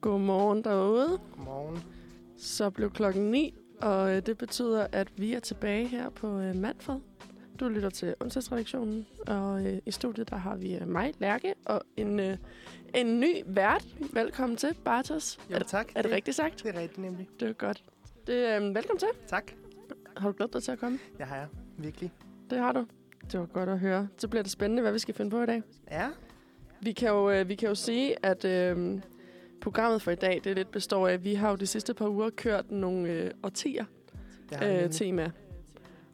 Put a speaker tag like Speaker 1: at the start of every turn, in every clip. Speaker 1: Godmorgen derude.
Speaker 2: Godmorgen.
Speaker 1: Så blev klokken 9, og øh, det betyder, at vi er tilbage her på øh, Manfred. Du lytter til onsdagsredaktionen, og øh, i studiet der har vi øh, mig, Lærke, og en, øh, en ny vært. Velkommen til, Bartos.
Speaker 2: Jo,
Speaker 1: er, det-
Speaker 2: tak.
Speaker 1: er det rigtigt sagt?
Speaker 2: Det er rigtigt nemlig.
Speaker 1: Det er godt. Det, øh, velkommen til.
Speaker 2: Tak.
Speaker 1: Har du glædet dig til at komme?
Speaker 2: Jeg har jeg. Virkelig.
Speaker 1: Det har du. Det var godt at høre. Så bliver det spændende, hvad vi skal finde på i dag.
Speaker 2: Ja.
Speaker 1: Vi kan jo, øh, vi kan jo sige, at øh, programmet for i dag, det lidt består af, at vi har jo de sidste par uger kørt nogle øh, årtier
Speaker 2: Det har jeg
Speaker 1: øh,
Speaker 2: nemlig.
Speaker 1: tema.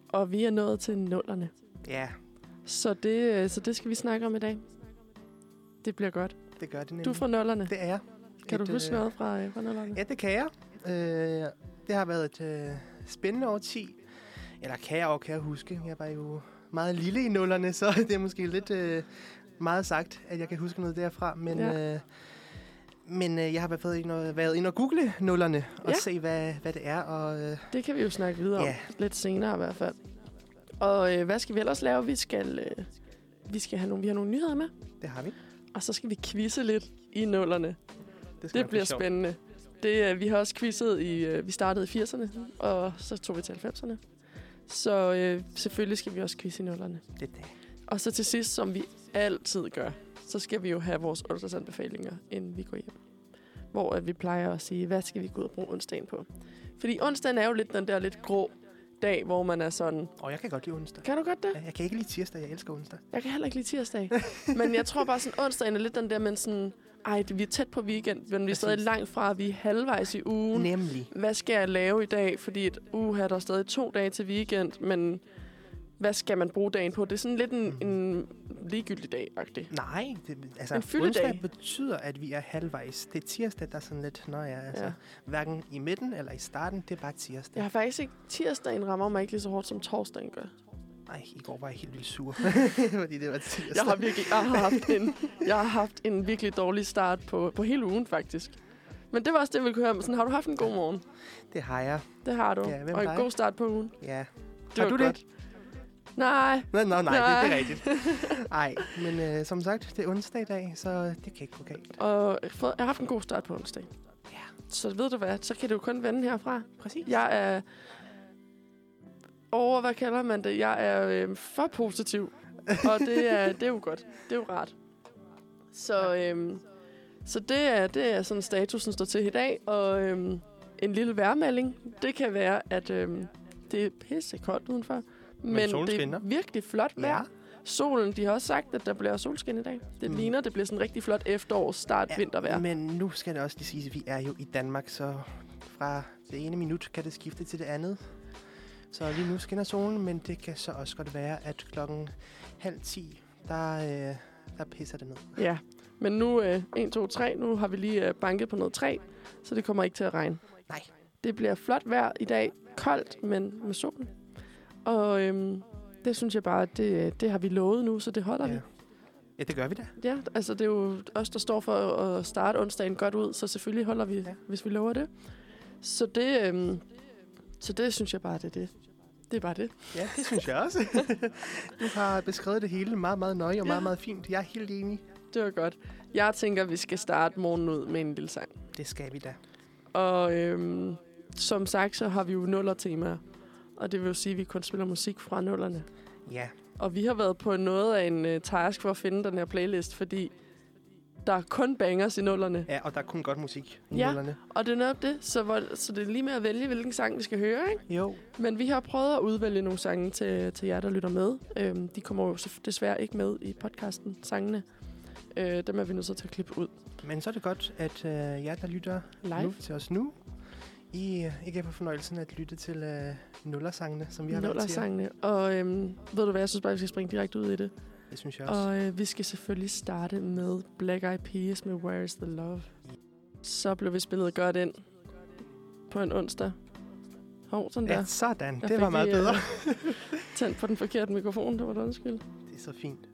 Speaker 1: Og vi er nået til nullerne.
Speaker 2: Ja,
Speaker 1: Så det, øh, så det skal vi snakke om i dag. Det bliver godt.
Speaker 2: det gør det nemlig.
Speaker 1: Du er fra nullerne.
Speaker 2: Det er jeg.
Speaker 1: Kan
Speaker 2: Et,
Speaker 1: du huske
Speaker 2: øh,
Speaker 1: noget fra, øh, fra nullerne?
Speaker 2: Ja, det kan jeg. Øh, det har været et øh, spændende årti. Eller kan jeg og kan jeg huske. Jeg var jo meget lille i nullerne, så det er måske lidt øh, meget sagt, at jeg kan huske noget derfra. Men,
Speaker 1: Ja.
Speaker 2: ja. øh, men øh, jeg har i hvert fald inde og- været inde og google nullerne og
Speaker 1: Ja.
Speaker 2: se, hvad, hvad det er. Og, øh,
Speaker 1: Det kan vi jo snakke videre om
Speaker 2: Ja.
Speaker 1: lidt senere i hvert fald. Og øh, hvad skal vi ellers lave? Vi skal, øh, vi skal have nogle, vi har nogle nyheder med,
Speaker 2: det har vi.
Speaker 1: og så skal vi quizze lidt i nullerne.
Speaker 2: Det, skal
Speaker 1: Det
Speaker 2: nok blive
Speaker 1: bliver
Speaker 2: sjovt.
Speaker 1: spændende. Det, øh, vi har også quizzet i... Øh, vi startede i 80'erne, og så tog vi til 90'erne. Så øh, selvfølgelig skal vi også quizze i nullerne.
Speaker 2: Det er det.
Speaker 1: Og så til sidst, som vi altid gør, så skal vi jo have vores onsdagsanbefalinger, inden vi går hjem. Hvor at vi plejer at sige, hvad skal vi gå ud og bruge onsdagen på? Fordi onsdagen er jo lidt den der lidt grå dag, hvor man er sådan...
Speaker 2: Og jeg kan godt lide onsdag.
Speaker 1: Kan du godt det?
Speaker 2: Ja, Jeg kan ikke lide tirsdag, jeg elsker onsdag.
Speaker 1: Jeg kan heller ikke lide tirsdag. men jeg tror bare, sådan onsdagen er lidt den der, men sådan... Ej, vi er tæt på weekend, men vi er stadig
Speaker 2: Præcis.
Speaker 1: langt fra, vi er halvvejs i ugen.
Speaker 2: Nemlig.
Speaker 1: hvad skal jeg lave i dag? Fordi at, uha, der er stadig to dage til weekend, men hvad skal man bruge dagen på? Det er sådan lidt en, en ligegyldig dag, faktisk.
Speaker 2: Nej, det, altså
Speaker 1: En fyldedag.
Speaker 2: onsdag betyder, at vi er halvvejs. Det er tirsdag, der er sådan lidt, nå ja, altså,
Speaker 1: Ja.
Speaker 2: ja. hverken i midten eller i starten, det er bare tirsdag.
Speaker 1: Jeg har faktisk ikke... Tirsdagen rammer mig ikke lige så hårdt, som torsdagen gør.
Speaker 2: Nej, i går var jeg helt vildt sur, fordi det var tirsdag.
Speaker 1: Jeg har virkelig jeg har haft en, jeg har haft en virkelig dårlig start på, på hele ugen, faktisk. Men det var også det, jeg ville kunne høre om. Sådan, har du haft en god morgen?
Speaker 2: Det har jeg,
Speaker 1: Det har du.
Speaker 2: Ja, hvem
Speaker 1: og en
Speaker 2: dig?
Speaker 1: god start på ugen.
Speaker 2: ja.
Speaker 1: Det
Speaker 2: Har
Speaker 1: var
Speaker 2: du det?
Speaker 1: godt. Nej,
Speaker 2: Nå, nå nej, nej. Det, det
Speaker 1: Nej.
Speaker 2: er rigtigt. Nej, men øh, som sagt, det er onsdag i dag, så det kan ikke gå galt.
Speaker 1: og jeg har fået- jeg har haft en god start på onsdag.
Speaker 2: Ja.
Speaker 1: Så ved du hvad, så kan du kun vende herfra.
Speaker 2: Præcis.
Speaker 1: Jeg er over, hvad kalder man det? Jeg er øh, for positiv. Og det er, det er jo godt. Det er jo rart. Så, øh, så det, er, det er sådan statusen står til i dag. Og øh, en lille værmelding. Det kan være, at øh, det er pisse koldt udenfor. Men,
Speaker 2: solen
Speaker 1: det er
Speaker 2: skinner.
Speaker 1: virkelig flot vejr.
Speaker 2: Ja.
Speaker 1: Solen, de har også sagt, at der bliver solskin i dag. Det mm.
Speaker 2: Mm.
Speaker 1: ligner, det bliver sådan rigtig flot efterårs start ja, vintervejr.
Speaker 2: Men nu skal det også lige siges, at vi er jo i Danmark, så fra det ene minut kan det skifte til det andet. Så lige nu skinner solen, men det kan så også godt være, at klokken halv ti, der, øh, der pisser det ned.
Speaker 1: Ja, men nu øh, 1, 2, 3. Nu har vi lige øh, banket på noget træ, så det kommer ikke til at regne.
Speaker 2: Nej.
Speaker 1: Det bliver flot vejr i dag. Koldt, men med sol. Og øhm, det synes jeg bare, at det, det har vi lovet nu, så det holder ja. vi.
Speaker 2: Ja. ja, det gør vi da.
Speaker 1: Ja, altså det er jo os, der står for at starte onsdagen godt ud, så selvfølgelig holder vi, ja.
Speaker 2: Ja.
Speaker 1: hvis vi lover det. Så det, øhm, så det synes jeg bare, det er det. Det er bare det.
Speaker 2: Ja, det synes jeg også. du har beskrevet det hele meget, meget nøje
Speaker 1: Ja.
Speaker 2: og meget, meget fint. Jeg er helt enig.
Speaker 1: Det var godt. Jeg tænker, vi skal starte morgenen ud med en lille sang.
Speaker 2: Det skal vi da.
Speaker 1: Og øhm, som sagt, så har vi jo nuller temaer. Og det vil jo sige, at vi kun spiller musik fra nullerne.
Speaker 2: Ja,
Speaker 1: Og vi har været på noget af en uh, task for at finde den her playlist, fordi der er kun bangers i nullerne.
Speaker 2: ja og der er kun godt musik i
Speaker 1: Ja.
Speaker 2: nullerne.
Speaker 1: Og det er netop det, så, hvor, så det er lige med at vælge, hvilken sang vi skal høre. Ikke?
Speaker 2: Jo,
Speaker 1: Men vi har prøvet at udvælge nogle sange til, til jer, der lytter med. Øhm, de kommer jo så desværre ikke med i podcasten, sangene. Øh, dem er vi nødt til at klippe ud
Speaker 2: men så er det godt, at øh, jer, der lytter
Speaker 1: live.
Speaker 2: nu til os nu. I øh, ikke er på fornøjelsen at lytte til øh, nullersangene, som vi har valgt til jer.
Speaker 1: Nullersangene. Og øhm, ved du hvad, jeg synes bare, vi skal springe direkte ud i det.
Speaker 2: Det synes jeg også.
Speaker 1: Og øh, vi skal selvfølgelig starte med Black Eyed Peas med Where is the Love. Så blev vi spillet godt ind på en onsdag. Hov, sådan
Speaker 2: ja,
Speaker 1: der.
Speaker 2: sådan.
Speaker 1: Jeg
Speaker 2: det var
Speaker 1: fik
Speaker 2: meget
Speaker 1: lige, øh,
Speaker 2: bedre.
Speaker 1: Tændt på den forkerte mikrofon, det var da undskyld.
Speaker 2: det er så fint.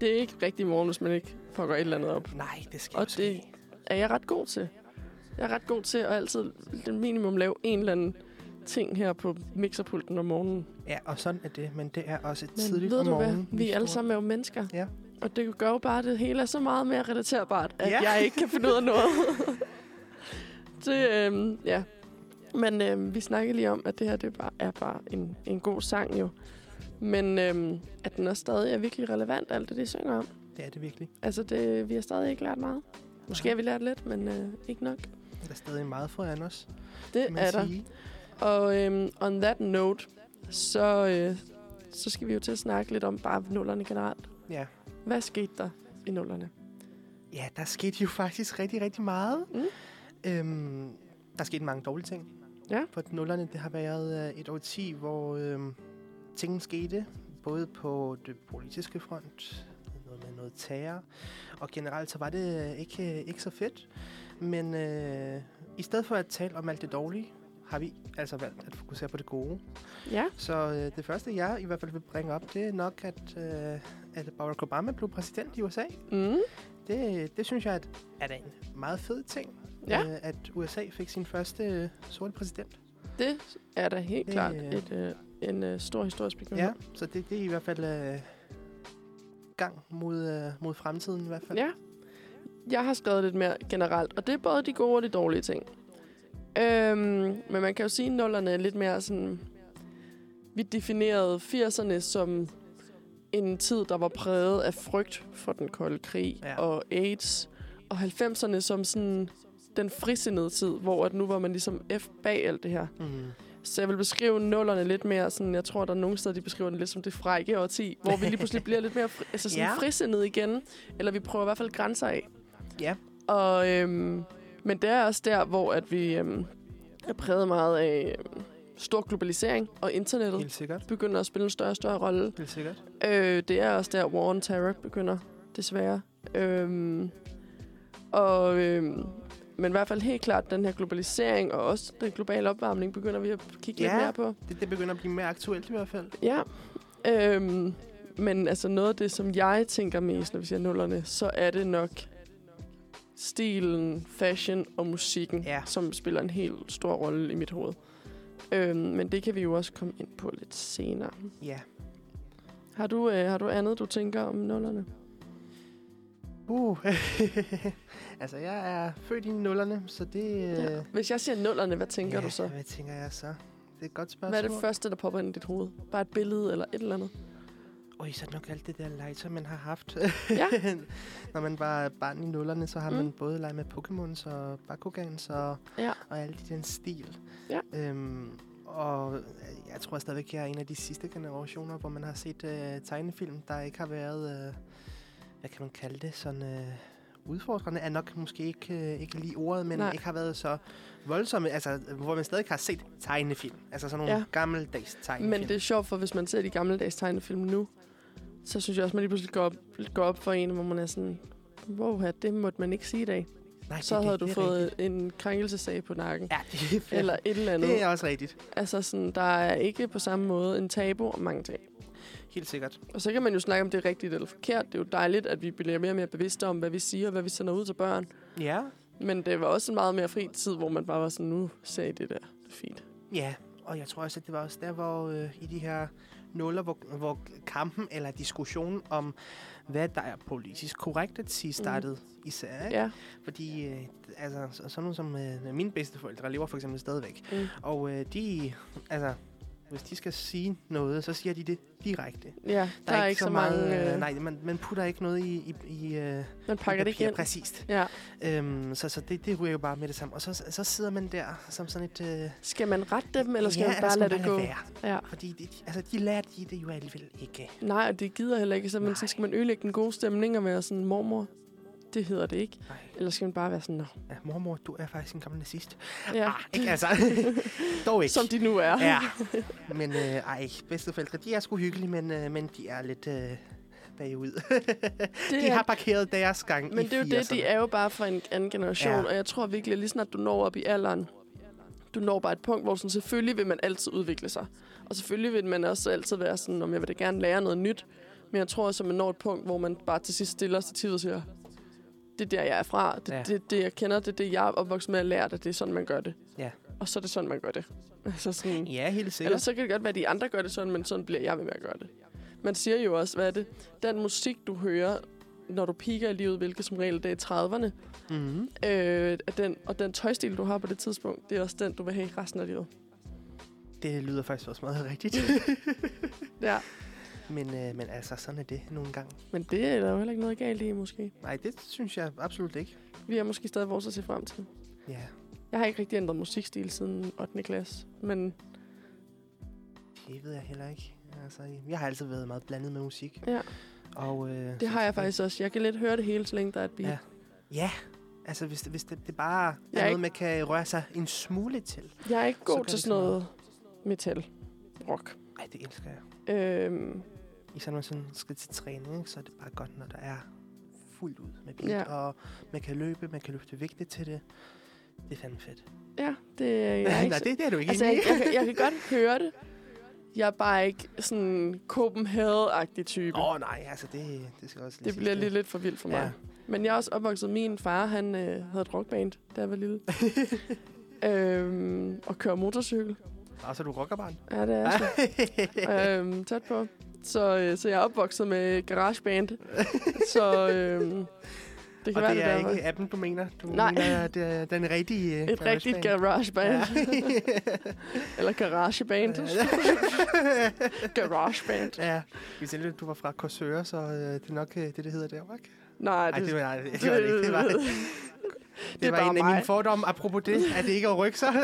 Speaker 1: Det er ikke rigtig morgen, hvis man ikke fucker et eller andet op.
Speaker 2: Nej, det skal
Speaker 1: Og
Speaker 2: jo ske.
Speaker 1: det- Er jeg ret god til? Jeg er ret god til at altid den minimum lave en eller anden ting her på mixerpulten om morgenen.
Speaker 2: Ja, og sådan er det. Men det er også
Speaker 1: Men
Speaker 2: tidligt
Speaker 1: ved
Speaker 2: om
Speaker 1: du
Speaker 2: morgenen.
Speaker 1: hvad? Vi
Speaker 2: er
Speaker 1: alle
Speaker 2: store.
Speaker 1: sammen er jo mennesker.
Speaker 2: Ja.
Speaker 1: Og det gør jo bare, at det hele er så meget mere relaterbart, at
Speaker 2: Ja.
Speaker 1: ja. jeg ikke kan finde ud af noget. det, øhm, ja. Men øhm, vi snakkede lige om, at det her det er bare, er bare en, en god sang jo. Men øhm, at den også stadig er virkelig relevant, alt det, de synger om.
Speaker 2: Det er det virkelig.
Speaker 1: Altså, det, vi har stadig ikke lært meget. Måske har vi lært lidt, men øh, ikke nok.
Speaker 2: Der er stadig meget foran os,
Speaker 1: Det
Speaker 2: kan man
Speaker 1: er der.
Speaker 2: sige.
Speaker 1: Og øhm, on that note, så, øh, så skal vi jo til at snakke lidt om bare nullerne generelt.
Speaker 2: Ja.
Speaker 1: Hvad skete der i nullerne?
Speaker 2: Ja, der skete jo faktisk rigtig, rigtig meget.
Speaker 1: Mm.
Speaker 2: Øhm, der skete mange dårlige ting.
Speaker 1: Ja.
Speaker 2: For at nullerne, det har været øh, et årti, hvor øhm, ting skete. Både på det politiske front, noget med noget terror. Og generelt så var det øh, ikke, øh, ikke så fedt. Men øh, i stedet for at tale om alt det dårlige, har vi altså valgt at fokusere på det gode.
Speaker 1: Ja.
Speaker 2: Så øh, det første, jeg i hvert fald vil bringe op, det er nok, at, øh, at Barack Obama blev præsident i USA.
Speaker 1: Mm.
Speaker 2: Det, det synes jeg at, er da en meget fed ting,
Speaker 1: Ja.
Speaker 2: øh, at USA fik sin første øh, sorte præsident.
Speaker 1: Det er da helt
Speaker 2: Det,
Speaker 1: klart
Speaker 2: øh,
Speaker 1: et, øh, en øh, stor historisk begivenhed.
Speaker 2: Ja, så det, det er i hvert fald øh, gang mod, øh, mod fremtiden i hvert fald.
Speaker 1: ja. Jeg har skrevet lidt mere generelt, og det er både de gode og de dårlige ting. Øhm, men man kan jo sige, at nullerne er lidt mere sådan... Vi definerede 80'erne som en tid, der var præget af frygt for den kolde krig
Speaker 2: Ja.
Speaker 1: ja. og AIDS. Og 90'erne som sådan den frisindede tid, hvor at nu var man ligesom F bag alt det her.
Speaker 2: Mm.
Speaker 1: Så jeg vil beskrive nullerne lidt mere sådan, jeg tror, der er nogle steder, de beskriver den lidt som det frække årti, hvor vi lige pludselig bliver lidt mere fri, altså sådan
Speaker 2: Ja.
Speaker 1: ja. frisindede igen, eller vi prøver i hvert fald grænser af.
Speaker 2: Ja.
Speaker 1: Og, øhm, men det er også der, hvor at vi øhm, er præget meget af øhm, stor globalisering, og internettet
Speaker 2: Helt sikkert.
Speaker 1: begynder at spille en større og større rolle.
Speaker 2: Helt sikkert.
Speaker 1: Øh, det er også der, War on Terror begynder, desværre. Øhm, og, øhm, men i hvert fald helt klart, den her globalisering og også den globale opvarmning begynder vi at kigge
Speaker 2: Ja.
Speaker 1: lidt mere på.
Speaker 2: Det, det begynder at blive mere aktuelt i hvert fald.
Speaker 1: Ja. Øhm, men altså noget af det, som jeg tænker mest, når vi siger nullerne, så er det nok stilen, fashion og musikken,
Speaker 2: Ja.
Speaker 1: som spiller en helt stor rolle i mit hoved. Øhm, men det kan vi jo også komme ind på lidt senere.
Speaker 2: Ja.
Speaker 1: Har du, øh, har du andet, du tænker om nullerne?
Speaker 2: Uh. altså, jeg er født i nullerne, så det... øh,
Speaker 1: Ja. Hvis jeg siger nullerne, hvad tænker
Speaker 2: ja,
Speaker 1: du så?
Speaker 2: Hvad tænker jeg så? Det er et godt spørgsmål.
Speaker 1: Hvad er det første, der popper ind i dit hoved? Bare et billede eller et eller andet?
Speaker 2: Oj, så er det nok alt det der legetøj, man har haft.
Speaker 1: Ja.
Speaker 2: Når man var barn i nullerne, så har mm.
Speaker 1: Mm.
Speaker 2: man både leget med Pokémons og Bakugans og,
Speaker 1: Ja.
Speaker 2: og alt i den stil.
Speaker 1: Ja.
Speaker 2: Øhm, og jeg tror stadigvæk, jeg er en af de sidste generationer, hvor man har set øh, tegnefilm, der ikke har været, øh, hvad kan man kalde det, sådan... Øh, udfordrende er nok måske ikke, øh, ikke lige ordet, men Nej.
Speaker 1: Nej.
Speaker 2: ikke har været så voldsomme, altså hvor man stadig har set tegnefilm, altså sådan nogle ja.
Speaker 1: Ja.
Speaker 2: gammeldags tegnefilm.
Speaker 1: Men det er sjovt, for hvis man ser de gammeldags tegnefilm nu, så synes jeg også, man lige pludselig går op, går op for en, hvor man er sådan, wow, det måtte man ikke sige i dag.
Speaker 2: Nej,
Speaker 1: Så
Speaker 2: det- det-
Speaker 1: havde du
Speaker 2: det er
Speaker 1: fået
Speaker 2: rigtigt.
Speaker 1: en krænkelsesag på nakken.
Speaker 2: Ja, det er fair.
Speaker 1: Eller et eller andet.
Speaker 2: Det er også rigtigt.
Speaker 1: Altså sådan, der er ikke på samme måde en tabu om mange ting.
Speaker 2: Helt sikkert.
Speaker 1: Og så kan man jo snakke om, det er rigtigt eller forkert. Det er jo dejligt, at vi bliver mere og mere bevidste om, hvad vi siger og hvad vi sender ud til børn.
Speaker 2: Ja.
Speaker 1: Men det var også en meget mere fri tid, hvor man bare var sådan, nu sagde I det der. Det er fint.
Speaker 2: Ja, og jeg tror også, at det var også der, hvor øh, i de her nuller, hvor, hvor kampen eller diskussionen om, hvad der er politisk korrekt at sige, startede mm. især. Ikke?
Speaker 1: Mhm. Ja.
Speaker 2: Fordi øh, altså, så- sådan nogle som øh, mine bedsteforældre lever for eksempel stadigvæk.
Speaker 1: Mm.
Speaker 2: Og øh, de, altså, hvis de skal sige noget, så siger de det direkte.
Speaker 1: Ja, der, der er, ikke så, mange... Øh,
Speaker 2: nej, man, man putter ikke noget i... i, i øh,
Speaker 1: man pakker det ikke
Speaker 2: papir,
Speaker 1: ind.
Speaker 2: Præcist.
Speaker 1: Ja.
Speaker 2: Øhm, så så det, det ryger jo bare med det samme. Og så, så sidder man der som sådan et... Øh,
Speaker 1: Skal man rette dem, eller skal
Speaker 2: ja, altså,
Speaker 1: man bare lade det gå?
Speaker 2: Være.
Speaker 1: Ja.
Speaker 2: Fordi de, de- altså, de lærer de det jo alligevel ikke.
Speaker 1: Nej, og det gider heller ikke. Så,
Speaker 2: Nej.
Speaker 1: men så skal man ødelægge den gode stemning og være sådan, mormor, det hedder det ikke.
Speaker 2: Nej.
Speaker 1: Eller skal man bare være sådan, nå.
Speaker 2: Ja, mormor, du er faktisk en gammel nazist.
Speaker 1: Ja,
Speaker 2: Ah, ikke altså. Dog ikke.
Speaker 1: som de nu er.
Speaker 2: Ja. Men øh, ej, bedsteforældre, de er sgu hyggelige, men, øh, men de er lidt øh, bagud.
Speaker 1: Det
Speaker 2: de
Speaker 1: er,
Speaker 2: har parkeret deres gang i
Speaker 1: men det er jo det, de
Speaker 2: 80'erne.
Speaker 1: er jo bare fra en anden generation.
Speaker 2: Ja.
Speaker 1: Ja. Og jeg tror virkelig, at lige snart du når op i alderen, du når bare et punkt, hvor sådan, selvfølgelig vil man altid udvikle sig. Og selvfølgelig vil man også altid være sådan, om jeg vil da gerne lære noget nyt. Men jeg tror også, at man når et punkt, hvor man bare til sidst stiller sig til og siger, det er der, jeg er fra. Det er
Speaker 2: Ja.
Speaker 1: ja. det, det, jeg kender. Det er det, jeg er opvokset med at lære, det er sådan, man gør det.
Speaker 2: Ja.
Speaker 1: Og så er det sådan, man gør det. Altså sådan,
Speaker 2: Ja, helt sikkert.
Speaker 1: Ellers så kan det godt være, at de andre gør det sådan, men sådan bliver jeg ved med at gøre det. man siger jo også, hvad er det? Den musik, du hører, når du piker i livet, hvilket som regel det er i 30'erne,
Speaker 2: Mm-hmm.
Speaker 1: øh, at den, og den tøjstil, du har på det tidspunkt, det er også den, du vil have i resten af livet.
Speaker 2: Det lyder faktisk også meget rigtigt.
Speaker 1: Ja,
Speaker 2: men, øh, men altså, sådan er det nogle gange.
Speaker 1: men det er der jo heller ikke noget galt i, måske.
Speaker 2: Nej, det synes jeg absolut ikke.
Speaker 1: Vi er måske stadig vores at se frem til.
Speaker 2: Ja,
Speaker 1: Jeg har ikke rigtig ændret musikstil siden 8. klasse, men
Speaker 2: det ved jeg heller ikke. Altså, jeg har altid været meget blandet med musik.
Speaker 1: Ja.
Speaker 2: Og, øh,
Speaker 1: det har jeg
Speaker 2: så-
Speaker 1: faktisk også. Jeg kan lidt høre det hele, så længe der er et beat.
Speaker 2: Ja. Ja, altså hvis, det- hvis det, det bare
Speaker 1: Jeg
Speaker 2: er
Speaker 1: er
Speaker 2: noget,
Speaker 1: ikke-
Speaker 2: man kan røre sig en smule til.
Speaker 1: Jeg er ikke
Speaker 2: Så
Speaker 1: god
Speaker 2: gør
Speaker 1: til
Speaker 2: det
Speaker 1: sådan
Speaker 2: så meget.
Speaker 1: noget metal rock.
Speaker 2: Ej, det elsker jeg.
Speaker 1: Øhm,
Speaker 2: Især når man sådan skal til træning, ikke, så er det bare godt, når der er fuldt ud med beat,
Speaker 1: Ja.
Speaker 2: ja. og man kan løbe, man kan løfte vægte til det. Det er fandme fedt.
Speaker 1: ja, det er jeg er
Speaker 2: Ja,
Speaker 1: ikke.
Speaker 2: Nej, det, det er du ikke
Speaker 1: altså,
Speaker 2: enig
Speaker 1: jeg,
Speaker 2: i.
Speaker 1: jeg, kan- jeg kan godt høre det. Jeg er bare ikke sådan Copenhagen-agtig type.
Speaker 2: Åh oh, nej, altså det, det skal også lige
Speaker 1: det bliver lige lidt for vildt for mig.
Speaker 2: Ja.
Speaker 1: Ja. Men jeg er også opvokset. Min far, han øh, havde et rockband, da jeg var lille. øhm, og kører motorcykel.
Speaker 2: Og så er du rockerbarn.
Speaker 1: Ja, det er sådan. øhm, tæt på. Så, øh, så jeg er opvokset med garageband. så øhm, det kan
Speaker 2: Og
Speaker 1: være,
Speaker 2: det er
Speaker 1: derfor.
Speaker 2: ikke appen, du mener? Du
Speaker 1: Nej.
Speaker 2: mener, det er den rigtige øh,
Speaker 1: Et rigtigt garageband. Ja. Eller garageband. garageband.
Speaker 2: Ja. ja. Hvis endelig du var fra Korsør, så øh, det er nok øh, det, det hedder der, ikke?
Speaker 1: Nej,
Speaker 2: Ej,
Speaker 1: det,
Speaker 2: det var, nej, det var det ikke. Det var, det
Speaker 1: det er
Speaker 2: var
Speaker 1: bare
Speaker 2: en af mine
Speaker 1: mig.
Speaker 2: fordomme. Apropos det, at det ikke er at rykke sig.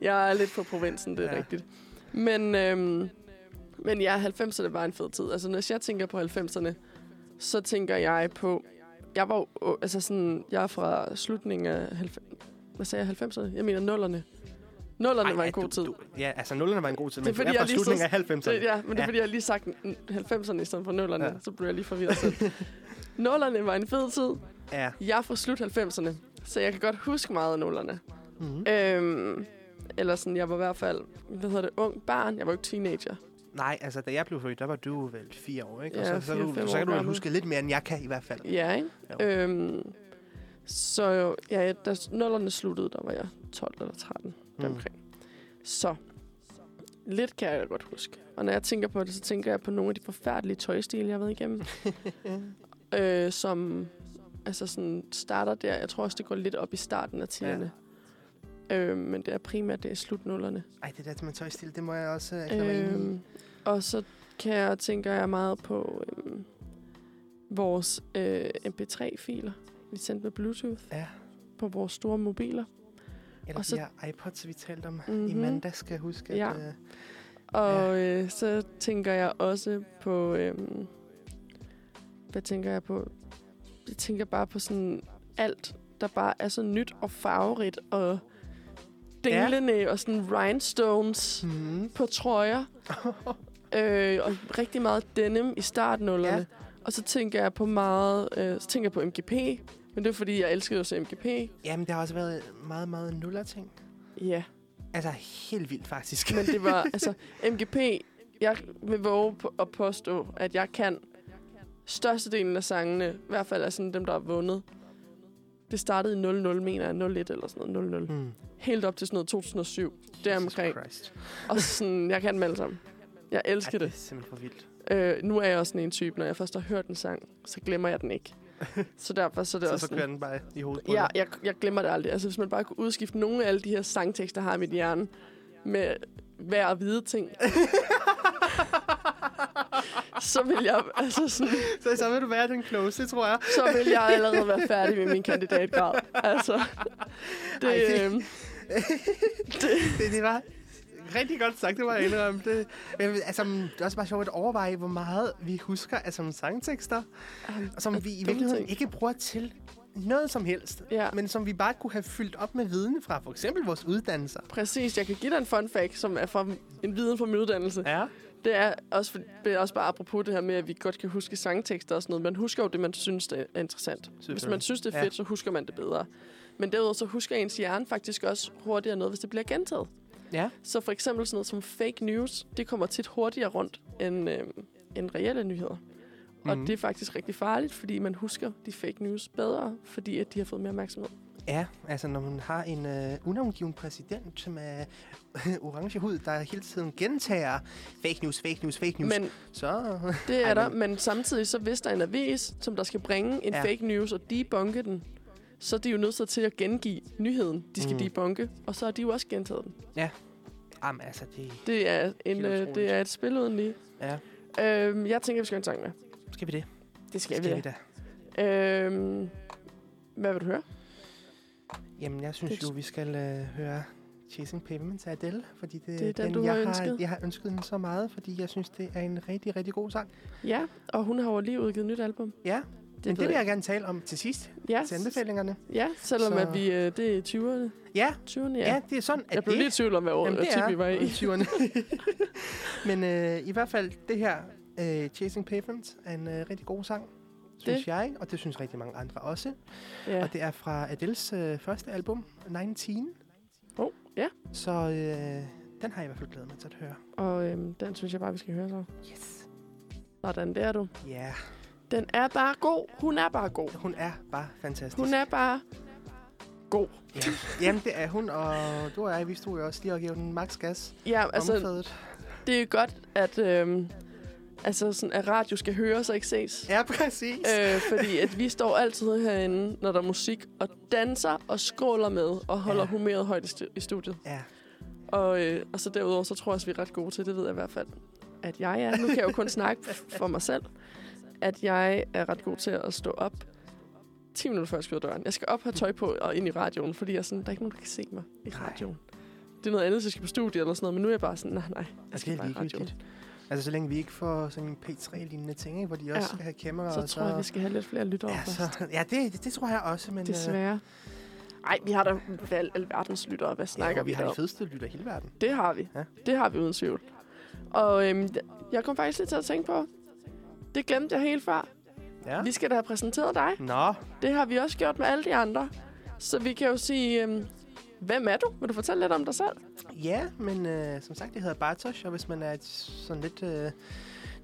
Speaker 1: Jeg er lidt på provinsen, det er
Speaker 2: Ja.
Speaker 1: ja. rigtigt. Men, øhm, men ja, 90'erne var en fed tid. Altså, når jeg tænker på 90'erne, så tænker jeg på... Jeg var jo, altså sådan, jeg er fra slutningen af... 90, hvad sagde jeg? 90'erne? Jeg mener 0'erne. 0'erne var en
Speaker 2: at
Speaker 1: god
Speaker 2: du,
Speaker 1: tid.
Speaker 2: Du, ja, altså nullerne var en god tid,
Speaker 1: Det er
Speaker 2: men det er,
Speaker 1: fordi,
Speaker 2: du er
Speaker 1: jeg
Speaker 2: fra
Speaker 1: lige
Speaker 2: slutningen af
Speaker 1: Det,
Speaker 2: 90'erne.
Speaker 1: ja, men det er
Speaker 2: Ja.
Speaker 1: fordi, jeg lige sagt n- 90'erne i stedet for 0'erne,
Speaker 2: Ja.
Speaker 1: ja. så blev jeg lige forvirret selv. 0'erne var en fed tid.
Speaker 2: Ja.
Speaker 1: Jeg er fra slut 90'erne, så jeg kan godt huske meget af 0'erne.
Speaker 2: Mm-hmm.
Speaker 1: Øhm, eller sådan, jeg var i hvert fald, hvad hedder det, ung barn. Jeg var jo ikke teenager.
Speaker 2: Nej, altså da jeg blev født, der var du vel fire år, ikke? Og
Speaker 1: Ja,
Speaker 2: så, så, du,
Speaker 1: fire-fem
Speaker 2: så
Speaker 1: år
Speaker 2: kan du vel
Speaker 1: gammel.
Speaker 2: huske lidt mere, end jeg kan i hvert fald.
Speaker 1: Ja, ikke?
Speaker 2: Jo.
Speaker 1: Øhm, så ja, da nullerne sluttede, der var jeg 12 eller 13 mm. omkring. Så lidt kan jeg godt huske. Og når jeg tænker på det, så tænker jeg på nogle af de forfærdelige tøjstile, jeg har været igennem. øh, som altså sådan starter der. Jeg tror også, det går lidt op i starten af tiderne. Ja. Øh, men det er primært det er slutnullerne.
Speaker 2: Ej, det der med tøjstil, det må jeg også øh, erklære mig enig i.
Speaker 1: Øhm, og så kan jeg, tænker jeg meget på øhm, vores øh, MP3-filer, vi sendte med Bluetooth
Speaker 2: Ja.
Speaker 1: på vores store mobiler.
Speaker 2: Eller
Speaker 1: og
Speaker 2: så,
Speaker 1: så-
Speaker 2: de her iPods, vi talte om mm-hmm. i
Speaker 1: Mhm.
Speaker 2: mandag, skal jeg huske.
Speaker 1: Ja.
Speaker 2: At, øh,
Speaker 1: Og øh, så tænker jeg også på... Øhm, hvad tænker jeg på? Jeg tænker bare på sådan alt, der bare er så nyt og farverigt og dinglende ja. og sådan rhinestones
Speaker 2: mm-hmm.
Speaker 1: på trøjer. øh, og rigtig meget denim i startnullerne.
Speaker 2: Ja.
Speaker 1: Ja. Og så tænker jeg på meget... Øh, så tænker jeg på MGP. Men det er fordi, jeg elskede også MGP.
Speaker 2: Jamen, der har også været meget, meget nuller-ting.
Speaker 1: Ja.
Speaker 2: Altså, helt vildt faktisk.
Speaker 1: Men det var, altså, MGP, jeg vil våge på at påstå, at jeg kan størstedelen af sangene, i hvert fald af sådan dem, der har vundet. Det startede i 00, mener jeg, 01 eller sådan noget, 00.
Speaker 2: Mm.
Speaker 1: Helt op til sådan noget 2007, deromkring.
Speaker 2: Jesus Christ.
Speaker 1: Og sådan, jeg kan dem alle sammen. Jeg elsker
Speaker 2: Ej, det er
Speaker 1: det.
Speaker 2: simpelthen for vildt.
Speaker 1: Øh, nu er jeg også sådan en type, når jeg først har hørt en sang, så glemmer jeg den ikke. Så derfor så er det
Speaker 2: Så,
Speaker 1: også
Speaker 2: så
Speaker 1: sådan,
Speaker 2: kører den bare i hovedet på
Speaker 1: Ja,
Speaker 2: dig.
Speaker 1: jeg, jeg glemmer det aldrig. Altså, hvis man bare kunne udskifte nogle af alle de her sangtekster, jeg har i mit hjerne, med hver at vide ting, så vil jeg, altså sådan,
Speaker 2: Så, så vil du være den klogeste, tror jeg.
Speaker 1: så vil jeg allerede være færdig med min kandidatgrad. Altså, det,
Speaker 2: Ej, det-
Speaker 1: Ej, øhm,
Speaker 2: Det, det var rigtig godt sagt, det var jeg indrømme. Det, men, altså, det er også bare sjovt at overveje, hvor meget vi husker af som sangtekster, som vi i virkeligheden
Speaker 1: ting.
Speaker 2: ikke bruger til noget som helst,
Speaker 1: Ja.
Speaker 2: men som vi bare kunne have fyldt op med viden fra for eksempel vores uddannelser.
Speaker 1: præcis, jeg kan give dig en fun fact, som er fra en viden fra min uddannelse.
Speaker 2: Ja.
Speaker 1: Det er også, for, det er også bare apropos det her med, at vi godt kan huske sangtekster og sådan noget. Man husker jo det, man synes det er interessant. Hvis man synes, det er
Speaker 2: Ja.
Speaker 1: fedt, så husker man det bedre. Men derudover så husker ens hjerne faktisk også hurtigere noget, hvis det bliver gentaget.
Speaker 2: Ja.
Speaker 1: Så for eksempel sådan noget som fake news, det kommer tit hurtigere rundt end, øh, end reelle nyheder. Mm. Og
Speaker 2: Mhm.
Speaker 1: det er faktisk rigtig farligt, fordi man husker de fake news bedre, fordi at de har fået mere opmærksomhed.
Speaker 2: Ja, altså når man har en øh, unangiven præsident med orange hud, der hele tiden gentager fake news, fake news, fake news,
Speaker 1: Men
Speaker 2: så...
Speaker 1: det er
Speaker 2: Ej,
Speaker 1: Ej, der,
Speaker 2: men-
Speaker 1: men samtidig så hvis der er en avis, som der skal bringe en
Speaker 2: Ja.
Speaker 1: ja. fake news og debunke den, så er de jo nødt til at gengive nyheden, de skal
Speaker 2: Mm.
Speaker 1: mm. debunke, og så har de jo også gentaget den.
Speaker 2: Jamen altså, det...
Speaker 1: Det er, en,
Speaker 2: Helt
Speaker 1: øh,
Speaker 2: utroligt.
Speaker 1: det er et spil uden lige.
Speaker 2: Ja.
Speaker 1: Øhm, jeg tænker, vi skal have en sang med.
Speaker 2: Skal vi det?
Speaker 1: Det skal,
Speaker 2: Skal
Speaker 1: vi
Speaker 2: vi
Speaker 1: da.
Speaker 2: da.
Speaker 1: Øhm, hvad vil du høre?
Speaker 2: Jamen, jeg synes
Speaker 1: Det-
Speaker 2: jo, vi skal øh, høre Chasing Pavements af Adele, fordi det,
Speaker 1: Det er den, du
Speaker 2: jeg
Speaker 1: har ønsket.
Speaker 2: Jeg har ønsket den så meget, fordi jeg synes, det er en rigtig, rigtig god sang.
Speaker 1: Ja, og hun har jo lige udgivet et nyt album.
Speaker 2: Ja,
Speaker 1: Det
Speaker 2: Det Men det vil
Speaker 1: jeg.
Speaker 2: jeg gerne tale om til sidst,
Speaker 1: Ja,
Speaker 2: til anbefalingerne.
Speaker 1: ja selvom
Speaker 2: Så-
Speaker 1: så... at vi, øh, det er 20'erne.
Speaker 2: Ja,
Speaker 1: 20'erne,
Speaker 2: ja,
Speaker 1: ja.
Speaker 2: ja det er sådan, at
Speaker 1: jeg blev
Speaker 2: det...
Speaker 1: lige i tvivl om, hvad år
Speaker 2: Jamen, det er
Speaker 1: vi var i.
Speaker 2: 20'erne. Men øh, i hvert fald, det her øh, Chasing Pavements er en øh, rigtig god sang, synes
Speaker 1: Det-
Speaker 2: jeg, og det synes rigtig mange andre også. Ja.
Speaker 1: Ja.
Speaker 2: Og det er fra Adels øh, første album, 19.
Speaker 1: Oh, ja.
Speaker 2: Så øh, den har jeg i hvert fald glædet mig til at høre.
Speaker 1: Og øhm, den synes jeg bare, vi skal høre så.
Speaker 2: Yes.
Speaker 1: Sådan, der er du.
Speaker 2: Ja, yeah.
Speaker 1: Den er bare god. Hun er bare god.
Speaker 2: hun er bare fantastisk.
Speaker 1: Hun er bare god.
Speaker 2: Ja. Jamen, det er hun, og du og jeg, vi stod jo også lige og gav den max gas.
Speaker 1: Ja,
Speaker 2: Altså,
Speaker 1: altså, det er godt, at, øhm, altså, sådan, at radio skal høres og ikke ses.
Speaker 2: ja, præcis. Øh.
Speaker 1: Øh, fordi at vi står altid herinde, når der er musik, og danser og skråler med, og holder
Speaker 2: Ja.
Speaker 1: ja. humøret højt i, stu- i studiet.
Speaker 2: Ja,
Speaker 1: Og, øh, og så derudover, så tror jeg også, vi er ret gode til, det ved jeg i hvert fald, at jeg er. Nu kan jeg jo kun snakke f- for mig selv, at jeg er ret god til at stå op 10 minutter før jeg skal ud af døren. Jeg skal op have tøj på og ind i radioen, fordi jeg er sådan, der er ikke nogen, der kan se mig i
Speaker 2: Nej.
Speaker 1: radioen. Det er noget andet, hvis jeg skal på studie eller sådan noget, men nu er jeg bare sådan, nej, nej, jeg
Speaker 2: det er
Speaker 1: skal bare i radioen.
Speaker 2: ligegyldigt. Altså, så længe vi ikke får sådan en P3-lignende ting, ikke, hvor de også
Speaker 1: Ja.
Speaker 2: ja. skal have kamera.
Speaker 1: Så
Speaker 2: og
Speaker 1: tror jeg, vi skal have lidt flere lyttere
Speaker 2: Ja,
Speaker 1: ja, først.
Speaker 2: så, ja det, det, det tror jeg også, men... Øh,
Speaker 1: Desværre. Ej, vi har da val- alverdens lyttere. Hvad snakker
Speaker 2: ja,
Speaker 1: ja, vi
Speaker 2: har
Speaker 1: der
Speaker 2: de
Speaker 1: om?
Speaker 2: fedeste lytter i hele verden.
Speaker 1: Det har vi.
Speaker 2: Ja.
Speaker 1: Ja. Det har vi uden tvivl. Og øhm, jeg kom faktisk lidt til at tænke på, det glemte jeg helt før.
Speaker 2: Ja.
Speaker 1: Vi skal da have præsenteret dig.
Speaker 2: Nå,
Speaker 1: Det har vi også gjort med alle de andre. Så vi kan jo sige, øhm, hvem er du? Vil du fortælle lidt om dig selv?
Speaker 2: Ja, men øh, som sagt, det hedder Bartosz, og hvis man er et, sådan lidt øh,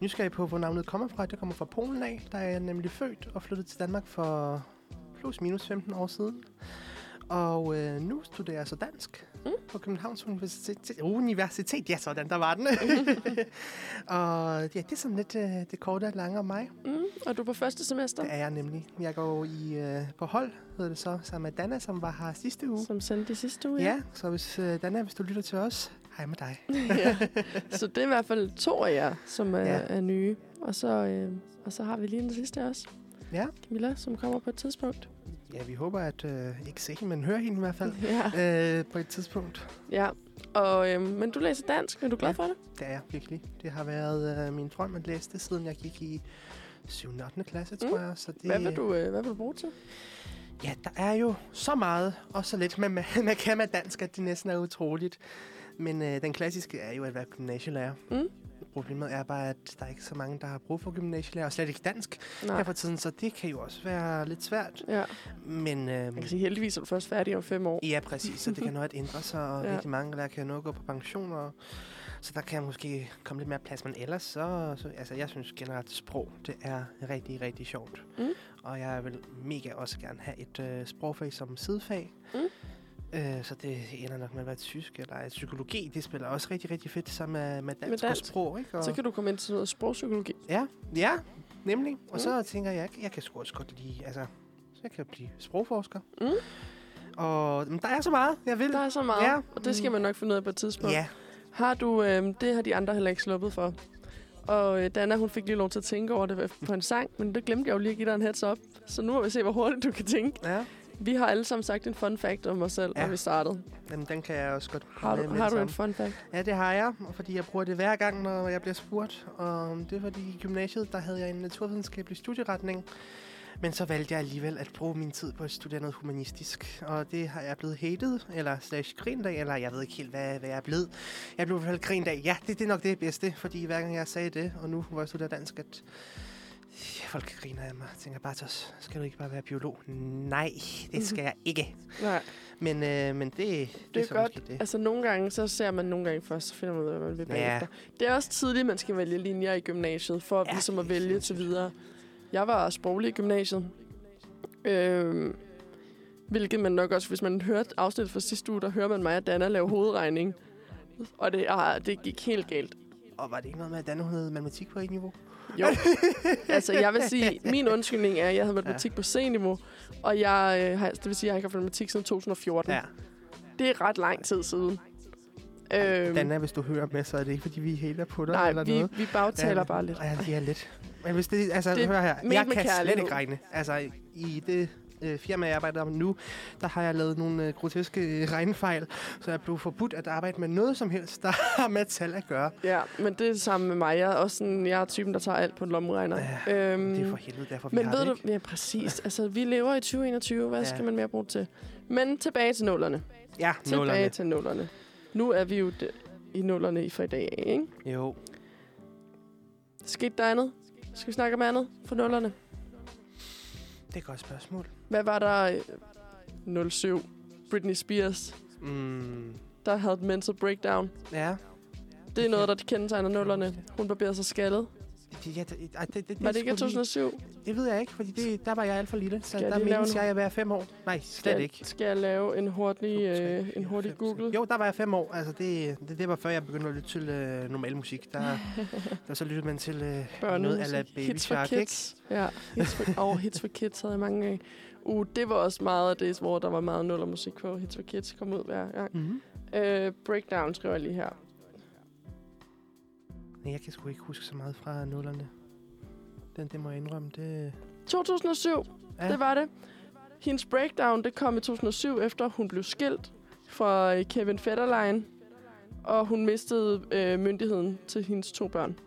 Speaker 2: nysgerrig på, hvor navnet kommer fra, det kommer fra Polen af. Der er jeg nemlig født og flyttet til Danmark for plus minus 15 år siden. Og øh, nu studerer jeg så dansk mm. på Københavns Universitet. Universitet, ja sådan, der var den. og ja, det er sådan lidt øh, det korte og lange om mig.
Speaker 1: Mm, og du er på første semester,
Speaker 2: Det er jeg nemlig. Jeg går i, øh, på hold, hedder det så, sammen med Dana, som var her sidste uge.
Speaker 1: som sendte det sidste uge.
Speaker 2: Ja, så hvis øh, Dana, hvis du lytter til os, hej med dig.
Speaker 1: ja. Så det er i hvert fald to af jer, som er,
Speaker 2: Ja.
Speaker 1: ja. er nye. Og så, øhm, og så har vi lige den sidste også.
Speaker 2: Ja.
Speaker 1: Camilla, som kommer på et tidspunkt.
Speaker 2: Ja, vi håber, at øh, ikke se hende, men høre hende i hvert fald
Speaker 1: Ja.
Speaker 2: øh, på et tidspunkt.
Speaker 1: ja. Og, øhm, men du læser dansk. Er du glad
Speaker 2: Ja.
Speaker 1: for det?
Speaker 2: Det er jeg virkelig. Det har været øh, min drøm at læse det, siden jeg gik i 7. og 8. klasse, tror
Speaker 1: Mm.
Speaker 2: jeg. Så det,
Speaker 1: Hvad vil du, øh, hvad vil du bruge til?
Speaker 2: Ja, der er jo så meget, og så lidt, man, man kan med dansk, at det næsten er utroligt. Men øh, den klassiske er jo at være gymnasielærer.
Speaker 1: Mm.
Speaker 2: Problemet er bare, at der er ikke så mange, der har brug for gymnasielærer, og slet ikke dansk
Speaker 1: Nej.
Speaker 2: her for tiden, så det kan jo også være lidt svært.
Speaker 1: Ja.
Speaker 2: Men øh,
Speaker 1: Man kan sige, heldigvis er du først færdig om fem år.
Speaker 2: Ja, præcis, så det kan noget ændre sig, og ja.
Speaker 1: Ja.
Speaker 2: rigtig mange der kan jo nå at gå på pension, og så der kan måske komme lidt mere plads, men ellers så, så altså jeg synes generelt sprog, det er rigtig, rigtig sjovt.
Speaker 1: Mm.
Speaker 2: Og jeg vil mega også gerne have et øh, sprogfag som sidefag,
Speaker 1: Mm.
Speaker 2: øh, så det ender nok med at være tysk, eller at psykologi, det spiller også rigtig, rigtig fedt sammen med, med, dansk, med dansk og
Speaker 1: dansk.
Speaker 2: sprog, ikke? Og,
Speaker 1: Så kan du komme ind til noget sprogpsykologi.
Speaker 2: Ja, ja, nemlig. Og mm. så tænker jeg, jeg kan sgu også godt lide, altså, så jeg kan blive sprogforsker.
Speaker 1: Mm.
Speaker 2: Og men der er så meget, jeg vil.
Speaker 1: Der er så meget,
Speaker 2: Ja.
Speaker 1: ja. og det skal man nok finde ud af på et tidspunkt.
Speaker 2: Ja,
Speaker 1: Har du, øh, det har de andre heller ikke sluppet for. Og øh, Dana, hun fik lige lov til at tænke over det på en sang, men det glemte jeg jo lige at give dig en heads up. Så nu må vi se, hvor hurtigt du kan tænke.
Speaker 2: ja.
Speaker 1: Vi har alle sammen sagt en fun fact om os selv,
Speaker 2: Ja.
Speaker 1: ja. når vi startede.
Speaker 2: Jamen, den kan jeg også godt komme
Speaker 1: Har
Speaker 2: med
Speaker 1: du,
Speaker 2: med
Speaker 1: har
Speaker 2: det
Speaker 1: du en
Speaker 2: samme.
Speaker 1: fun fact?
Speaker 2: Ja, det har jeg, og fordi jeg bruger det hver gang, når jeg bliver spurgt. Og det er fordi i gymnasiet, der havde jeg en naturvidenskabelig studieretning. Men så valgte jeg alligevel at bruge min tid på at studere noget humanistisk. Og det har jeg blevet hated, eller slash grint af, eller jeg ved ikke helt, hvad, hvad jeg er blevet. Jeg blev i hvert fald grint af. Ja, det, det er nok det bedste, fordi hver gang jeg sagde det, og nu hvor jeg studerer dansk, at ja, folk griner af mig. Jeg tænker bare, "Tos, skal du ikke bare være biolog? Nej,
Speaker 1: Mhm.
Speaker 2: det skal jeg ikke.
Speaker 1: Nej.
Speaker 2: Men, øh, men det, det,
Speaker 1: Det er
Speaker 2: så
Speaker 1: godt.
Speaker 2: måske det.
Speaker 1: Altså, nogle gange, så ser man nogle gange først, så finder man ud af, hvad man vil
Speaker 2: Ja.
Speaker 1: bagefter. Det er også tidligt, man skal vælge linjer i gymnasiet, for at,
Speaker 2: Ja,
Speaker 1: ja, ligesom at
Speaker 2: det er
Speaker 1: vælge til videre. Jeg var sproglig i gymnasiet. Øhm, Hvilket man nok også, hvis man hørte afsnittet fra sidste uge, der hører man mig og Dana lave hovedregning. Og det, ah, det gik helt galt.
Speaker 2: Og var det ikke noget med, at Danne, hun havde matematik på et niveau?
Speaker 1: Jo. altså, jeg vil sige, min undskyldning er, at jeg havde matematik ja. på C-niveau, og jeg, øh, har- det vil sige, at jeg har ikke haft matematik siden 2014. Ja.
Speaker 2: Ja.
Speaker 1: Det er ret lang tid siden.
Speaker 2: Øhm.
Speaker 1: Øhm,
Speaker 2: Danne, hvis du hører med, så er det ikke, fordi vi hater på dig
Speaker 1: nej,
Speaker 2: eller
Speaker 1: vi,
Speaker 2: noget.
Speaker 1: vi bagtaler bare lidt.
Speaker 2: Ja, det er lidt. Men hvis det, altså,
Speaker 1: Det
Speaker 2: det
Speaker 1: er
Speaker 2: hør her.
Speaker 1: ment
Speaker 2: Jeg
Speaker 1: med
Speaker 2: kan slet
Speaker 1: kærlighed.
Speaker 2: ikke regne. Altså, i det øh, firma, jeg arbejder om nu, der har jeg lavet nogle øh, groteske øh, regnefejl, så jeg blev forbudt at arbejde med noget som helst, der har med tal at gøre.
Speaker 1: Ja, men det er det samme med mig. Jeg er, også sådan, jeg er typen, der tager alt på en lommeregner. Ja, øhm,
Speaker 2: Det er for helvede, derfor vi
Speaker 1: men
Speaker 2: har
Speaker 1: ved
Speaker 2: det,
Speaker 1: du,
Speaker 2: ikke?
Speaker 1: ja, præcis. Altså, vi lever i 2021. Hvad
Speaker 2: Ja.
Speaker 1: ja. skal man mere bruge det til? Men tilbage til nullerne.
Speaker 2: Ja,
Speaker 1: Tilbage
Speaker 2: nullerne.
Speaker 1: til nullerne. Nu er vi jo d- i nullerne i fra i dag, af, ikke?
Speaker 2: Jo.
Speaker 1: Skete der andet? Skal vi snakke om andet fra nullerne?
Speaker 2: Det er et godt spørgsmål.
Speaker 1: Hvad var der øh, 07? Britney Spears,
Speaker 2: Mm,
Speaker 1: der havde et mental breakdown.
Speaker 2: ja.
Speaker 1: Det er noget, der kendetegner nullerne. Hun barberede sig skaldet.
Speaker 2: Det, ja, det, ej, det, det, det,
Speaker 1: Var det ikke
Speaker 2: skulle lige-
Speaker 1: 2007?
Speaker 2: Det ved jeg ikke, fordi det, der var jeg alt for lille, så
Speaker 1: Skal jeg
Speaker 2: der
Speaker 1: lige lave
Speaker 2: mindes
Speaker 1: en-
Speaker 2: jeg, at jeg var fem år. Nej, slet
Speaker 1: Skal-
Speaker 2: ikke.
Speaker 1: Skal jeg lave en hurtig,
Speaker 2: To, tre,
Speaker 1: øh, en
Speaker 2: fire,
Speaker 1: hurtig
Speaker 2: fem,
Speaker 1: Google?
Speaker 2: seks. Jo, der var jeg fem år. Altså, det, det, det var før, jeg begyndte at lytte til øh, normal musik. Der, der så lyttede man til øh, noget
Speaker 1: Børnemusik.
Speaker 2: ala Baby
Speaker 1: hits for
Speaker 2: Shark, ikke?
Speaker 1: kids. Ja, hits for, oh, hits for kids havde jeg mange af. Uh, det var også meget af det, hvor der var meget nuller musik på. Hits for kids kom ud hver gang.
Speaker 2: Mm-hmm.
Speaker 1: Øh, breakdown skriver jeg lige her.
Speaker 2: Nej, jeg kan sgu ikke huske så meget fra nullerne. Den, det må jeg indrømme. Det,
Speaker 1: 2007,
Speaker 2: Ja.
Speaker 1: ja. det var det. Hendes breakdown, det kom i 2007, efter hun blev skilt fra øh, Kevin Federline. Og hun mistede øh, myndigheden til hendes to børn.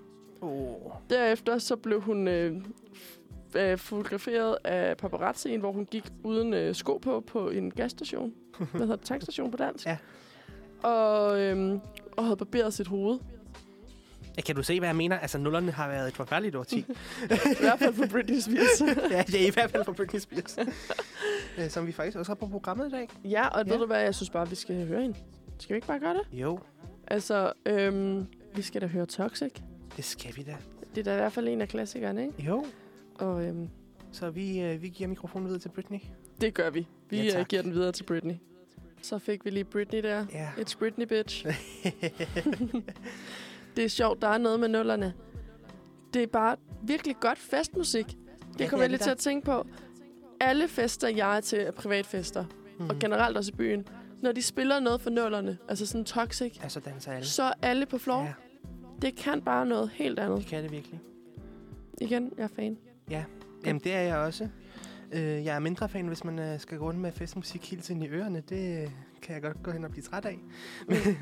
Speaker 2: oh.
Speaker 1: Derefter så blev hun øh, f- øh, fotograferet af paparazzien, hvor hun gik uden øh, sko på på en gasstation. Hvad hedder det? Tankstation på dansk?
Speaker 2: Ja.
Speaker 1: Og, øhm, og havde barberet sit hoved.
Speaker 2: ja, kan du se, hvad jeg mener? Altså, nullerne har været et forfærdeligt årti.
Speaker 1: I hvert fald for Britney Spears.
Speaker 2: ja, ja, i hvert fald for Britney Spears. Øh, Som vi faktisk også har på programmet i dag.
Speaker 1: ja, og ja.
Speaker 2: Ja.
Speaker 1: ved du hvad? Jeg synes bare, vi skal høre hende. Skal vi ikke bare gøre det?
Speaker 2: Jo,
Speaker 1: Altså, øhm, vi skal da høre Toxic.
Speaker 2: det skal vi da.
Speaker 1: Det er da i hvert fald en af klassikerne, ikke?
Speaker 2: Jo,
Speaker 1: Og øhm,
Speaker 2: så vi, øh, vi giver mikrofonen videre til Britney.
Speaker 1: det gør vi. Vi
Speaker 2: Ja,
Speaker 1: ja,
Speaker 2: tak.
Speaker 1: giver den videre til Britney. Så fik vi lige Britney der.
Speaker 2: Ja.
Speaker 1: It's Britney, bitch. det er sjovt, der er noget med nullerne. Det er bare virkelig godt festmusik.
Speaker 2: Ja,
Speaker 1: Det kommer
Speaker 2: det er
Speaker 1: jeg lige
Speaker 2: det
Speaker 1: til
Speaker 2: da.
Speaker 1: at tænke på. Alle fester, jeg er til, er privatfester. Mm. Og generelt også i byen. Når de spiller noget for nullerne, altså sådan toxic,
Speaker 2: Ja, så danser alle.
Speaker 1: så er alle på floor. Ja.
Speaker 2: Ja,
Speaker 1: Det kan bare noget helt
Speaker 2: det
Speaker 1: andet.
Speaker 2: kan det virkelig.
Speaker 1: Igen, jeg er fan.
Speaker 2: Jamen, det er jeg også. Øh, jeg er mindre fan, hvis man øh, skal gå rundt med festmusik hele tiden i ørerne. Det øh, kan jeg godt gå hen og blive træt af.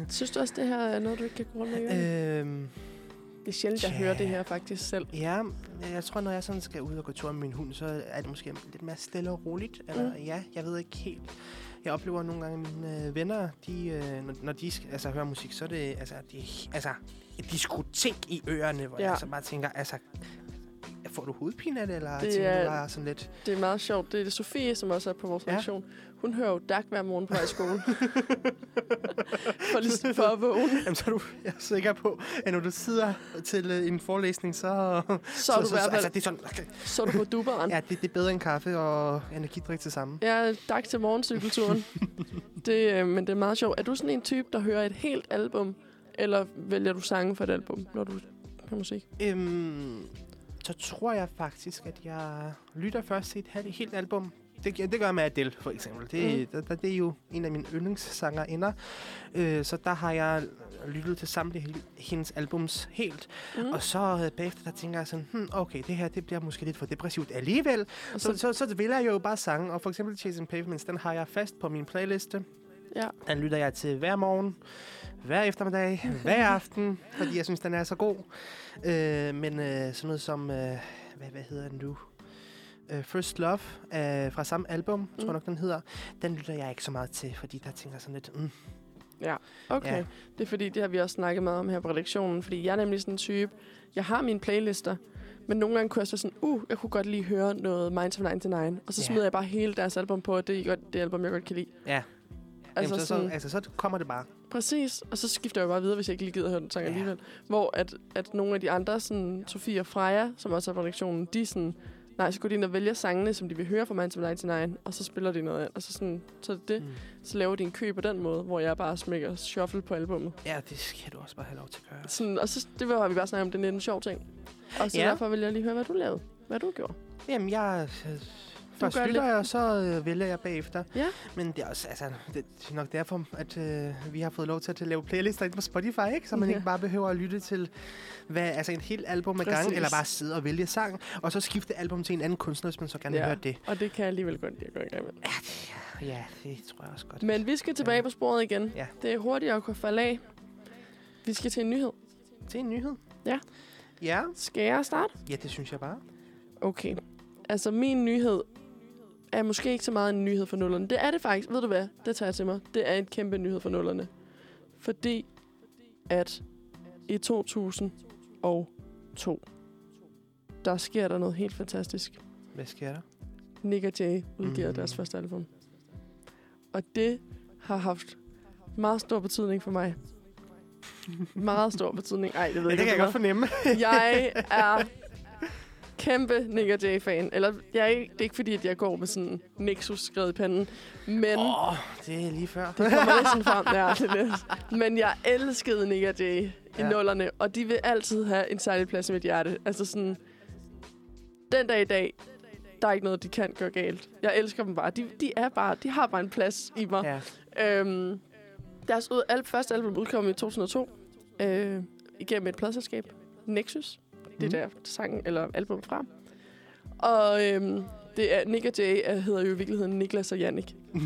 Speaker 1: Synes du også, det her er noget, du ikke kan gå rundt med? Øh,
Speaker 2: Øh,
Speaker 1: det er sjældent, jeg
Speaker 2: tja.
Speaker 1: hører det her faktisk selv.
Speaker 2: ja, jeg tror, når jeg sådan skal ud og gå tur med min hund, så er det måske lidt mere stille og roligt. Eller,
Speaker 1: Mm.
Speaker 2: Ja, jeg ved ikke helt. Jeg oplever nogle gange, at mine øh, venner, de, øh, når, når de skal, altså, hører musik, så er det altså, de, altså, et diskotek i ørerne, hvor ja.
Speaker 1: Ja.
Speaker 2: jeg så bare tænker, altså, får du hovedpine af det, eller
Speaker 1: Det
Speaker 2: det tænker
Speaker 1: er-
Speaker 2: du bare sådan lidt,
Speaker 1: Det er meget sjovt. Det er Sofie, som også er på vores
Speaker 2: Ja.
Speaker 1: redaktion. Hun hører jo dak hver morgen på vej i skole. for, ligesom, for at vågne.
Speaker 2: Jamen, så er du jeg er sikker på, at når du sidder til øh, en forelæsning, så...
Speaker 1: Så er du i hvert
Speaker 2: altså,
Speaker 1: fald
Speaker 2: det er sådan, okay.
Speaker 1: så er du på duberen.
Speaker 2: Ja, det, det er bedre end kaffe og energidrik til sammen.
Speaker 1: Ja, dak til morgencykelturen. det, øh, men det er meget sjovt. Er du sådan en type, der hører et helt album? Eller vælger du sange fra et album, når du hører musik?
Speaker 2: Øhm, så tror jeg faktisk, at jeg lytter først til et hal- helt album. Det, det gør jeg med Adele, for eksempel. Det, mm. der, der, det er jo en af mine yndlingssanger ender. Øh, så der har jeg lyttet til samtlige he- hendes albums helt. Mm.
Speaker 1: Mm.
Speaker 2: Og så øh, bagefter, der tænker jeg sådan, hmm, okay, det her det bliver måske lidt for depressivt alligevel.
Speaker 1: Og
Speaker 2: Så,
Speaker 1: så,
Speaker 2: så, så vælger jeg jo bare sange, og for eksempel Chasing Pavements, den har jeg fast på min playliste.
Speaker 1: Ja.
Speaker 2: Den lytter jeg til hver morgen, hver eftermiddag, hver aften, fordi jeg synes, den er så god. Øh, men øh, sådan noget som, øh, hvad, hvad hedder den nu? Øh, First Love øh, fra samme album, mm. tror jeg
Speaker 1: Mm.
Speaker 2: nok, den hedder. Den lytter jeg ikke så meget til, fordi der tænker jeg sådan lidt, mm,
Speaker 1: okay.
Speaker 2: ja.
Speaker 1: Ja. Det er fordi, det har vi også snakket meget om her på redaktionen. Fordi jeg er nemlig sådan en type, jeg har mine playlister, men nogle gange kunne jeg så sådan, uh, jeg kunne godt lige høre noget Minds of 99. Og så
Speaker 2: Ja.
Speaker 1: smider jeg bare hele deres album på, og det er godt, det album, jeg godt kan lide.
Speaker 2: Ja.
Speaker 1: Altså,
Speaker 2: jamen, så,
Speaker 1: sådan,
Speaker 2: så, altså, så kommer det bare.
Speaker 1: Præcis, og så skifter jeg bare videre, hvis jeg ikke lige gider høre den sang
Speaker 2: Ja.
Speaker 1: ja. alligevel. Hvor at, at nogle af de andre, sådan Sofie og Freja, som også er på redaktionen, de, er sådan, Nej, så går de ind og vælger sangene, som de vil høre fra Manchester 99, og så spiller de noget af. Og så, sådan, så, er det det,
Speaker 2: Mm.
Speaker 1: så laver de en kø på den måde, hvor jeg bare smækker shuffle på albummet.
Speaker 2: Ja, det skal du også bare have lov til at gøre.
Speaker 1: Sådan, og så, det var vi bare snakke om, det er lidt en sjov ting. Og så
Speaker 2: Ja.
Speaker 1: ja. derfor vil jeg lige høre, hvad du lavede. Hvad du gjorde.
Speaker 2: Jamen, jeg øh, først
Speaker 1: gør
Speaker 2: lytter
Speaker 1: lidt-
Speaker 2: jeg, og så øh, vælger jeg bagefter.
Speaker 1: Ja.
Speaker 2: Men det er også altså, det er nok derfor, at øh, vi har fået lov til at lave playlister ind på Spotify, ikke? så man
Speaker 1: Ja.
Speaker 2: ikke bare behøver at lytte til hvad, altså et helt album ad
Speaker 1: Præcis.
Speaker 2: gangen, eller bare sidde og vælge sang, og så skifte album til en anden kunstner, hvis man så gerne vil
Speaker 1: Ja.
Speaker 2: høre det.
Speaker 1: Og det kan jeg alligevel godt lide at gå i gang med.
Speaker 2: Ja, det tror jeg også godt.
Speaker 1: Men vi skal tilbage på sporet igen.
Speaker 2: Ja.
Speaker 1: Det er hurtigt at kunne falde af. Vi skal til en nyhed.
Speaker 2: Til en nyhed.
Speaker 1: Ja.
Speaker 2: Ja,
Speaker 1: Skal jeg starte?
Speaker 2: ja det synes jeg bare.
Speaker 1: Okay. Altså, min nyhed er måske ikke så meget en nyhed for nullerne. Det er det faktisk. Ved du hvad? Det tager jeg til mig. Det er en kæmpe nyhed for nullerne. Fordi at i 2002, der sker der noget helt fantastisk.
Speaker 2: Hvad sker der?
Speaker 1: Nick og Jay udgiver
Speaker 2: Mhm.
Speaker 1: mm. deres første album. Og det har haft meget stor betydning for mig. meget stor betydning. Ej, det ved
Speaker 2: Det
Speaker 1: jeg
Speaker 2: kan
Speaker 1: ikke.
Speaker 2: jeg
Speaker 1: om
Speaker 2: godt fornemme.
Speaker 1: jeg er kæmpe Nick og Jay-fan. Eller jeg er ikke, det er ikke fordi, at jeg går med sådan Nexus skrevet i panden. Men oh.
Speaker 2: Åh, oh, det er lige før.
Speaker 1: det kommer lidt sådan frem. Ja, det er lidt. Men jeg elskede Nick og Jay i
Speaker 2: Ja.
Speaker 1: ja. nullerne. Og de vil altid have en særlig plads i mit hjerte. Altså sådan... Den dag i dag, der er ikke noget, de kan gøre galt. Jeg elsker dem bare. De, de er bare, de har bare en plads i mig.
Speaker 2: Ja.
Speaker 1: Øhm, deres ud, al, første album udkom i 2002 øh, igennem et pladselskab, Nexus. Det er
Speaker 2: Mhm.
Speaker 1: der sangen eller album fra. Og øhm, det er Nick og Jay øh, hedder jo i virkeligheden Niklas og Jannik.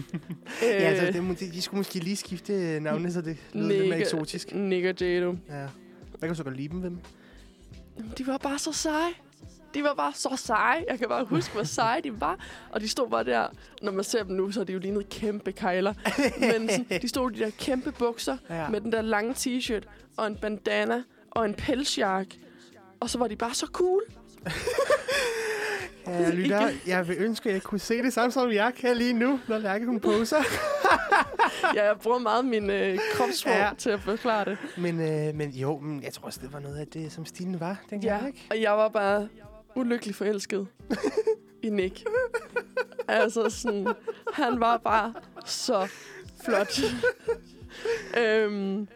Speaker 2: Ja, altså, det, må- de- de skulle måske lige skifte navne, så det lyder lidt mere eksotisk.
Speaker 1: Nick og Jay, du.
Speaker 2: Ja. Jeg kan så godt lide dem, dem.
Speaker 1: Jamen, De var bare så seje. De var bare så seje. Jeg kan bare huske, hvor seje de var. Og de stod bare der. Når man ser dem nu, så er de jo lignet kæmpe kejler. Men sådan, de stod i de der kæmpe bukser.
Speaker 2: Ja.
Speaker 1: med den der lange t-shirt og en bandana og en pelsjakke. Og så var de bare så cool.
Speaker 2: Ja, jeg lytter. Jeg vil ønske, at jeg kunne se det samme, som jeg kan lige nu, når Lærke hun poser.
Speaker 1: Ja, jeg bruger meget min øh, kropsform
Speaker 2: Ja.
Speaker 1: ja. til at forklare det.
Speaker 2: Men, øh, men jo, men jeg tror også, det var noget af det, som stilen var dengang, ja. ikke?
Speaker 1: og jeg var bare ulykkelig forelsket i Nick. Altså sådan, han var bare så flot. øhm,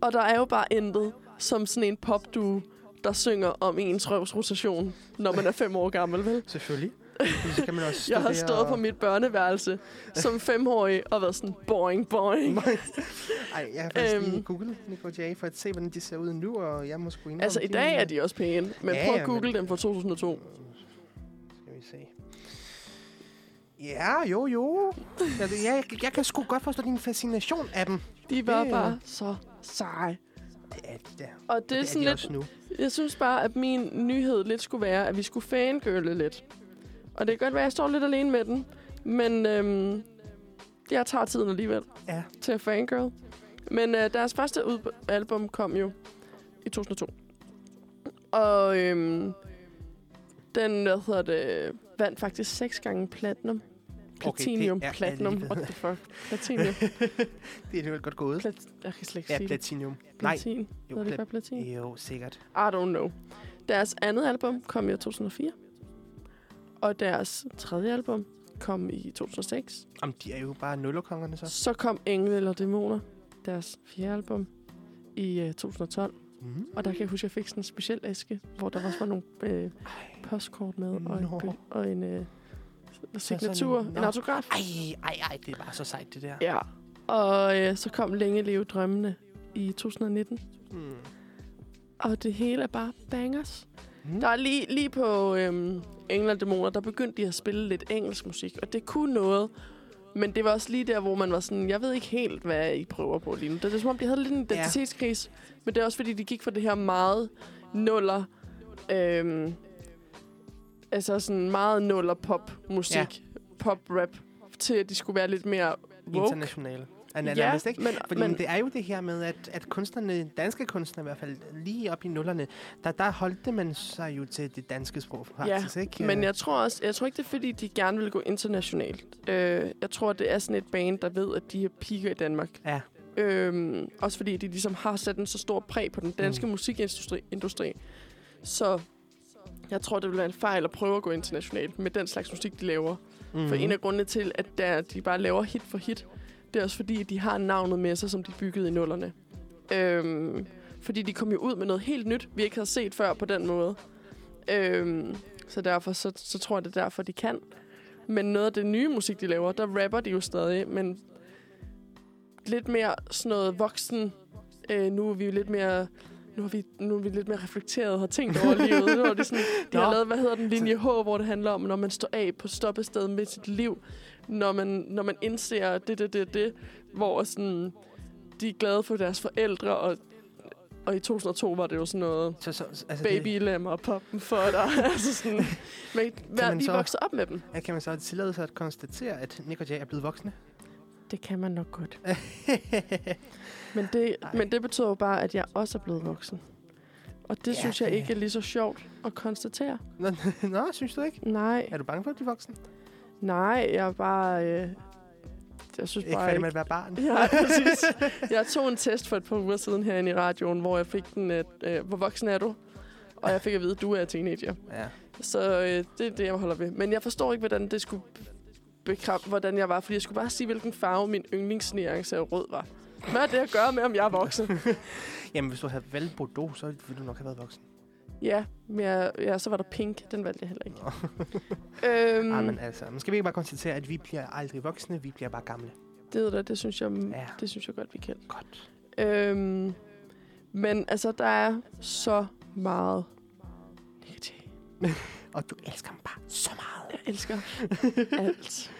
Speaker 1: og der er jo bare intet som sådan en popdue, der synger om ens røvsrotation, når man er fem år gammel, vel?
Speaker 2: Selvfølgelig. Men Så kan man også
Speaker 1: Jeg har
Speaker 2: studere
Speaker 1: stået
Speaker 2: og-
Speaker 1: på mit børneværelse som femårig og været sådan boing, boing.
Speaker 2: Ej, jeg har faktisk øhm.
Speaker 1: Øhm.
Speaker 2: lige googlet Nicole J. for at se, hvordan de ser ud nu, og jeg må sgu indrømme...
Speaker 1: Altså, i dag er de også pæne, men
Speaker 2: Ja,
Speaker 1: prøv
Speaker 2: ja,
Speaker 1: at google
Speaker 2: men-
Speaker 1: dem fra 2002.
Speaker 2: Skal vi se. Ja, jo, jo. Jeg, jeg, jeg kan sgu godt forstå din fascination af dem.
Speaker 1: De var
Speaker 2: Det-
Speaker 1: bare så seje.
Speaker 2: Det er de der.
Speaker 1: Og det,
Speaker 2: Det
Speaker 1: er
Speaker 2: er
Speaker 1: sådan
Speaker 2: de
Speaker 1: lidt...
Speaker 2: også nu.
Speaker 1: Jeg synes bare, at min nyhed lidt skulle være, at vi skulle fangirle lidt. Og det kan godt være, at jeg står lidt alene med den, men øhm, jeg tager tiden alligevel
Speaker 2: Ja.
Speaker 1: til at fangirl. Men øh, deres første ud- album kom jo i 2002. Og øhm, den, hvad hedder det, vandt faktisk seks gange platinum. Platinium,
Speaker 2: det er
Speaker 1: platinum,
Speaker 2: alligevel-
Speaker 1: what the fuck. Platinium,
Speaker 2: Det er alligevel godt gået.
Speaker 1: plat, jeg kan slet ikke
Speaker 2: Ja,
Speaker 1: sige det.
Speaker 2: platinium. Nej,
Speaker 1: Platin,
Speaker 2: jo,
Speaker 1: hedder det
Speaker 2: plat, øh,
Speaker 1: bare platin?
Speaker 2: jo, sikkert.
Speaker 1: I don't know. Deres andet album kom i år 2004. Og deres tredje album kom i 2006.
Speaker 2: Om de er jo bare nullerkongerne så.
Speaker 1: Så kom Engle eller Dæmoner, deres fjerde album, i øh, 2012.
Speaker 2: Mm.
Speaker 1: Og der kan jeg huske, at jeg fik sådan en speciel æske, hvor der også var nogle øh, postkort med, og en,
Speaker 2: Nå.
Speaker 1: bø- og en øh, signatur,
Speaker 2: nå.
Speaker 1: en autograf.
Speaker 2: Ej, ej, ej, det er bare så sejt, det der.
Speaker 1: Ja. Og øh, så kom Længe Leve Drømmene i 2019.
Speaker 2: Mm.
Speaker 1: Og det hele er bare bangers.
Speaker 2: Mm.
Speaker 1: Der er lige, lige på øhm, Engel og Dæmoner, der begyndte de at spille lidt engelsk musik, og det kunne noget. Men det var også lige der, hvor man var sådan, jeg ved ikke helt, hvad I prøver på lige nu. Det er som om, de havde lidt en identitetskris, men det er også fordi, de gik fra det her meget nuller, øhm, altså sådan meget nuller popmusik,
Speaker 2: Ja.
Speaker 1: pop-rap, til at de skulle være lidt mere woke.
Speaker 2: Internationale. Er nærmest, ikke?
Speaker 1: men,
Speaker 2: Fordi men, det er jo det her med, at, at kunstnerne, danske kunstnere i hvert fald, lige op i nullerne, der, der holdte man sig jo til det danske sprog faktisk, ikke? øh,
Speaker 1: Men jeg tror også, jeg tror ikke, det er fordi, de gerne vil gå internationalt. Øh, jeg tror, det er sådan et band, der ved, at de her piger i Danmark.
Speaker 2: Ja.
Speaker 1: Øhm, også fordi de ligesom har sat en så stor præg på den danske mm. musikindustri. Industri. Så Jeg tror, det vil være en fejl at prøve at gå internationalt med den slags musik, de laver.
Speaker 2: Mm.
Speaker 1: For en af grundene til, at der, de bare laver hit for hit, det er også fordi, at de har navnet med sig, som de byggede i nullerne. Øhm, fordi de kom jo ud med noget helt nyt, vi ikke havde set før på den måde. Øhm, så derfor så, så tror jeg, det er derfor, de kan. Men noget af det nye musik, de laver, der rapper de jo stadig, men lidt mere sådan noget voksen. Øh, nu er vi jo lidt mere... Nu har vi, nu er vi lidt mere reflekteret og har tænkt over livet. Nu er det sådan, de har
Speaker 2: Nå.
Speaker 1: lavet, hvad hedder den, linje H, hvor det handler om, når man står af på stoppestedet med sit liv. Når man, når man indser det, det, det, det. Hvor sådan, de er glade for deres forældre, og, og i 2002 var det jo sådan noget
Speaker 2: så, så, altså
Speaker 1: baby
Speaker 2: Det,
Speaker 1: lam og pop dem for dig. altså sådan, men vær
Speaker 2: man
Speaker 1: lige
Speaker 2: så-
Speaker 1: vokset op med dem.
Speaker 2: ja, kan man så tillade sig at konstatere, at Nick og jeg er blevet voksne?
Speaker 1: Det kan man nok godt. Men det, men det betyder jo bare, at jeg også er blevet voksen. Og det
Speaker 2: Ja,
Speaker 1: ja, synes jeg
Speaker 2: det-
Speaker 1: ikke er lige så sjovt at konstatere.
Speaker 2: Nå, nå, synes du ikke?
Speaker 1: Nej,
Speaker 2: Er du bange for at blive voksen?
Speaker 1: nej, jeg er bare... Øh, jeg synes
Speaker 2: Ikke
Speaker 1: bare
Speaker 2: færdig
Speaker 1: ikke...
Speaker 2: med at være barn?
Speaker 1: Ja, præcis. Jeg tog en test for et par uger siden herinde i radioen, hvor jeg fik den, at, øh, hvor voksen er du? Og jeg fik at vide, at du er teenager.
Speaker 2: Ja.
Speaker 1: Så øh, det er det, jeg holder ved. Men jeg forstår ikke, hvordan det skulle bekræfte, hvordan jeg var. Fordi jeg skulle bare sige, hvilken farve min yndlingsnuance af rød var. Hvad er det at gøre med, om jeg er voksen?
Speaker 2: Jamen, hvis du havde valgt Bordeaux, så ville du nok have været voksen.
Speaker 1: ja, men jeg, ja, så var der pink. Den valgte jeg heller ikke.
Speaker 2: Nå.
Speaker 1: Øhm,
Speaker 2: Mm. men altså, men skal vi ikke bare konstatere, at vi bliver aldrig voksne, vi bliver bare gamle?
Speaker 1: det, ved du, det, synes jeg,
Speaker 2: Ja.
Speaker 1: det synes jeg godt, vi kan.
Speaker 2: Godt.
Speaker 1: Øhm, men altså, der er så meget negativ.
Speaker 2: Og du elsker mig bare så meget.
Speaker 1: Jeg elsker alt.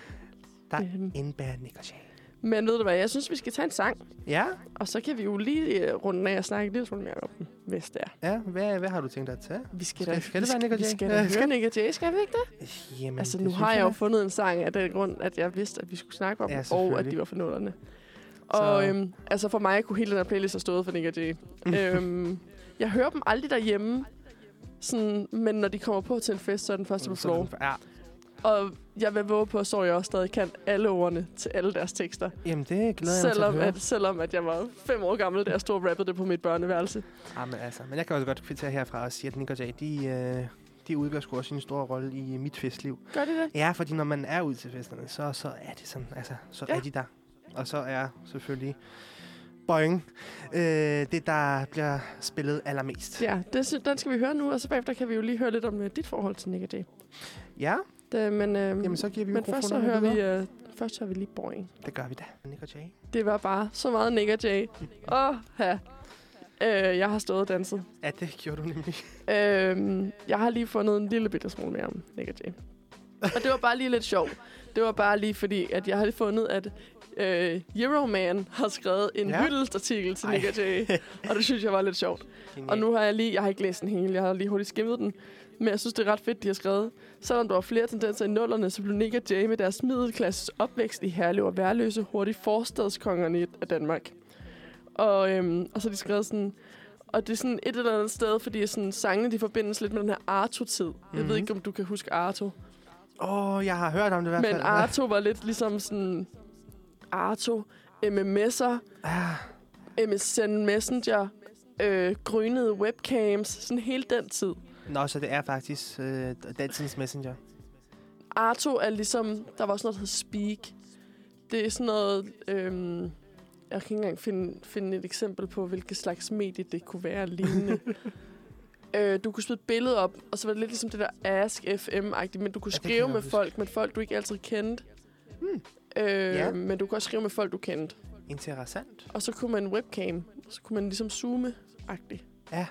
Speaker 2: Der-
Speaker 1: Øhm,
Speaker 2: Indbær Nick og Jay.
Speaker 1: men ved du hvad, jeg synes, vi skal tage en sang.
Speaker 2: Ja,
Speaker 1: Og så kan vi jo lige øh, runde af og snakke lidt smule mere om den, hvis det er.
Speaker 2: ja. Hvad, hvad har du tænkt dig at tage?
Speaker 1: Vi skal,
Speaker 2: Skal-
Speaker 1: da,
Speaker 2: skal det
Speaker 1: vi
Speaker 2: være Nick og
Speaker 1: vi
Speaker 2: Jay?
Speaker 1: skal
Speaker 2: Ja,
Speaker 1: da høre
Speaker 2: skal-
Speaker 1: Nick og Jay, skal vi ikke det?
Speaker 2: Jamen,
Speaker 1: altså,
Speaker 2: det
Speaker 1: nu
Speaker 2: synes
Speaker 1: har jeg jo
Speaker 2: da.
Speaker 1: fundet en sang af den grund, at jeg vidste, at vi skulle snakke om
Speaker 2: Ja,
Speaker 1: ja, og at
Speaker 2: selvfølgelig.
Speaker 1: de var for nullerne.
Speaker 2: Så-
Speaker 1: Og øhm, altså for mig kunne hele den her playlist have stået for Nick og Jay. øhm, jeg hører dem aldrig derhjemme, sådan, men når de kommer på til en fest, så er den første på
Speaker 2: Så er
Speaker 1: floor.
Speaker 2: den- Ja.
Speaker 1: Og jeg vil våge på, at Sorry også stadig kan alle ordene til alle deres tekster.
Speaker 2: Jamen, det glæder jeg mig til at
Speaker 1: Selvom
Speaker 2: høre.
Speaker 1: at, selvom at jeg var fem år gammel, da jeg stod og rappede det på mit børneværelse.
Speaker 2: Jamen, altså. Men jeg kan også godt kvittere herfra og sige, at Nick og Jay, de, øh, de udgør sgu også en stor rolle i mit festliv.
Speaker 1: Gør de det?
Speaker 2: Ja, fordi når man er ude til festerne, så, så er det sådan, altså, så ja.
Speaker 1: Ja.
Speaker 2: er de der. Og så er selvfølgelig Boing øh, det, der bliver spillet allermest.
Speaker 1: Ja, det, sy- den skal vi høre nu, og så bagefter kan vi jo lige høre lidt om øh, dit forhold til Nick og Jay.
Speaker 2: ja.
Speaker 1: Det, men øhm,
Speaker 2: Jamen, så giver vi
Speaker 1: men først så
Speaker 2: mikrofonerne
Speaker 1: hører vi,
Speaker 2: videre.
Speaker 1: øh, først så hører vi lige Boring.
Speaker 2: Det gør vi da. Nick og Jay.
Speaker 1: Det var bare så meget Nick og Jay. Åh, ja. Øh, jeg har stået og danset.
Speaker 2: Ja, det gjorde du nemlig.
Speaker 1: Øhm, jeg har lige fundet en lille bitte smule mere om Nick og Jay. Og det var bare lige lidt sjovt. Det var bare lige fordi, at jeg har lige fundet, at øh, Euroman har skrevet en
Speaker 2: Ja.
Speaker 1: ja. hyldestartikel til
Speaker 2: Ej.
Speaker 1: Nick og Jay. Og det synes jeg var lidt sjovt. Og nu har jeg lige, jeg har ikke læst den hele, jeg har lige hurtigt skimmet den. Men jeg synes, det er ret fedt, de har skrevet. Selvom der var flere tendenser i nullerne, så blev Nick og Jay med deres middelklasses opvækst i Herlev og Værløse hurtigt forstadskongerne i- af Danmark. Og, øhm, og så har de skrevet sådan... Og det er sådan et eller andet sted, fordi sådan, sangene de forbindes lidt med den her Arto-tid. Jeg
Speaker 2: Mhm.
Speaker 1: ved ikke, om du kan huske Arto.
Speaker 2: Åh, oh, jeg har hørt om det i hvert fald.
Speaker 1: Men Arto var lidt ligesom sådan... Arto, MMS'er,
Speaker 2: Ah,
Speaker 1: MSN Messenger, øh, grynede webcams, sådan hele den tid.
Speaker 2: nå, så det er faktisk øh, datidens messenger.
Speaker 1: Arto er ligesom, der var også noget, der hed Speak. Det er sådan noget, øhm, jeg kan ikke engang finde, finde et eksempel på, hvilket slags medie det kunne være og lignende. øh, du kunne smide et billede op, og så var det lidt ligesom det der Ask FM-agtigt, men du kunne
Speaker 2: Ja, det kan jeg
Speaker 1: skrive
Speaker 2: godt
Speaker 1: med
Speaker 2: huske.
Speaker 1: folk, men folk du ikke altid kendte.
Speaker 2: Hmm.
Speaker 1: Øh,
Speaker 2: Ja.
Speaker 1: Men du kunne også skrive med folk, du kendte.
Speaker 2: Interessant.
Speaker 1: Og så kunne man webcam, så kunne man ligesom zoome-agtigt.
Speaker 2: Ja.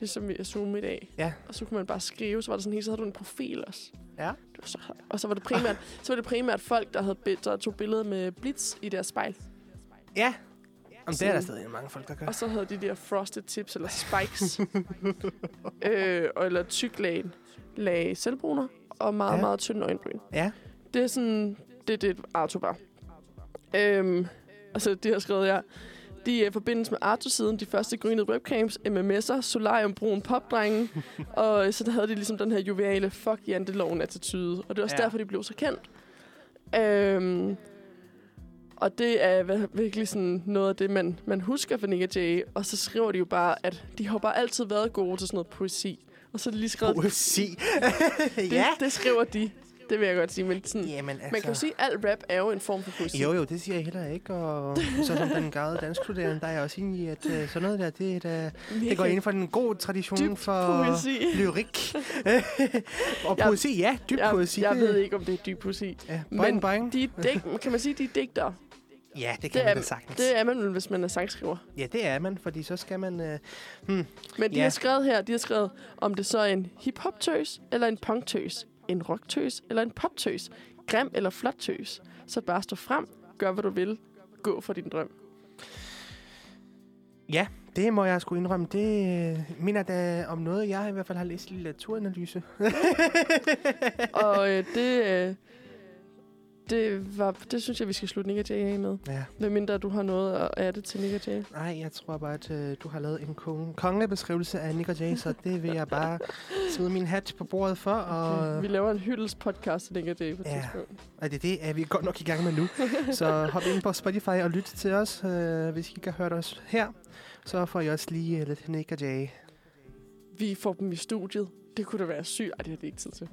Speaker 1: Ligesom vi er Zoom i dag.
Speaker 2: Ja.
Speaker 1: Og så kunne man bare skrive, så var der sådan helt, så havde du en profil også.
Speaker 2: Ja.
Speaker 1: Det var så, og så var det primært, så var det primært folk, der, havde, bi- der tog billeder med blitz i deres spejl.
Speaker 2: Ja. Om det er der
Speaker 1: Sådan.
Speaker 2: stadig mange folk, der gør.
Speaker 1: Og så havde de de der frosted tips eller spikes. øh, og- eller tyk lag, lag selvbruner og meget,
Speaker 2: Ja.
Speaker 1: ja. meget tynd øjenbryn.
Speaker 2: Ja.
Speaker 1: Det er sådan, det er det, Arto var. Øhm, og så det har skrevet jeg. De øh, forbindes med Arto-siden, de første grynede webcams, MMS'er, solarium, brun popdrenge, og øh, så havde de ligesom den her joviale fuck janteloven attitude, og det var også
Speaker 2: Ja.
Speaker 1: ja. derfor, de blev så kendt. Øhm, og det er vir- virkelig sådan noget af det, man, man husker fra Nick og Jay. Og så skriver de jo bare, at de har bare altid været gode til sådan noget poesi. Og så er det lige skrevet,
Speaker 2: Poesi.
Speaker 1: det,
Speaker 2: ja.
Speaker 1: det skriver de. Det vil jeg godt sige, men sådan,
Speaker 2: Jamen, altså.
Speaker 1: man kan jo sige, at al rap er jo en form for poesi.
Speaker 2: Jo, jo, det siger jeg heller ikke, og så som den gavede danskstuderende, der er jeg også enig i, at uh, sådan noget der, det, er et, øh,
Speaker 1: Mega
Speaker 2: det går inden for den gode tradition
Speaker 1: dybt
Speaker 2: for
Speaker 1: poesi.
Speaker 2: lyrik. og
Speaker 1: Jeg-
Speaker 2: poesi, ja, dyb
Speaker 1: Jeg,
Speaker 2: poesi.
Speaker 1: jeg
Speaker 2: det-
Speaker 1: ved ikke, om det er dyb poesi.
Speaker 2: Ja,
Speaker 1: men
Speaker 2: boing, boing.
Speaker 1: De er dig, kan man sige, de er digtere?
Speaker 2: ja, det kan
Speaker 1: det
Speaker 2: det man
Speaker 1: er-
Speaker 2: da sagtens.
Speaker 1: Det er man vel, hvis man er sangskriver.
Speaker 2: Ja, det er man, fordi så skal man... Øh, hmm,
Speaker 1: Men de
Speaker 2: Ja.
Speaker 1: har skrevet her, de har skrevet, om det så er en hip-hop-tøs, eller en punk-tøs, en rock-tøs, eller en pop-tøs, grim eller flot-tøs. Så bare stå frem, gør hvad du vil, gå for din drøm.
Speaker 2: det må jeg sgu indrømme. Det øh, minder da om noget, jeg i hvert fald har læst i litteraturanalyse.
Speaker 1: Og øh, det, øh, det, var, det synes jeg, vi skal slutte Nick og Jay af med.
Speaker 2: Ja,
Speaker 1: Medmindre du har noget at adde til Nick og Jay.
Speaker 2: nej, jeg tror bare, at øh, du har lavet en konge, kongelig beskrivelse af Nick og Jay, så det vil jeg bare smide min hat på bordet for. Og,
Speaker 1: Vi laver en hyldes-podcast til Nick og Jay på et
Speaker 2: Ja.
Speaker 1: tidspunkt.
Speaker 2: og det, det er vi godt nok i gang med nu. Så hop ind på Spotify og lyt til os, øh, hvis I ikke har hørt os her. Så får I også lige øh, lidt Nick og Jay.
Speaker 1: Vi får dem i studiet. Det kunne da være sygt. Ej, det har det ikke tid til.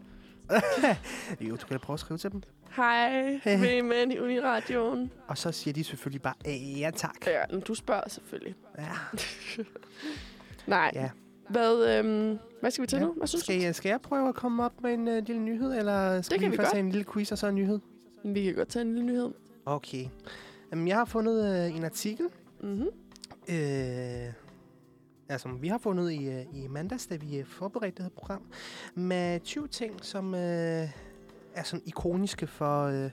Speaker 2: jo, du kan da prøve at skrive til dem.
Speaker 1: Hej,
Speaker 2: Hej.
Speaker 1: vi er mænd i Uniradioen.
Speaker 2: Og så siger de selvfølgelig bare, "Øh, ja tak.
Speaker 1: Ja, men du spørger selvfølgelig.
Speaker 2: Ja.
Speaker 1: Nej.
Speaker 2: Ja.
Speaker 1: Hvad, øhm, hvad skal vi til
Speaker 2: Ja.
Speaker 1: nu? Hvad synes
Speaker 2: Skal, jeg, skal jeg prøve at komme op med en øh, lille nyhed, eller skal
Speaker 1: kan
Speaker 2: vi
Speaker 1: vi
Speaker 2: først
Speaker 1: godt.
Speaker 2: have en lille quiz og så en nyhed?
Speaker 1: du? Vi kan godt tage en lille nyhed.
Speaker 2: Okay. Jamen, jeg har fundet øh, en artikel,
Speaker 1: Mm-hmm.
Speaker 2: øh, altså, vi har fundet i, øh, i mandags, da vi øh, forberedte det her program, med 20 ting, som øh, er sådan ikoniske for øh,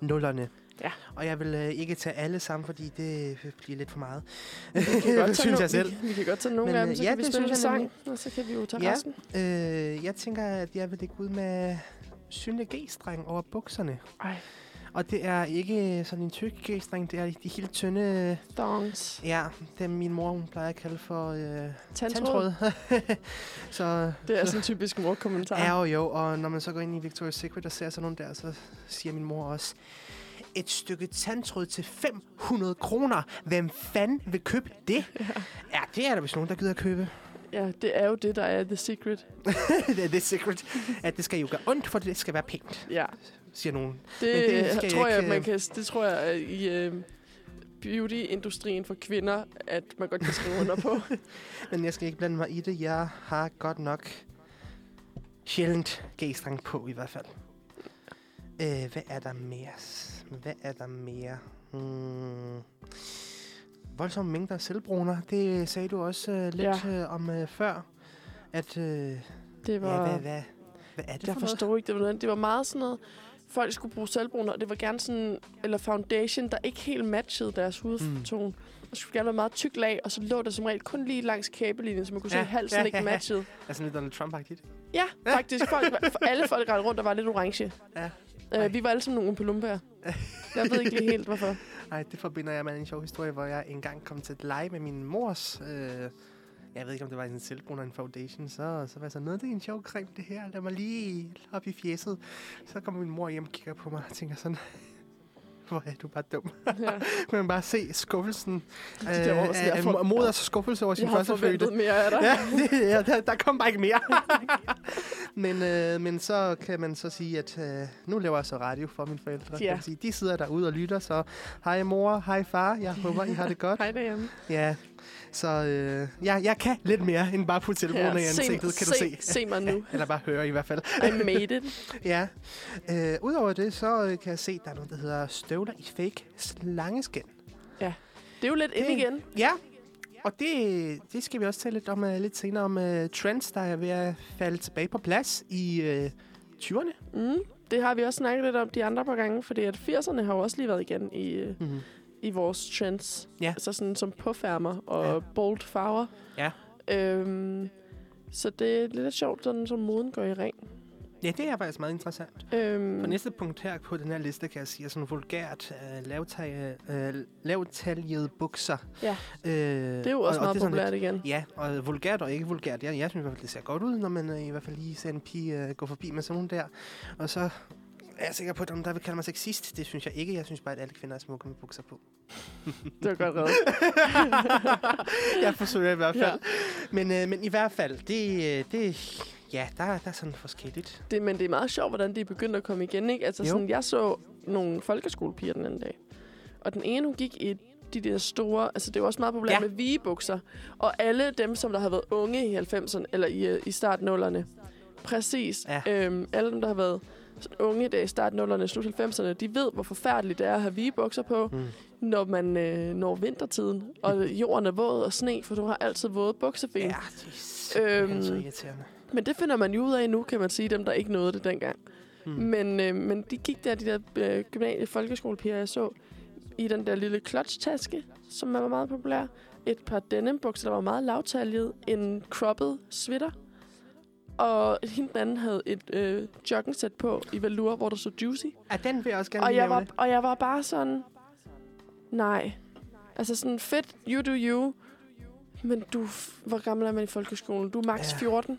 Speaker 2: nullerne.
Speaker 1: Ja.
Speaker 2: Og jeg vil øh, ikke tage alle sammen, fordi det øh, bliver lidt for meget.
Speaker 1: Vi kan godt
Speaker 2: det
Speaker 1: tage
Speaker 2: synes
Speaker 1: no-
Speaker 2: jeg selv.
Speaker 1: Vi, vi kan godt tage nogle
Speaker 2: Men,
Speaker 1: af dem,
Speaker 2: øh,
Speaker 1: så
Speaker 2: ja,
Speaker 1: kan vi
Speaker 2: det
Speaker 1: spille en
Speaker 2: synes jeg
Speaker 1: sang, og så kan vi jo tage
Speaker 2: Ja.
Speaker 1: resten.
Speaker 2: Øh, jeg tænker, at jeg vil lægge ud med synlig G-streng over bukserne.
Speaker 1: Ej,
Speaker 2: Og det er ikke øh, sådan en tyk G-streng, det er de helt tynde, øh,
Speaker 1: thongs.
Speaker 2: ja, dem min mor hun plejer at kalde for øh,
Speaker 1: Tandtråd.
Speaker 2: tandtråd. så
Speaker 1: Det er sådan en typisk morkommentar.
Speaker 2: Ja, jo, jo. Og når man så går ind i Victoria's Secret og ser sådan nogle der, så siger min mor også, et stykke tandtråd til 500 kroner. Hvem fanden vil købe det? Ja, ja det er der vist nogen, der gider at købe.
Speaker 1: Ja, det er jo det, der er The Secret.
Speaker 2: det er det secret. At det skal jo gøre ondt, for det skal være pænt,
Speaker 1: Ja,
Speaker 2: siger nogen.
Speaker 1: det,
Speaker 2: Men det
Speaker 1: øh,
Speaker 2: skal jeg
Speaker 1: tror jeg,
Speaker 2: ikke,
Speaker 1: at man
Speaker 2: øh,
Speaker 1: kan, det tror jeg øh, i øh, beauty-industrien for kvinder, at man godt kan skrive under på.
Speaker 2: Men jeg skal ikke blande mig i det. Jeg har godt nok sjældent g på, i hvert fald. Øh, hvad er der mere? Hvad er der mere? Hmm. Voldsomme mængder af selvbruner. Det sagde du også øh, lidt ja. øh, om øh, før. At, øh, ja,
Speaker 1: Det var...
Speaker 2: hvad, hvad, hvad er det
Speaker 1: Jeg
Speaker 2: for noget?
Speaker 1: forstår ikke, det var noget. Det var meget sådan noget, folk skulle bruge selvbrun, og det var gerne sådan, eller foundation, der ikke helt matchede deres hudtone. Mm. Og skulle gerne være meget tyk lag, og så lå der som regel kun lige langs kæbelinjen, så man kunne ja. se,
Speaker 2: Ja,
Speaker 1: at halsen
Speaker 2: ja,
Speaker 1: ja, ikke
Speaker 2: ja, ja.
Speaker 1: matchede.
Speaker 2: Altså lidt Donald Trump-agtigt.
Speaker 1: Ja, faktisk. Folk, var- alle folk rendte rundt og var lidt orange.
Speaker 2: Ja. Ej.
Speaker 1: Uh, vi var alle sammen nogle umpelumper. Jeg ved ikke lige helt, hvorfor.
Speaker 2: Nej, det forbinder jeg med en sjov historie, hvor jeg engang kom til at lege med min mors... Øh, jeg ved ikke, om det var en selvbrun eller en foundation, så, så var jeg sådan, noget, det er en sjov creme, det her. Lad mig lige op i fjeset. Så kommer min mor hjem og kigger på mig og tænker sådan, hvor er du bare dum.
Speaker 1: Ja.
Speaker 2: Kunne man bare se skuffelsen. Øh,
Speaker 1: der år, sådan, jeg
Speaker 2: af- af
Speaker 1: får-
Speaker 2: mo- moders skuffelse over sin
Speaker 1: Jeg har
Speaker 2: førstefødte.
Speaker 1: forventet mere af dig.
Speaker 2: Ja, det, ja der, der kom bare ikke mere. men, øh, men så kan man så sige, at øh, nu laver jeg så radio for mine forældre.
Speaker 1: Ja.
Speaker 2: Ja. Sige, de sidder derude og lytter, så hej mor, hej far, jeg håber, I har det godt.
Speaker 1: Hej derhjemme.
Speaker 2: ja, så øh, jeg, jeg kan lidt mere end bare putte telefoner ja, i ansigtet, kan
Speaker 1: se,
Speaker 2: du se.
Speaker 1: Se mig nu.
Speaker 2: Eller bare høre i hvert fald.
Speaker 1: I made it.
Speaker 2: Ja. Øh, Udover det, så øh, kan jeg se, at der er noget, der hedder støvler i fake slangeskin.
Speaker 1: Det er jo lidt ind
Speaker 2: Det-
Speaker 1: igen.
Speaker 2: Ja, og det, det skal vi også tale lidt om uh, lidt senere, om uh, trends, der er ved at falde tilbage på plads i uh, 20'erne.
Speaker 1: Mm, det har vi også snakket lidt om de andre par gange, fordi at 80'erne har jo også lige været igen i, øh,
Speaker 2: Mm-hmm.
Speaker 1: i vores trends.
Speaker 2: Ja.
Speaker 1: Altså sådan som påfærmer og
Speaker 2: Ja.
Speaker 1: ja. bold farver.
Speaker 2: Ja.
Speaker 1: Øhm, så det er lidt sjovt, sådan som moden går i ring.
Speaker 2: Ja, det er faktisk meget interessant.
Speaker 1: Øhm,
Speaker 2: På næste punkt her på den her liste, kan jeg sige, er sådan vulgært, uh, lavtag, uh, lavtaljede bukser.
Speaker 1: Ja.
Speaker 2: Uh,
Speaker 1: det er jo også og, meget
Speaker 2: det er sådan
Speaker 1: populært igen.
Speaker 2: Lidt, ja, og vulgært og ikke vulgært. Jeg, øh, jeg synes i hvert fald, det ser godt ud, når man uh, i hvert fald lige ser en pige uh, gå forbi med sådan nogle der. Og så er jeg sikker på, at nogen der vil kalde mig sexist. Det synes jeg ikke. Jeg synes bare, at alle kvinder er smukke med bukser på.
Speaker 1: Det var godt reddet.
Speaker 2: jeg forsøger i hvert
Speaker 1: Ja.
Speaker 2: fald. Ja. Men, øh, men i hvert fald, det, øh, det ja, der, der er sådan forskelligt.
Speaker 1: Det, men det er meget sjovt, hvordan det er begyndt at komme igen, ikke? Altså,
Speaker 2: Jo.
Speaker 1: sådan, jeg så nogle folkeskolepiger den anden dag, og den ene, hun gik i de der store... Altså, det er jo også meget populært
Speaker 2: Ja.
Speaker 1: ja. med vigebukser. Og alle dem, som der har været unge i 90'erne, eller i, øh, i startnullerne, præcis.
Speaker 2: Ja.
Speaker 1: Øhm, alle dem, der har været sådan unge i dag i startnullerne, slut 90'erne, de ved, hvor forfærdeligt det er at have vigebukser på,
Speaker 2: Mm.
Speaker 1: mm. når man øh, når vintertiden, og jorden er våd og sne, for du har altid våde bukseben.
Speaker 2: Ja,
Speaker 1: Ja.
Speaker 2: det er simpelthen
Speaker 1: Øhm,
Speaker 2: så irriterende.
Speaker 1: Men det finder man jo ud af nu, kan man sige, dem der ikke nåede det dengang.
Speaker 2: Mm.
Speaker 1: Mm. Men, øh, men de gik der, de der øh, gymnasie folkeskolepiger, jeg så, i den der lille klodstaske, som var meget populær. Et par denimbukser, der var meget lavtaljet, en cropped sweater. Og hende den anden havde et øh, joggingsæt på i velour, hvor der så juicy.
Speaker 2: Ja, den vil jeg også gerne
Speaker 1: Og
Speaker 2: lige
Speaker 1: jeg, var,
Speaker 2: nævne.
Speaker 1: og jeg var bare sådan, nej. Altså sådan, fedt, you do you. Men du, f- hvor gammel er man i folkeskolen? Du er max
Speaker 2: Ja.
Speaker 1: 14.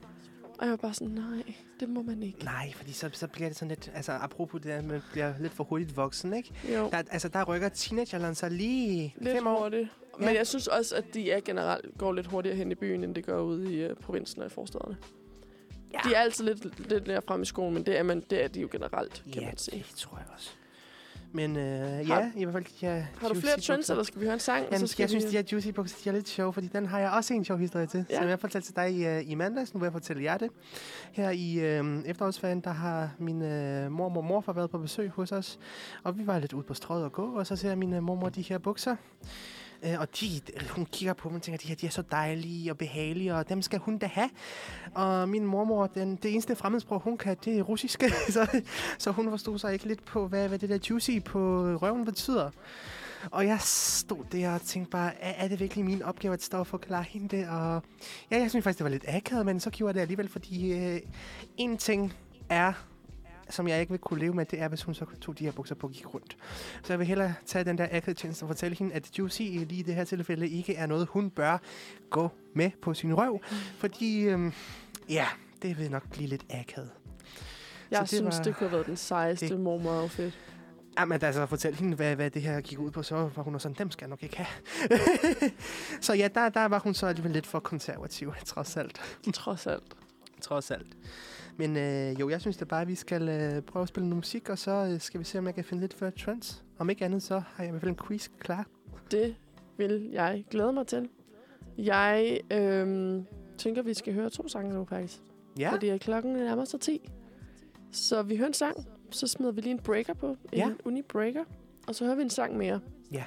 Speaker 1: Og jeg var bare sådan, nej, det må man ikke.
Speaker 2: Nej, fordi så, så bliver det sådan lidt... Altså, apropos det der, man bliver lidt for hurtigt voksen, ikke?
Speaker 1: Jo,
Speaker 2: Der, altså, der rykker teenageren så lige
Speaker 1: lidt
Speaker 2: fem år.
Speaker 1: hurtigt. Men
Speaker 2: Ja.
Speaker 1: jeg synes også, at de er generelt går lidt hurtigere hen i byen, end det gør ude i uh, provinsen og i forstederne. Ja. De er altid lidt, lidt længere frem i skolen, men det er, man, det er de jo generelt, kan
Speaker 2: Ja,
Speaker 1: man sige.
Speaker 2: det tror jeg også. Men øh, ja,
Speaker 1: Har-
Speaker 2: i hvert fald de her
Speaker 1: Har du
Speaker 2: juicy
Speaker 1: flere trends,
Speaker 2: bukser.
Speaker 1: eller skal vi høre en sang? og
Speaker 2: Jamen,
Speaker 1: så
Speaker 2: jeg
Speaker 1: skal vi...
Speaker 2: synes, de her juicy bukser, de er lidt sjove, fordi den har jeg også en sjov historie til, ja.
Speaker 1: Ja.
Speaker 2: som jeg fortalte til dig i, øh, i mandags. Nu vil jeg fortælle jer det. Her i øh, efterårsferien, der har min øh, mormor og morfar været på besøg hos os, og vi var lidt ude på strøget og gå, og så ser min øh, mormor de her bukser. Øh, og de, hun kigger på dem og tænker, de her de er så dejlige og behagelige, og dem skal hun da have. Og min mormor, den, det eneste fremmedsprog, hun kan, det er russisk. så, så hun forstod sig ikke lidt på, hvad, hvad det der juicy på røven betyder. Og jeg stod der og tænkte bare, er, er det virkelig min opgave at stå og forklare hende det? Og ja, jeg synes faktisk, det var lidt akavet, men så gjorde jeg det alligevel, fordi øh, en ting er, som jeg ikke vil kunne leve med, det er, hvis hun så tog de her bukser på og gik rundt. Så jeg vil hellere tage den der akavede tjeneste og fortælle hende, at Juicy i lige i det her tilfælde ikke er noget, hun bør gå med på sin røv. Fordi, øh, ja, det vil nok blive lidt akavet.
Speaker 1: Jeg
Speaker 2: så det
Speaker 1: det synes,
Speaker 2: var-
Speaker 1: var... det kunne have været den sejeste
Speaker 2: Det-
Speaker 1: mormor-outfit.
Speaker 2: Jamen, altså, fortæl hende, hvad, hvad det her gik ud på, så var hun også sådan, dem skal jeg nok ikke have. så ja, der, der var hun så alligevel lidt for konservativ, trods alt.
Speaker 1: Trods alt.
Speaker 2: Trods alt. Men øh, jo, jeg synes da bare, at vi skal øh, prøve at spille noget musik, og så øh, skal vi se, om jeg kan finde lidt før trends. Om ikke andet, så har jeg i hvert fald en quiz klar.
Speaker 1: Det vil jeg glæde mig til. Jeg øhm, tænker, vi skal høre to sange nu, faktisk.
Speaker 2: Ja,
Speaker 1: Fordi at klokken nærmer sig 10. Så vi hører en sang, så smider vi lige en breaker på. En
Speaker 2: Ja.
Speaker 1: uni-breaker. Og så hører vi en sang mere.
Speaker 2: Ja.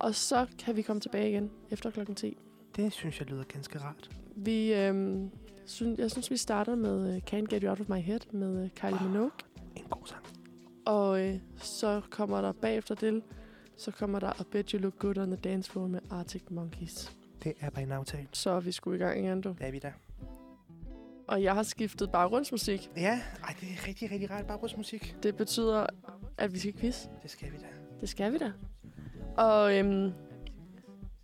Speaker 1: Og så kan vi komme tilbage igen efter klokken 10.
Speaker 2: det synes jeg lyder ganske rart.
Speaker 1: Vi, øhm, synes, jeg synes, vi starter med øh, Can't Get You Out of My Head med øh, Kylie
Speaker 2: Åh.
Speaker 1: Minogue.
Speaker 2: En god sang.
Speaker 1: Og øh, så kommer der bagefter det, så kommer der A Bet You Look Good on the Dance Floor med Arctic Monkeys.
Speaker 2: Det er bare en aftale.
Speaker 1: Så er vi skulle i gang igen, du.
Speaker 2: Det er vi der.
Speaker 1: Og jeg har skiftet baggrundsmusik.
Speaker 2: Ja, ej, det er rigtig, rigtig rart. Bare musik.
Speaker 1: Det betyder, at vi skal quiz.
Speaker 2: Det skal vi da.
Speaker 1: Det skal vi da. Og øhm,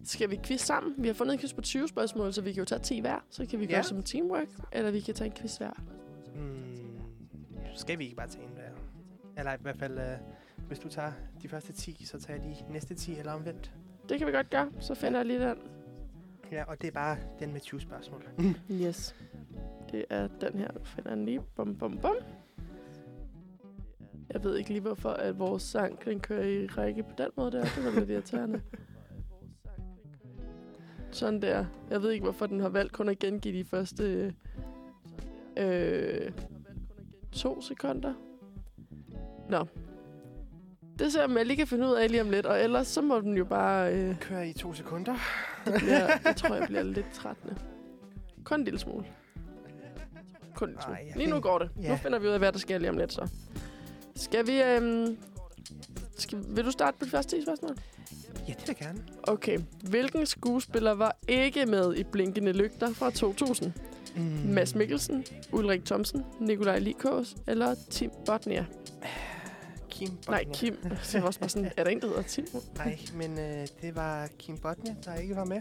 Speaker 1: skal vi quiz sammen? Vi har fundet en quiz på 20 spørgsmål, så vi kan jo tage 10 hver. Så kan vi
Speaker 2: Ja.
Speaker 1: ja. gøre som teamwork, eller vi kan tage en quiz hver.
Speaker 2: Hmm, skal vi ikke bare tage en hver? Eller i hvert fald, øh, hvis du tager de første 10, så tager jeg de næste 10 eller omvendt.
Speaker 1: Det kan vi godt gøre. Så finder jeg lige den.
Speaker 2: Ja, og det er bare den med 20 spørgsmål.
Speaker 1: Yes. Det er den her. Nu finder jeg den lige. Bum, bum, bum. Jeg ved ikke lige, hvorfor at vores sang den kører i række på den måde der. Det var lidt irriterende. Sådan der. Jeg ved ikke, hvorfor den har valgt kun at gengive de første øh, to sekunder. Nå. Det ser jeg, om jeg lige kan finde ud af lige om lidt. Og ellers så må den jo bare... Øh,
Speaker 2: Kører i to sekunder.
Speaker 1: det, bliver, det tror jeg bliver lidt trættende. Kun en lille smule. Kun en lille smule.
Speaker 2: Ej, jeg
Speaker 1: Lige nu
Speaker 2: kan-
Speaker 1: går det.
Speaker 2: ja.
Speaker 1: Nu finder vi ud af, hvad der sker lige om lidt, så. Skal vi... Øhm, skal, vil du starte med det første spørgsmål?
Speaker 2: Ja, det vil jeg gerne.
Speaker 1: Okay. Hvilken skuespiller var ikke med i Blinkende Lygter fra 2000?
Speaker 2: Mm.
Speaker 1: Mm. Mads Mikkelsen, Ulrik Thomsen, Nikolaj Likås eller Tim Botnia?
Speaker 2: Kim
Speaker 1: Nej,
Speaker 2: Botnia.
Speaker 1: Kim. Det var også bare sådan, er der en, der hedder Tim?
Speaker 2: Nej, men øh, det var Kim Botnia, der ikke var med.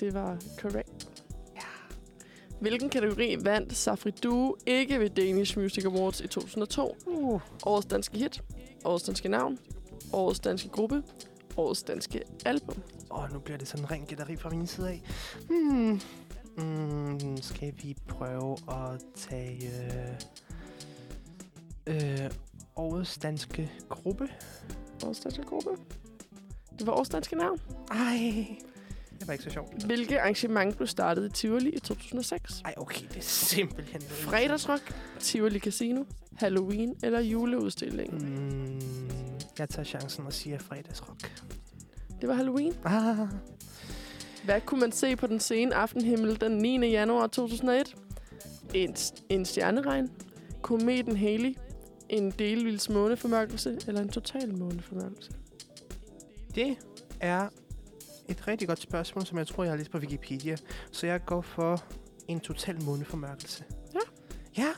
Speaker 1: Det var correct. Hvilken kategori vandt Safri Due ikke ved Danish Music Awards i 2002?
Speaker 2: Uh.
Speaker 1: Årets danske hit, årets danske navn, årets danske gruppe, årets danske album.
Speaker 2: Åh, nu bliver det sådan ren gætteri fra min side af. Hmm. Mm, skal vi prøve at tage øh, øh, årets danske gruppe?
Speaker 1: Årets danske gruppe. Det var årets danske navn.
Speaker 2: Ej, det var ikke så sjovt.
Speaker 1: Hvilket arrangement blev startet i Tivoli i 2006?
Speaker 2: Ej, okay, det er simpelthen...
Speaker 1: Fredagsrock, Tivoli Casino, Halloween eller juleudstillingen?
Speaker 2: Mm, jeg tager chancen og siger fredagsrock.
Speaker 1: Det var Halloween.
Speaker 2: Ah,
Speaker 1: Hvad kunne man se på den sene aftenhimmel den 9. januar 2001? En, en stjerneregn, kometen Haley, en delvis måneformørkelse eller en total måneformørkelse?
Speaker 2: det er et rigtig godt spørgsmål, som jeg tror, jeg har læst på Wikipedia. Så jeg går for en total måneformørkelse.
Speaker 1: Ja.
Speaker 2: Ja.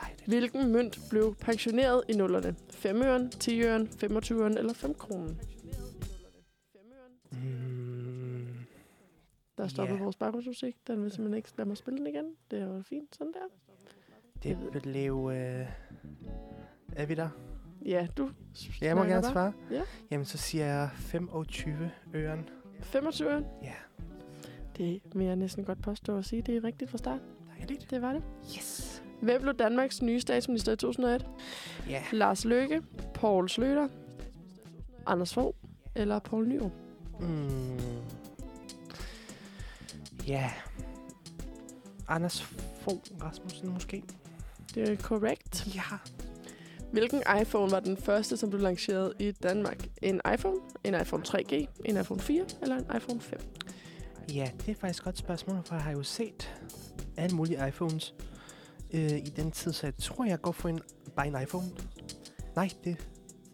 Speaker 2: Dejligt.
Speaker 1: Hvilken mønt blev pensioneret i nullerne? 5-øren, 10-øren, 25-øren eller 5-kronen?
Speaker 2: Mm.
Speaker 1: Der stopper
Speaker 2: Ja.
Speaker 1: yeah. vores baggrundsmusik. Den vil simpelthen ikke lade mig spille den igen. Det er jo fint, sådan der. Jeg ved
Speaker 2: Det blev... Øh... Er vi der?
Speaker 1: Ja, du
Speaker 2: Jeg må
Speaker 1: snakker
Speaker 2: gerne
Speaker 1: bare.
Speaker 2: svare.
Speaker 1: Ja.
Speaker 2: Jamen, så siger jeg 25 øren.
Speaker 1: 25'eren.
Speaker 2: Ja.
Speaker 1: Det vil jeg næsten godt påstå at sige. Det er rigtigt fra start.
Speaker 2: Dejligt.
Speaker 1: Det var det.
Speaker 2: Yes.
Speaker 1: Hvem blev Danmarks nye statsminister i 2001?
Speaker 2: Ja.
Speaker 1: Lars Løkke, Poul Sløter, Anders Fogh eller Poul Nyrup?
Speaker 2: Mm. Ja. Anders Fogh Rasmussen måske?
Speaker 1: Det er korrekt.
Speaker 2: Ja.
Speaker 1: Hvilken iPhone var den første, som blev lanceret i Danmark? En iPhone, en iPhone 3G, en iPhone 4 eller en iPhone 5?
Speaker 2: Ja, det er faktisk et godt spørgsmål, for jeg har jo set alle mulige iPhones øh, i den tid, så jeg tror, jeg går for en, bare en iPhone. Nej, det,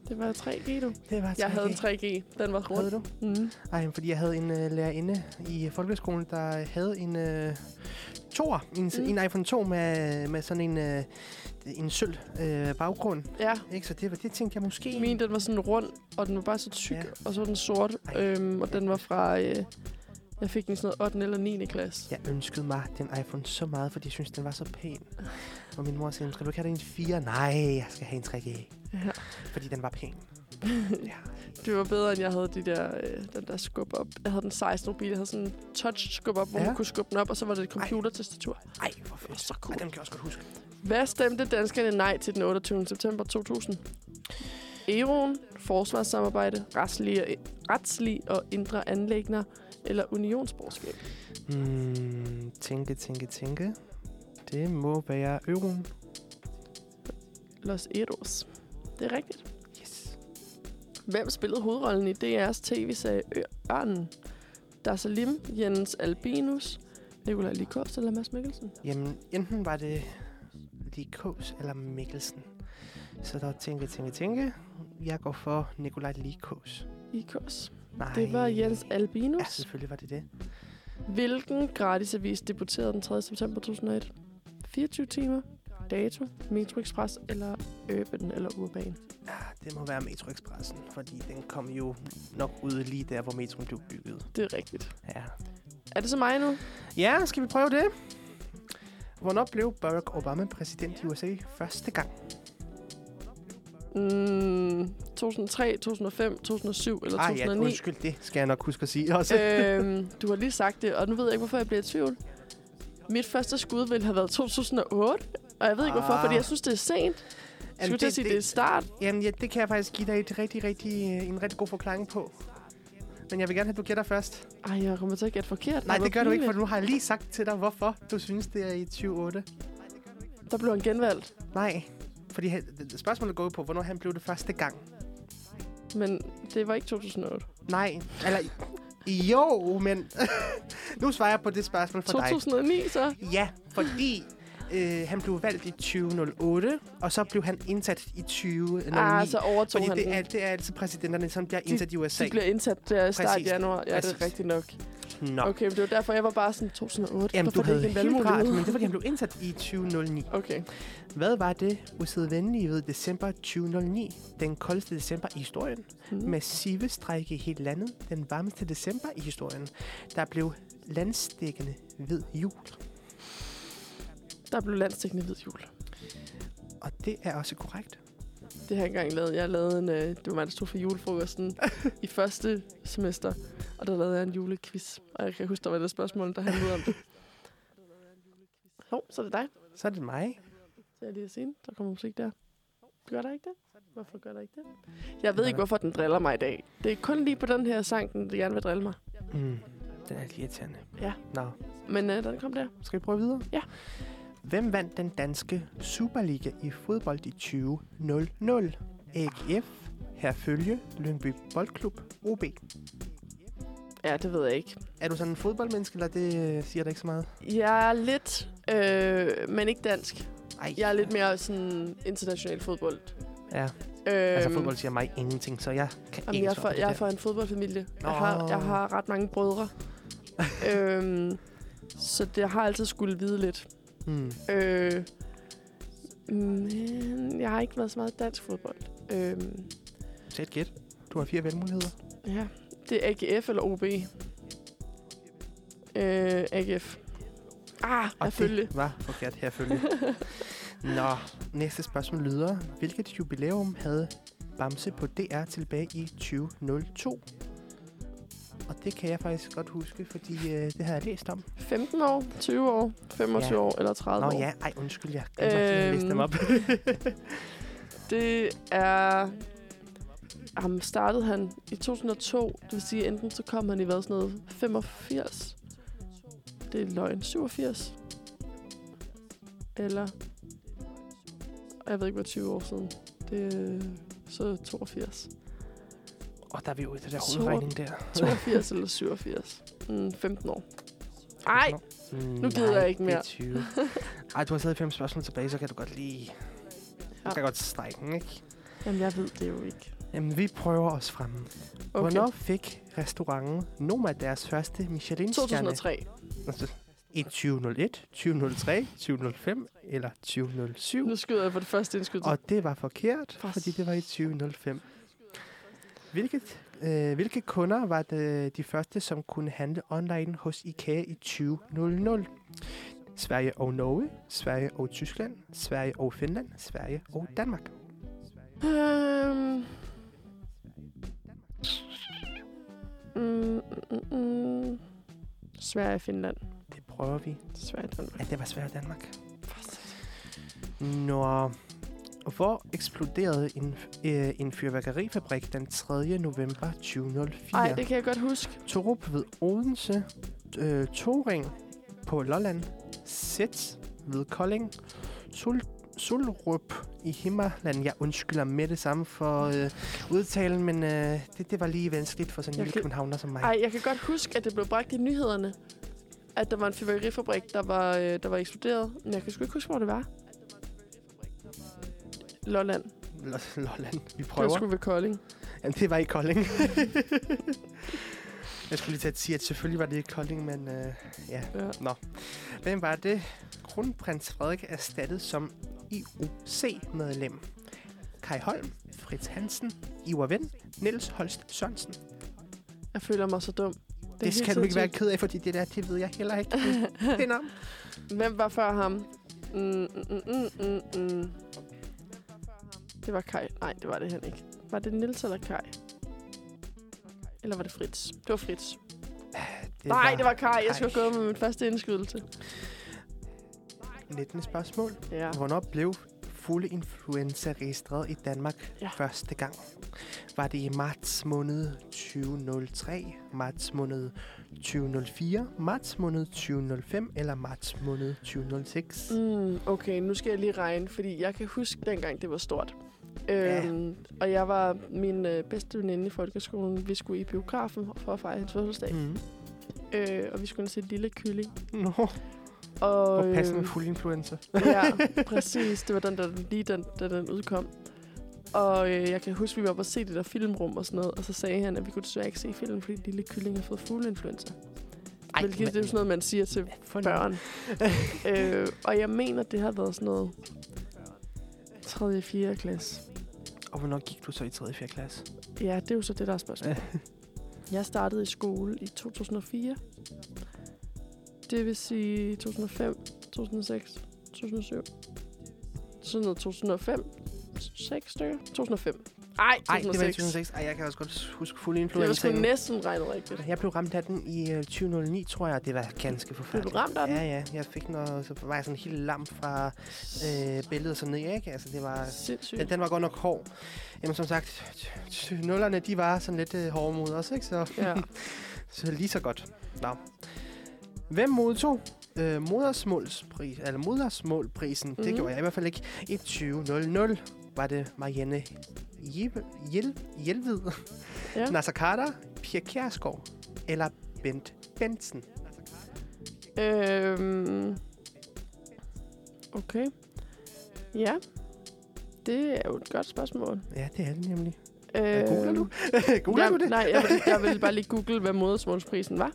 Speaker 1: Det var 3G, du.
Speaker 2: det var
Speaker 1: Jeg havde en
Speaker 2: 3G.
Speaker 1: 3G. Den var rund.
Speaker 2: Havde du?
Speaker 1: Mm.
Speaker 2: Ej, men fordi jeg havde en øh, lærerinde i folkeskolen, der havde en øh, toer, en, mm. en iPhone 2 med, med sådan en, øh, en sølv øh, baggrund.
Speaker 1: Ja,
Speaker 2: Ikke? Så det, var, det tænkte jeg måske...
Speaker 1: min den var sådan rund, og den var bare så tyk,
Speaker 2: Ja.
Speaker 1: ja. og så var den sort.
Speaker 2: Ej.
Speaker 1: Øhm, og den var fra... Øh, jeg fik den i sådan noget 8. eller 9. klasse.
Speaker 2: Jeg ønskede mig den iPhone så meget, fordi jeg synes, den var så pæn. Og min mor sagde, skal du ikke have en 4? Nej, jeg skal have en 3G.
Speaker 1: Ja.
Speaker 2: Fordi den var pæn. ja.
Speaker 1: Det var bedre, end jeg havde de der, øh, den der skub op. Jeg havde den 16 mobil. Jeg havde sådan en touch skub op, hvor
Speaker 2: Ja.
Speaker 1: man kunne skubbe den op, og så var det et computertastatur.
Speaker 2: Ej, hvor
Speaker 1: Det var
Speaker 2: fedt.
Speaker 1: så cool.
Speaker 2: Ej, den kan jeg også godt huske.
Speaker 1: Hvad stemte danskerne nej til den 28. september 2000? Euroen, forsvarssamarbejde, retslige, retslige og indre anlægner eller unionsborgerskab?
Speaker 2: Hmm, tænke, tænke, tænke. Det må være euroen.
Speaker 1: Los Eros. Det er rigtigt.
Speaker 2: Yes.
Speaker 1: Hvem spillede hovedrollen i DR's tv-serie Ø- Ørnen? Der Salim, Jens Albinus, Nikolaj Likos eller Mads Mikkelsen?
Speaker 2: Jamen, enten var det Likos eller Mikkelsen. Så der er tænke, tænke, tænke. Jeg går for Nikolaj Likos.
Speaker 1: Likos.
Speaker 2: Nej.
Speaker 1: Det var Jens
Speaker 2: Ja,
Speaker 1: Albinus.
Speaker 2: selvfølgelig var det det.
Speaker 1: Hvilken gratisavis debuterede den 3. september 2001? 24 timer, Dato, Metro Express eller Urban eller Urban?
Speaker 2: Ja, det må være Metro Expressen, fordi den kom jo nok ud lige der, hvor metroen blev bygget.
Speaker 1: Det er rigtigt.
Speaker 2: Ja.
Speaker 1: Er det så mig nu?
Speaker 2: ja, skal vi prøve det? Hvornår blev Barack Obama præsident i USA første gang?
Speaker 1: Mm, 2003, 2005, 2007 eller
Speaker 2: Ej, ja,
Speaker 1: 2009?
Speaker 2: undskyld, det skal jeg nok huske at sige også.
Speaker 1: øhm, du har lige sagt det, og nu ved jeg ikke, hvorfor jeg bliver i tvivl. Mit første skud ville have været 2008, og jeg ved ikke, hvorfor,
Speaker 2: Ah.
Speaker 1: fordi jeg synes, det er sent. Jeg skulle til at sige, det, er start.
Speaker 2: Jamen, ja, det kan jeg faktisk give dig et rigtig, rigtig, øh, en rigtig god forklaring på. Men jeg vil gerne have, at du gætter først.
Speaker 1: Ej, jeg kommer til at gætte forkert.
Speaker 2: Nej,
Speaker 1: Ej, hvor
Speaker 2: det gør du ikke, for
Speaker 1: pinligt.
Speaker 2: nu har jeg lige sagt til dig, hvorfor du synes, det er i 2008.
Speaker 1: Der blev han genvalgt.
Speaker 2: Nej, fordi han- spørgsmålet går jo på, hvornår han blev det første gang.
Speaker 1: Men det var ikke 2008.
Speaker 2: Nej, eller... Jo, men... nu svarer jeg på det spørgsmål for dig.
Speaker 1: 2009, så?
Speaker 2: Ja, fordi øh, han blev valgt i 2008, og så blev han indsat i 2009.
Speaker 1: Ah, så overtog
Speaker 2: fordi
Speaker 1: han
Speaker 2: det
Speaker 1: den.
Speaker 2: er, det er altid præsidenterne, som bliver
Speaker 1: De-
Speaker 2: indsat i USA.
Speaker 1: De bliver indsat der i start
Speaker 2: Præcis.
Speaker 1: januar. Ja, det
Speaker 2: Præcis.
Speaker 1: er rigtigt nok.
Speaker 2: Nå.
Speaker 1: Okay, men det var derfor, jeg var bare sådan 2008.
Speaker 2: Jamen,
Speaker 1: Hvorfor
Speaker 2: du
Speaker 1: er det
Speaker 2: havde
Speaker 1: ikke en
Speaker 2: helt ret,
Speaker 1: valgmulighed?
Speaker 2: men det var, fordi han blev indsat i 2009.
Speaker 1: Okay.
Speaker 2: Hvad var det usædvanlige ved december 2009? Den koldeste december i historien.
Speaker 1: Hmm.
Speaker 2: Massive strække i hele landet. Den varmeste december i historien. Der blev landstækkende hvid jul.
Speaker 1: Der blev landstækkende hvid jul.
Speaker 2: Og det er også korrekt.
Speaker 1: Det har jeg ikke engang lavet. Jeg lavede en, øh, det var mig, der stod for julefrokosten i første semester. Og der lavede jeg en julequiz. Og jeg kan huske, der var det spørgsmål, der handlede om det. Hov, så er det dig.
Speaker 2: Så er det mig.
Speaker 1: Så jeg lige at sige, der kommer musik der. Gør der ikke det? Hvorfor gør der ikke det? Jeg ved ikke, hvorfor den driller mig i dag. Det er kun lige på den her sang, den gerne vil drille mig.
Speaker 2: Mm. Den er lidt irriterende.
Speaker 1: Ja.
Speaker 2: Nå,
Speaker 1: Men øh, den kom der.
Speaker 2: skal vi prøve videre?
Speaker 1: Ja.
Speaker 2: Hvem vandt den danske Superliga i fodbold i 2000? AGF, Herfølge, Lyngby Boldklub, OB.
Speaker 1: Ja, det ved jeg ikke.
Speaker 2: Er du sådan en fodboldmenneske, eller det øh, siger dig ikke så meget?
Speaker 1: Jeg er lidt, øh, men ikke dansk.
Speaker 2: Ej,
Speaker 1: Jeg er lidt mere sådan international fodbold.
Speaker 2: Ja,
Speaker 1: Øhm,
Speaker 2: altså fodbold siger mig ingenting, så jeg kan
Speaker 1: Jamen,
Speaker 2: ikke
Speaker 1: jeg, er
Speaker 2: svare
Speaker 1: for,
Speaker 2: på det
Speaker 1: jeg er
Speaker 2: der.
Speaker 1: for en fodboldfamilie. Jeg har, jeg
Speaker 2: Nå.
Speaker 1: har ret mange brødre. øhm, så det, jeg har altid skulle vide lidt.
Speaker 2: Mm.
Speaker 1: Øh, men jeg har ikke været så meget dansk fodbold. Øhm,
Speaker 2: Sæt gæt. Du har fire valgmuligheder.
Speaker 1: ja, det er AGF eller OB. Øh, AGF. Ah,
Speaker 2: Og
Speaker 1: selvfølgelig.
Speaker 2: det var forkert herfølge. Nå, næste spørgsmål lyder. Hvilket jubilæum havde Bamse på DR tilbage i 2002? Og det kan jeg faktisk godt huske, fordi øh, det havde jeg læst om.
Speaker 1: 15 år, 20 år, 25
Speaker 2: Ja.
Speaker 1: år eller 30
Speaker 2: Nå
Speaker 1: år.
Speaker 2: ja, ej undskyld, jeg glemte også lige at læse
Speaker 1: Øhm.
Speaker 2: dem op.
Speaker 1: Det er... Jamen, startede han i 2002. Det vil sige, enten så kom han i hvad, sådan noget 85. Det er løgn. 87. Eller... Jeg ved ikke, hvad 20 år siden. Det er så 82.
Speaker 2: Og der er vi jo i det der
Speaker 1: Sort.
Speaker 2: hovedregning der.
Speaker 1: 82 eller 87. Mm, 15 år. Ej,
Speaker 2: nu
Speaker 1: gider jeg ikke mere.
Speaker 2: 20. Ej, du har stadig fem spørgsmål tilbage, så kan du godt lige... Du
Speaker 1: Ja.
Speaker 2: kan godt strække den, ikke?
Speaker 1: jamen jeg ved det jo ikke.
Speaker 2: Jamen, vi prøver os frem. Okay.
Speaker 1: Okay,
Speaker 2: Hvornår fik restauranten Noma deres første Michelin-stjerne?
Speaker 1: 2003.
Speaker 2: Altså, I 2001, 2003, 2005 eller 2007?
Speaker 1: Nu skyder jeg på det første indskud.
Speaker 2: Og det var forkert,
Speaker 1: For
Speaker 2: fordi det var i 2005. Hvilket, øh, hvilke kunder var det, de første, som kunne handle online hos IKEA i 2000? Sverige og Norge, Sverige og Tyskland, Sverige og Finland, Sverige og Danmark.
Speaker 1: Øhm. Mm, mm, mm. Sverige, Finland.
Speaker 2: Det prøver vi.
Speaker 1: Sverige, Danmark.
Speaker 2: Ja, det var Sverige og Danmark. Når hvor eksploderede en, øh, en fyrværkerifabrik den 3. november 2004?
Speaker 1: Nej, det kan jeg godt huske.
Speaker 2: Torup ved Odense, øh, Toring på Lolland, Sæt ved Kolding, Sol, Solrup i Himmerland. Jeg undskylder med det samme for øh, udtalen, men øh, det, det var lige vanskeligt for sådan en
Speaker 1: Jeg
Speaker 2: lille
Speaker 1: kan-
Speaker 2: københavner som mig.
Speaker 1: Nej, jeg kan godt huske, at det blev bragt i nyhederne. At der var en fyrværkerifabrik, der var, øh, der var eksploderet. Men jeg kan sgu ikke huske, hvor det var. Lolland.
Speaker 2: L- Lolland, vi
Speaker 1: Det var
Speaker 2: prøver.
Speaker 1: sgu ved Kolding.
Speaker 2: Jamen, det var i Kolding. jeg skulle lige til at sige, at selvfølgelig var det i Kolding, men øh, ja.
Speaker 1: Ja.
Speaker 2: Hvem var det? Kronprins Frederik erstattet som IOC-medlem. Kai Holm, Fritz Hansen, Ivar Vind, Niels Holst Sørensen. Det,
Speaker 1: Jeg føler mig så dum. er
Speaker 2: det
Speaker 1: hele
Speaker 2: skal du
Speaker 1: tiden
Speaker 2: ikke være
Speaker 1: sådan-
Speaker 2: ked af, fordi det der, det ved jeg heller ikke. Det om.
Speaker 1: Hvem var før ham? Mm, mm, mm, mm, mm. Det var Kai. Nej, det var det han ikke. Var det Nils eller Kai? Eller var det Fritz? Det var Fritz. Det
Speaker 2: Det
Speaker 1: Nej, var det var Kai. Jeg skulle
Speaker 2: Kai.
Speaker 1: gå med min første indskydelse.
Speaker 2: 19. spørgsmål.
Speaker 1: Ja.
Speaker 2: Hvornår blev fugleinfluenza registreret i Danmark
Speaker 1: Ja.
Speaker 2: ja. første gang? Var det i marts måned 2003, marts måned 2004, marts måned 2005 eller marts måned 2006?
Speaker 1: Mm, okay, nu skal jeg lige regne, fordi jeg kan huske dengang, det var stort.
Speaker 2: Ja.
Speaker 1: Øhm, og jeg var min øh, bedste veninde i folkeskolen. Vi skulle i biografen for at fejre hendes fødselsdag.
Speaker 2: Mm.
Speaker 1: Øh, og vi skulle se Lille Kylling.
Speaker 2: Nå,
Speaker 1: Og,
Speaker 2: og passende
Speaker 1: øhm,
Speaker 2: med fugleinfluenza.
Speaker 1: Ja, præcis. Det var den, der lige den, da den udkom. Og øh, jeg kan huske, vi var oppe og se det der filmrum og sådan noget, og så sagde han, at vi kunne desværre ikke se filmen, fordi lille kylling har fået fugleinfluenza. Ej, hvilket men, det er jo sådan noget, man siger til
Speaker 3: For
Speaker 1: børn. øh, og jeg mener, det har været sådan noget 3. 4. klasse.
Speaker 2: Og hvornår gik du så i 3. og 4. klasse?
Speaker 1: Ja, det er jo så det, der er spørgsmålet. jeg startede i skole i 2004. Det vil sige 2005, 2006, 2007. Sådan noget 2005, 6 stykker. 2005. Ej,
Speaker 2: Nej, det var i
Speaker 1: 2006.
Speaker 2: 2006. Ej, jeg kan også godt huske fuld
Speaker 1: Det var
Speaker 2: influenza.
Speaker 1: sgu næsten regnet rigtigt.
Speaker 2: Jeg blev ramt af den i øh, 2009, tror jeg. Det var ganske forfærdeligt.
Speaker 1: ramt af den?
Speaker 2: Ja, ja. Jeg fik noget, så var jeg sådan helt lam fra øh, billedet og sådan ned, ikke? Altså, det var...
Speaker 1: Sindssygt.
Speaker 2: Den, den var godt nok hård. Jamen, som sagt, t- t- nullerne, de var sådan lidt øh, hårde mod os, ikke? Så,
Speaker 1: Ja.
Speaker 2: så lige så godt. Nå. Hvem modtog øh, modersmålspris, eller modersmålprisen? Mm-hmm.
Speaker 1: Mhm.
Speaker 2: Det gjorde jeg i hvert fald ikke. I 2000 var det Marianne Jeb- Hjel- Hjelved,
Speaker 1: Ja.
Speaker 2: ja. Nasser Carter, Pia Kjærsgaard eller Bent Bensen.
Speaker 1: Øhm. Okay. Ja. Det er jo et godt spørgsmål.
Speaker 2: Ja, det er det nemlig.
Speaker 1: Øh,
Speaker 2: Øh, googler du? googler
Speaker 1: ja,
Speaker 2: du det?
Speaker 1: Nej, jeg ville, jeg ville bare lige google, hvad modersmålsprisen var.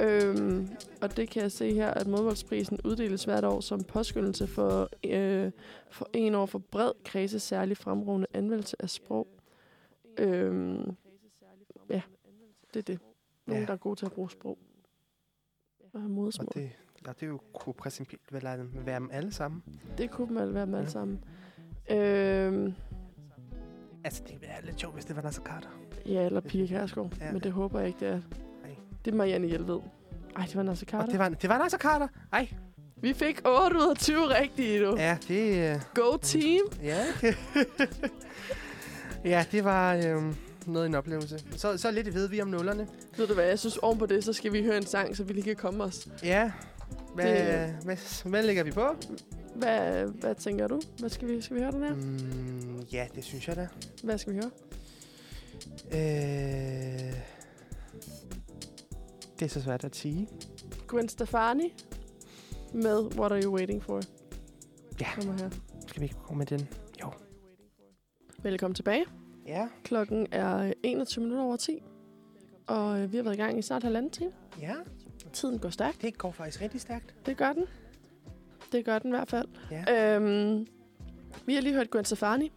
Speaker 1: Øhm, og det kan jeg se her, at modersmålsprisen uddeles hvert år som påskyndelse for, øh, for en år for bred kredse særlig fremragende anvendelse af sprog. Øhm, ja, det er det. Nogen,
Speaker 2: Ja.
Speaker 1: der er gode til at bruge sprog. Og have modersmål.
Speaker 2: Og det, ja, det er jo kunne principielt vel at være dem alle sammen.
Speaker 1: Det kunne dem alle være med alle
Speaker 2: Ja.
Speaker 1: sammen. Øhm,
Speaker 2: Altså, det ville være lidt sjovt, hvis det var Nasser Carter.
Speaker 1: ja, eller Pia Kærsgaard.
Speaker 2: Ja.
Speaker 1: Men det håber jeg ikke, det er.
Speaker 2: Nej.
Speaker 1: Det er Marianne Hjelved. Ej, det var Nasser
Speaker 2: Og
Speaker 1: Carter.
Speaker 2: det var, det var Nasser Carter. Ej,
Speaker 1: Vi fik 8 ud af 20 rigtige, du.
Speaker 2: ja, det... øh,
Speaker 1: Go team!
Speaker 2: Ja, ja det var øhm, noget af en oplevelse. Så, så lidt ved vi om nullerne.
Speaker 1: Ved du hvad, jeg synes oven på det, så skal vi høre en sang, så vi lige kan komme os.
Speaker 2: Ja. Hvad,
Speaker 1: Det-
Speaker 2: det... hvad, hvad lægger vi på?
Speaker 1: Hvad, hvad tænker du? Hvad skal vi, skal vi høre den her?
Speaker 2: Mm, ja, det synes jeg da.
Speaker 1: Hvad skal vi høre?
Speaker 2: Øh, det er så svært at sige.
Speaker 1: Gwen Stefani med What Are You Waiting For.
Speaker 2: Ja.
Speaker 1: Kommer her.
Speaker 2: Skal vi ikke gå med den?
Speaker 1: Velkommen tilbage.
Speaker 2: Ja,
Speaker 1: Klokken er øh, 21 minutter over 10. Og øh, vi har været i gang i snart halvanden time.
Speaker 2: ja.
Speaker 1: Tiden går stærkt.
Speaker 2: Det går faktisk rigtig stærkt.
Speaker 1: Det gør den. Det gør den i hvert fald. Ja.
Speaker 2: Ja.
Speaker 1: Øhm, vi har lige hørt Gwen Stefani.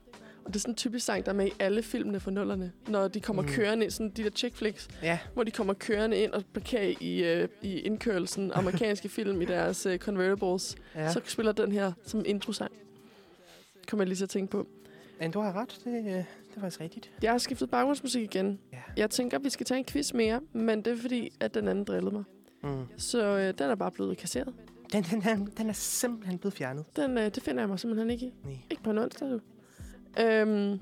Speaker 1: Og det er sådan en typisk sang, der er med i alle filmene fra nullerne. Når de kommer mm.
Speaker 2: Mm.
Speaker 1: kørende ind, sådan de der chick flicks,
Speaker 2: Ja.
Speaker 1: hvor de kommer kørende ind og parkerer i, øh, i indkørelsen amerikanske film i deres øh, convertibles. Ja.
Speaker 2: ja.
Speaker 1: Så spiller den her som introsang. Kommer jeg lige til at tænke på.
Speaker 2: Men du har ret. Det, øh, det var faktisk rigtigt.
Speaker 1: Jeg har skiftet baggrundsmusik igen.
Speaker 2: Ja.
Speaker 1: Jeg tænker, vi skal tage en quiz mere, men det er fordi, at den anden drillede mig.
Speaker 2: Mm.
Speaker 1: Så øh, den er bare blevet kasseret.
Speaker 2: Den, den, er, den er simpelthen blevet fjernet.
Speaker 1: Den, øh, det finder jeg mig simpelthen ikke i.
Speaker 2: Nej.
Speaker 1: Ikke på en onsdag, du. Øhm,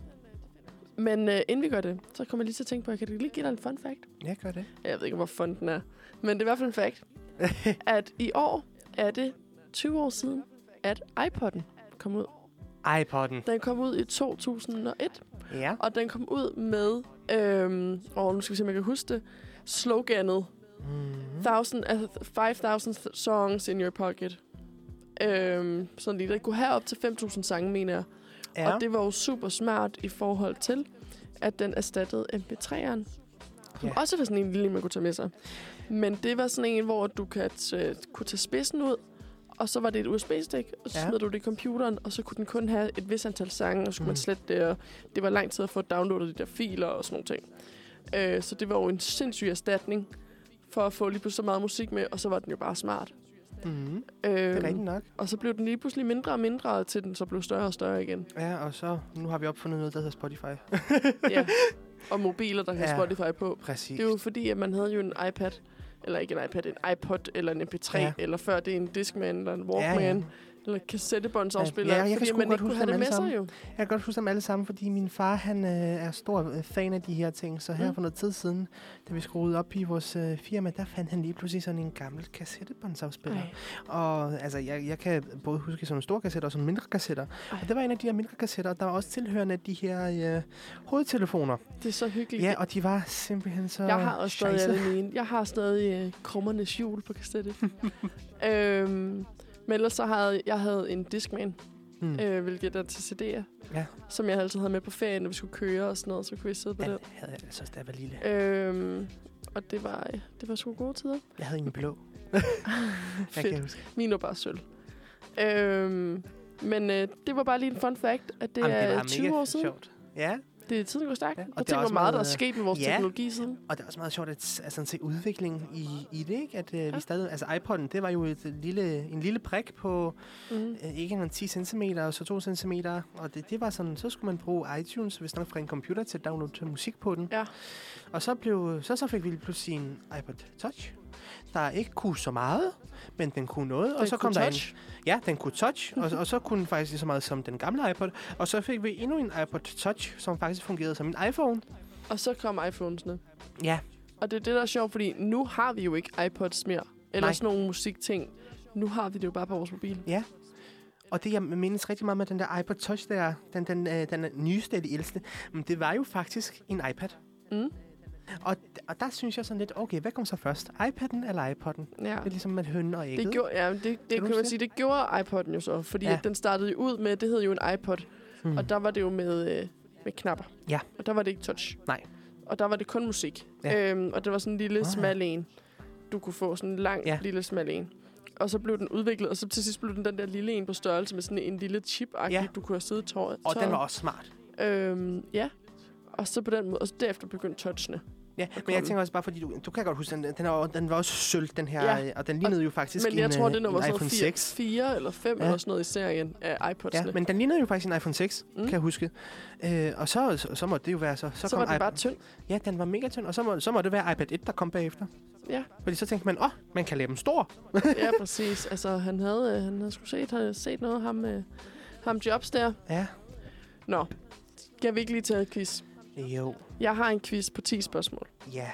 Speaker 1: men øh, inden vi gør det, så kommer jeg lige til at tænke på, at jeg kan lige give dig en fun fact.
Speaker 2: Jeg gør det.
Speaker 1: Jeg ved ikke, hvor fun den er, men det er i hvert fald en fact, at i år er det 20 år siden, at iPod'en kom ud.
Speaker 2: iPod'en.
Speaker 1: Den kom ud i 2001,
Speaker 2: Ja.
Speaker 1: og den kom ud med, øhm, og nu skal vi se, om jeg kan huske det, sloganet
Speaker 2: Mm.
Speaker 1: Thousand, altså 5.000 th- songs in your pocket. Øhm, sådan lige. Der kunne have op til 5.000 sange, mener jeg. Ja. Og det var jo super smart i forhold til, at den erstattede MP3'eren. Som
Speaker 2: Ja.
Speaker 1: også var sådan en lille, man kunne tage med sig. Men det var sådan en, hvor du kan t- kunne tage spidsen ud, og så var det et USB-stik, og så
Speaker 2: Ja.
Speaker 1: ja. smed du det i computeren, og så kunne den kun have et vis antal sange, og så skulle mm. man
Speaker 2: Mhm.
Speaker 1: slette det, og det var lang tid at få downloadet de der filer og sådan nogle ting. Øh, så det var jo en sindssyg erstatning for at få lige pludselig så meget musik med, og så var den jo bare smart.
Speaker 2: Mm. Det er
Speaker 1: Øh,
Speaker 2: rigtigt nok.
Speaker 1: og så blev den lige pludselig mindre og mindre, til den så blev større og større igen.
Speaker 2: Ja, og så nu har vi opfundet noget, der hedder Spotify.
Speaker 1: ja. Og mobiler, der kan ja.
Speaker 2: Ja.
Speaker 1: Spotify på.
Speaker 2: Præcis.
Speaker 1: Det er jo fordi, at man havde jo en iPad, eller ikke en iPad, en iPod, eller en MP3, ja.
Speaker 2: Ja.
Speaker 1: eller før det er en Discman, eller en Walkman, ja, ja. eller kassettebåndsafspiller,
Speaker 2: Ja,
Speaker 1: ja,
Speaker 2: jeg
Speaker 1: ja,
Speaker 2: kan
Speaker 1: fordi
Speaker 2: sgu
Speaker 1: man
Speaker 2: godt
Speaker 1: ikke kunne
Speaker 2: huske
Speaker 1: have det
Speaker 2: dem
Speaker 1: med
Speaker 2: alle
Speaker 1: sig jo.
Speaker 2: Jeg kan godt huske dem alle sammen, fordi min far han øh, er stor øh, fan af de her ting. Så her
Speaker 1: Mm.
Speaker 2: mm. for noget tid siden, da vi skruede op i vores øh, firma, der fandt han lige pludselig sådan en gammel kassettebåndsafspiller.
Speaker 1: Ej,
Speaker 2: Og altså, jeg, jeg kan både huske sådan nogle store kassetter og sådan mindre kassetter.
Speaker 1: Ej.
Speaker 2: Og det var en af de her mindre kassetter, og der var også tilhørende de her øh, hovedtelefoner.
Speaker 1: det er så hyggeligt.
Speaker 2: Ja, og de var simpelthen så
Speaker 1: jeg har også stadig
Speaker 2: scheisse.
Speaker 1: alle mine. Jeg har stadig øh, krummernes jul på kassette. øhm, men ellers så havde jeg havde en Discman,
Speaker 2: Mm.
Speaker 1: øh, hvilket er til CD'er,
Speaker 2: Ja.
Speaker 1: som jeg altid havde med på ferien, når vi skulle køre og sådan noget, så kunne vi sidde på
Speaker 2: Den
Speaker 1: den.
Speaker 2: havde jeg altså også, da jeg var lille.
Speaker 1: Øhm, Og det var, øh, det var sgu gode tider.
Speaker 2: Jeg havde en blå. Jeg
Speaker 1: Fedt.
Speaker 2: kan huske.
Speaker 1: Min var bare sølv. Øhm, men øh, det var bare lige en fun fact, at det
Speaker 2: Jamen,
Speaker 1: er
Speaker 2: var
Speaker 1: 20
Speaker 2: mega
Speaker 1: år siden.
Speaker 2: Sjovt. Ja,
Speaker 1: Det er tiden går stærkt.
Speaker 2: Ja,
Speaker 1: Ja,
Speaker 2: og
Speaker 1: og
Speaker 2: det er
Speaker 1: tænk, hvor
Speaker 2: også
Speaker 1: meget der er
Speaker 2: meget-
Speaker 1: sket med vores
Speaker 2: Ja.
Speaker 1: teknologi siden.
Speaker 2: og det er også meget sjovt at, altså, at se udviklingen i, i det, ikke? At øh, vi stadig... Altså, iPod'en, det var jo et lille, en lille prik på
Speaker 1: Mm.
Speaker 2: øh, ikke engang 10 cm, og så 2 cm, og det, det var sådan, så skulle man bruge iTunes, hvis nok fra en computer, til at downloade musik på den.
Speaker 1: Ja.
Speaker 2: Og så, blev, så, så fik vi lige pludselig en iPod Touch, der ikke kunne så meget, men den kunne noget, og så kom der en
Speaker 1: touch.
Speaker 2: Ja, den kunne touch, og, og så kunne den faktisk lige så meget som den gamle iPod. Og så fik vi endnu en iPod Touch, som faktisk fungerede som en iPhone.
Speaker 1: Og så kom iPhones'ene.
Speaker 2: Ja,
Speaker 1: Og det er det, der er sjovt, fordi nu har vi jo ikke iPods mere. Eller
Speaker 2: Nej.
Speaker 1: Nej. sådan nogle musikting. Nu har vi det jo bare på vores mobil.
Speaker 2: og det jeg mindes rigtig meget med den der iPod Touch der, den, den, øh, den nyeste eller ældste, men det var jo faktisk en iPad.
Speaker 1: Mm.
Speaker 2: Og, og der synes jeg sådan lidt, okay, hvad kom så først? iPad'en eller iPod'en?
Speaker 1: Ja.
Speaker 2: Det er ligesom med høn og ægget.
Speaker 1: Det, gjorde, ja, men det, det
Speaker 2: Kan du
Speaker 1: kan man
Speaker 2: huske
Speaker 1: sige, det gjorde iPod'en jo så. Fordi
Speaker 2: Ja.
Speaker 1: ja. den startede jo ud med, det hed jo en iPod.
Speaker 2: Mm.
Speaker 1: Mm. Og der var det jo med, øh, med knapper.
Speaker 2: Ja.
Speaker 1: Og der var det ikke touch.
Speaker 2: Nej.
Speaker 1: Og der var det kun musik.
Speaker 2: Ja.
Speaker 1: Ja. Øhm, og det var sådan en lille
Speaker 2: Ah.
Speaker 1: oh, smal en. Du kunne få sådan en lang,
Speaker 2: Ja.
Speaker 1: ja. lille smal en. Og så blev den udviklet, og så til sidst blev den den der lille en på størrelse med sådan en lille chip
Speaker 2: Ja.
Speaker 1: ja. du kunne have siddet i tøjet.
Speaker 2: Og den var også smart.
Speaker 1: Øhm, ja. Og så på den måde, og så derefter begyndte touchene.
Speaker 2: Ja, men jeg
Speaker 1: komme.
Speaker 2: tænker også bare, fordi du, du kan godt huske, den, den, er, den var også sølv, den her,
Speaker 1: Ja.
Speaker 2: ja. og den lignede jo faktisk
Speaker 1: Men jeg
Speaker 2: en,
Speaker 1: tror,
Speaker 2: øh,
Speaker 1: det er nummer
Speaker 2: en
Speaker 1: sådan
Speaker 2: iPhone
Speaker 1: 4,
Speaker 2: 6.
Speaker 1: 4 eller 5
Speaker 2: Ja.
Speaker 1: ja. eller sådan noget i serien af iPods'ene.
Speaker 2: Ja, men den lignede jo faktisk en iPhone 6, mm.
Speaker 1: Mm.
Speaker 2: kan jeg huske. Øh, og så, så, så måtte det jo være så.
Speaker 1: så,
Speaker 2: Så,
Speaker 1: så
Speaker 2: kom
Speaker 1: var den
Speaker 2: iPad-
Speaker 1: bare tynd.
Speaker 2: Ja, den var mega tynd, og så må, så må det være iPad 1, der kom bagefter.
Speaker 1: Ja.
Speaker 2: Fordi så tænkte man, åh, oh, man kan lave dem stor.
Speaker 1: ja, præcis. Altså, han havde, øh, han havde sgu set, havde set noget af ham, øh, ham Jobs der.
Speaker 2: Ja.
Speaker 1: Nå, skal vi ikke lige tage en quiz?
Speaker 2: Jo.
Speaker 1: Jeg har en quiz på 10 spørgsmål.
Speaker 2: Ja.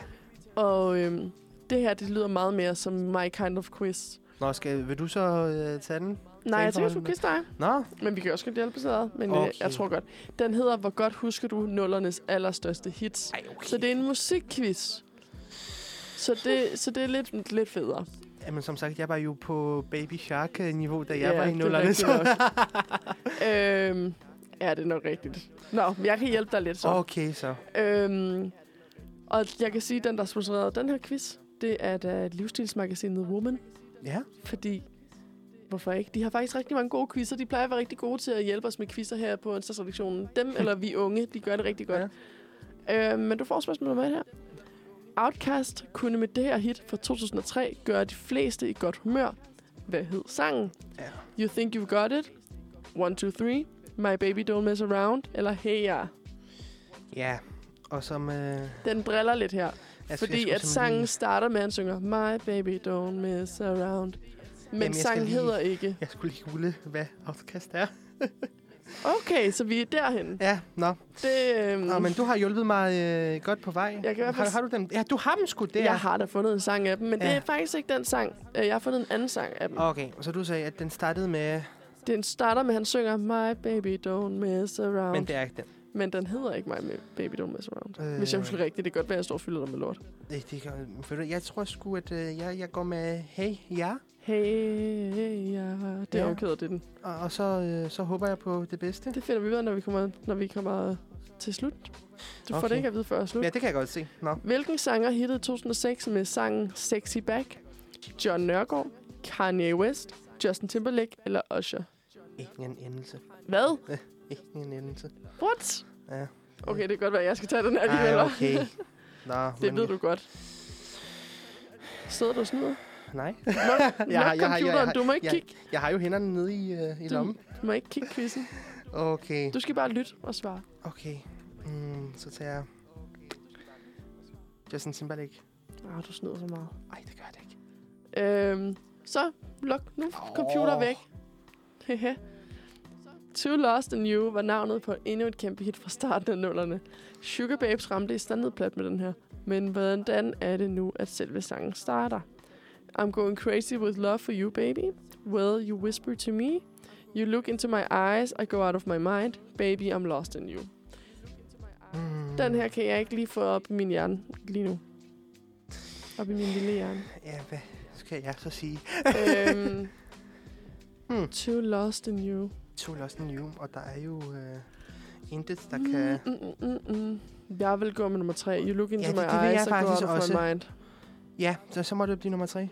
Speaker 1: Og øhm, det her, det lyder meget mere som my kind of quiz.
Speaker 2: Nå, skal, vil du så øh, tage den?
Speaker 1: Nej, jeg tænker, jeg
Speaker 2: Tænk
Speaker 1: skulle
Speaker 2: på
Speaker 1: quizze dig.
Speaker 2: Nå,
Speaker 1: Men vi kan også godt hjælpe sig Men okay.
Speaker 2: Okay.
Speaker 1: øh, jeg tror godt. Den hedder, hvor godt husker du nullernes allerstørste hits?
Speaker 2: Ej, okay.
Speaker 1: Så det er en musikquiz. Så det, så det er lidt, lidt federe.
Speaker 2: Jamen, som sagt, jeg var jo på Baby Shark-niveau, da jeg
Speaker 1: Ja,
Speaker 2: var i
Speaker 1: det er
Speaker 2: nullerne.
Speaker 1: rigtigt
Speaker 2: Så.
Speaker 1: Øhm, ja, det er nok rigtigt. Nå, men jeg kan hjælpe dig lidt så.
Speaker 2: okay, så.
Speaker 1: Øhm, og jeg kan sige, at den, der sponsorerede den her quiz, det er da livsstilsmagasinet Woman.
Speaker 2: Ja.
Speaker 1: Fordi, hvorfor ikke? De har faktisk rigtig mange gode quizzer. De plejer at være rigtig gode til at hjælpe os med quizzer her på onsdagsredaktionen. Dem eller vi unge, de gør det rigtig godt. Ja. Øhm, men du får spørgsmål med her. Outcast kunne med det her hit fra 2003 gøre de fleste i godt humør. Hvad hed sangen?
Speaker 2: Ja.
Speaker 1: You Think You've Got It, 1, 2, 3, My Baby Don't Mess Around, eller Hey Ya.
Speaker 2: Ja. Og som... Øh, jeg,
Speaker 1: Den driller lidt her.
Speaker 2: Altså, jeg
Speaker 1: Fordi
Speaker 2: skulle
Speaker 1: at
Speaker 2: simpelthen
Speaker 1: sangen
Speaker 2: Lige,
Speaker 1: starter med, at han synger My baby don't mess around. Men
Speaker 2: jeg
Speaker 1: Jamen,
Speaker 2: skal
Speaker 1: sangen
Speaker 2: lige-
Speaker 1: hedder ikke.
Speaker 2: jeg skulle lige google, hvad Outcast er.
Speaker 1: Okay, så vi er derhen.
Speaker 2: Ja, nå.
Speaker 1: Det, øhm,
Speaker 2: Nå, men du har hjulpet mig øh, godt på vej.
Speaker 1: Jeg kan i hvert fald
Speaker 2: har, har du dem? Ja, du har dem sgu der.
Speaker 1: jeg har da fundet en sang af dem, men ja. det
Speaker 2: Ja.
Speaker 1: er faktisk ikke den sang. Øh, Jeg har fundet en anden sang af dem.
Speaker 2: Okay, så du sagde, at den startede med...
Speaker 1: Den starter med, at han synger My baby don't mess around.
Speaker 2: Men
Speaker 1: Men,
Speaker 2: det er ikke den.
Speaker 1: men den hedder ikke My baby don't mess around.
Speaker 2: Øh.
Speaker 1: Øh. Hvis jeg husker rigtigt, det kan godt være, at jeg står og fylder dig med lort.
Speaker 2: Det, det kan, for jeg tror sgu, at øh, jeg, jeg går med hey, ja.
Speaker 1: Hey, hey, ja. Det er
Speaker 2: Ja.
Speaker 1: ja. det er den.
Speaker 2: Og, og så, øh, så håber jeg på det bedste.
Speaker 1: Det finder vi ud af, når vi kommer, når vi kommer til slut. Du okay. får
Speaker 2: Okay.
Speaker 1: det ikke at vide før slut.
Speaker 2: Ja, det kan jeg godt se. Nå.
Speaker 1: Hvilken sanger hittede 2006 med sangen Sexy Back? John Nørgaard, Kanye West, Justin Timberlake eller Usher?
Speaker 2: Ingen endelse.
Speaker 1: Hvad?
Speaker 2: Ingen endelse.
Speaker 1: What?
Speaker 2: Ja.
Speaker 1: Okay, det kan godt være, at jeg skal tage den her alligevel.
Speaker 2: Ej,
Speaker 1: hva'?
Speaker 2: okay. Nå,
Speaker 1: det ved du godt. Sidder du og snyder?
Speaker 2: Nej.
Speaker 1: Luk,
Speaker 2: jeg
Speaker 1: jeg
Speaker 2: har- jeg har- jeg har-
Speaker 1: computeren, du må ikke
Speaker 2: jeg-
Speaker 1: kigge.
Speaker 2: Jeg har jo hænderne nede i, øh, i lommen.
Speaker 1: Du må ikke kigge quizzen.
Speaker 2: Okay.
Speaker 1: Du skal bare lytte og svare.
Speaker 2: Okay. Mm, så tager jeg... Justin Timberlake.
Speaker 1: Ah, du snyder så meget.
Speaker 2: Nej, det gør det ikke.
Speaker 1: Øhm, så, luk nu computer
Speaker 2: Åh.
Speaker 1: væk. Hehe. Too Lost and You var navnet på endnu et kæmpe hit fra starten af nullerne. Sugar Babes ramte i standardplat med den her. Men hvordan er det nu, at selve sangen starter? I'm going crazy with love for you, baby. Well, you whisper to me. You look into my eyes, I go out of my mind. Baby, I'm lost in you.
Speaker 2: Mm,
Speaker 1: Den her kan jeg ikke lige få op i min hjerne lige nu. Op i min lille hjerne.
Speaker 2: Ja, hvad skal jeg så sige?
Speaker 1: øhm,
Speaker 2: Hmm.
Speaker 1: Too lost in you.
Speaker 2: To Lost and You, og der er jo øh, intet, der kan...
Speaker 1: Mm, mm, mm, mm. Jeg vil gå med nummer tre. You look into
Speaker 2: Ja,
Speaker 1: ja,
Speaker 2: det-
Speaker 1: my
Speaker 2: det vil jeg
Speaker 1: eyes and go
Speaker 2: faktisk
Speaker 1: out of
Speaker 2: også.
Speaker 1: my mind.
Speaker 2: Ja, så, så må det blive nummer tre.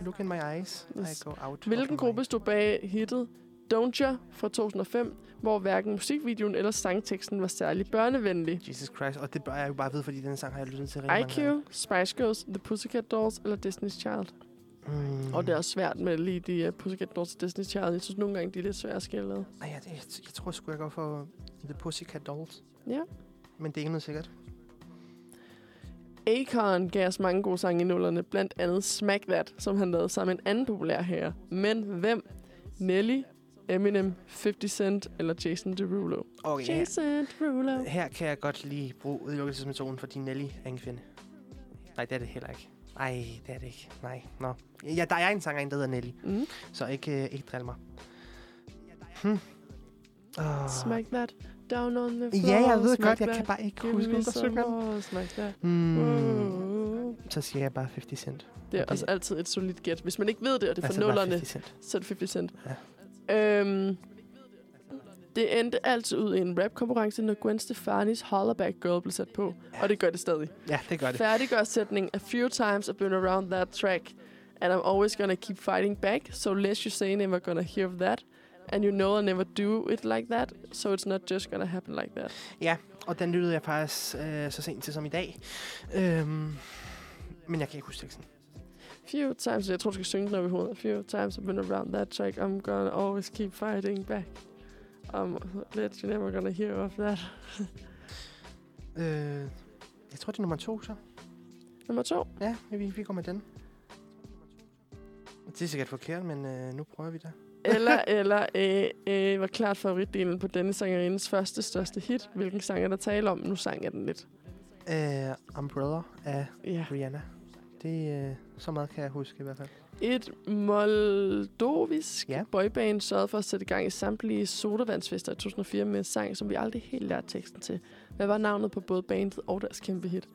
Speaker 2: Look in my eyes,
Speaker 1: Yes.
Speaker 2: I go out.
Speaker 1: Hvilken
Speaker 2: of my-
Speaker 1: gruppe stod bag hittet Don't Ya fra 2005, hvor hverken musikvideoen eller sangteksten var særlig børnevenlig?
Speaker 2: Jesus Christ, og det bør jeg jo bare vide, fordi den sang har jeg lyttet til
Speaker 1: IQ,
Speaker 2: rigtig mange
Speaker 1: Spice Girls, The Pussycat Dolls eller Destiny's Child?
Speaker 2: gange. Mm.
Speaker 1: Og det er også svært med lige de uh, Pussycat Dolls og Destiny's Child. Jeg synes nogle gange, de er lidt svære at skille ad.
Speaker 2: Ej, jeg, jeg, jeg tror sgu, jeg går for The Pussycat Dolls.
Speaker 1: Ja.
Speaker 2: Men det er ikke noget sikkert.
Speaker 1: Akon gav os mange gode sange i nullerne, blandt andet Smack That, som han lavede sammen med en anden populær herre. Men hvem? Nelly, Eminem, 50 Cent eller Jason Derulo?
Speaker 2: Okay, her,
Speaker 1: Jason Derulo.
Speaker 2: her kan jeg godt lige bruge udelukkelsesmetoden, fordi Nelly er en kvinde. Nej, det er det heller ikke. Nej, det er det ikke. Nej, nå. Ja, der er en sanger, der hedder Nelly,
Speaker 1: Mm.
Speaker 2: så ikke, øh, ikke drill mig. Hmm. Oh.
Speaker 1: Smack That, Down on the floor.
Speaker 2: Ja, jeg ved
Speaker 1: smack
Speaker 2: godt, jeg
Speaker 1: that.
Speaker 2: kan bare ikke
Speaker 1: Give
Speaker 2: huske,
Speaker 1: me
Speaker 2: hvem der
Speaker 1: some
Speaker 2: synger den.
Speaker 1: more, Smack That.
Speaker 2: Hmm.
Speaker 1: Wow.
Speaker 2: Så siger jeg bare 50 Cent.
Speaker 1: Det er
Speaker 2: Okay. Altså,
Speaker 1: også altid et solidt gæt. Hvis man ikke ved det, og det er fra
Speaker 2: bare
Speaker 1: nullerne,
Speaker 2: 50 Cent.
Speaker 1: så er det 50 Cent. Ja. Øhm, det endte altid ud i en rap-konkurrence, når Gwen Stefani's Hollaback Girl blev sat på. Og det gør det stadig.
Speaker 2: Ja, det gør det.
Speaker 1: Færdiggør sætningen, A few times I've been around that track, and I'm always gonna keep fighting back, so less you say never gonna hear of that, and you know I never do it like that, so it's not just gonna happen like that.
Speaker 2: Og den lyttede jeg faktisk øh, så sent til som i dag. Øhm, men jeg kan ikke huske teksten.
Speaker 1: Few times, jeg tror, du skal synge den op i hovedet. Few times I've been around that track, I'm gonna always keep fighting back. I'm let you never gonna hear of that.
Speaker 2: Øh, jeg tror, det er nummer to, så.
Speaker 1: Nummer to.
Speaker 2: Ja, vi, vi går med den. Det er sikkert forkert, men øh, nu prøver vi det.
Speaker 1: Eller, eller øh, øh, var klart favoritdelen på denne sangerindens første største hit. Hvilken sang er der tale om? Nu sang jeg den lidt.
Speaker 2: Øh, Umbrella af
Speaker 1: Ja.
Speaker 2: Rihanna. Det øh, så meget kan jeg huske i hvert fald.
Speaker 1: Et moldovisk
Speaker 2: Ja.
Speaker 1: ja. boyband sørgede for at sætte gang i samtlige sodavandsfester i 2004 med en sang, som vi aldrig helt lærte teksten til. Hvad var navnet på både bandet og deres kæmpe hit?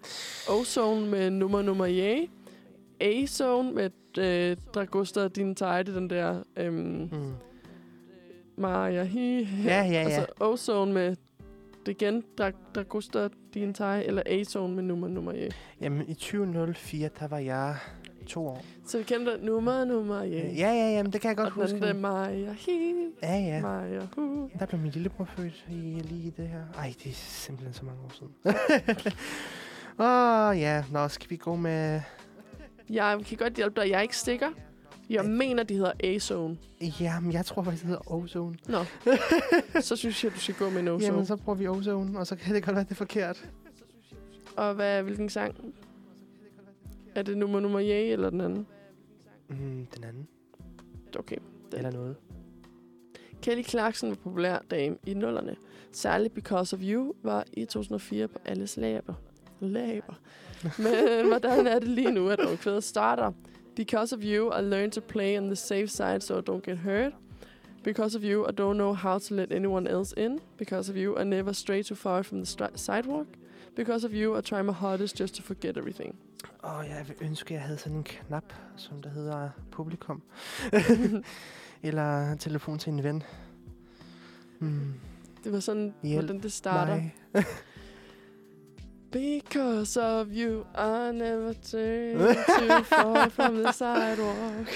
Speaker 1: Ozone med nummer nummer yeah. A-Zone med øh, Dragusta Din Tide, den der øhm,
Speaker 2: Mm.
Speaker 1: Maja Hi.
Speaker 2: Ja, ja, ja.
Speaker 1: Altså Ozone med det igen Dra- Dragusta Din Tide, eller A-Zone med nummer nummer yeah.
Speaker 2: Jamen, i 2004, der var jeg to år. Øh,
Speaker 1: Så vi kender nummer nummer yeah.
Speaker 2: Ja, ja, ja, men det kan jeg godt
Speaker 1: Og den
Speaker 2: huske.
Speaker 1: der Maja Hi.
Speaker 2: Ja, ja.
Speaker 1: Maja Hu.
Speaker 2: Der blev min lillebror født i, lige i det her. Ej, det er simpelthen så mange år siden. Åh, oh, ja. Nå, skal vi gå med...
Speaker 1: Jeg kan godt hjælpe dig. Jeg er ikke sikker. Jeg
Speaker 2: Ej.
Speaker 1: mener, de hedder A-Zone.
Speaker 2: Jamen, jeg tror faktisk, det hedder Ozone.
Speaker 1: Nå. Så synes jeg, du skal gå med en
Speaker 2: Ozone. Jamen,
Speaker 1: Ozone.
Speaker 2: så prøver vi Ozone, og så kan det godt være, det er forkert.
Speaker 1: Og hvad, hvilken sang? Er det nummer nummer yeah, eller den anden?
Speaker 2: Mm, den anden.
Speaker 1: Okay. Den.
Speaker 2: Eller noget.
Speaker 1: Kelly Clarkson var populær dame i nullerne. Særligt Because of You var i 2004 på alles læber. Læber. Men øh, hvordan er det lige nu, at omkvædet starter? Because of you, I learned to play on the safe side, so I don't get hurt. Because of you, I don't know how to let anyone else in. Because of you, I never stray too far from the stri- sidewalk. Because of you, I try my hardest just to forget everything.
Speaker 2: Åh, oh, jeg vil ønske, jeg havde sådan en knap, som der hedder publikum. Eller telefon til en ven. Mm,
Speaker 1: Det var sådan,
Speaker 2: Hjælp
Speaker 1: hvordan det starter.
Speaker 2: mig.
Speaker 1: Because of you, I never turned too far from the sidewalk.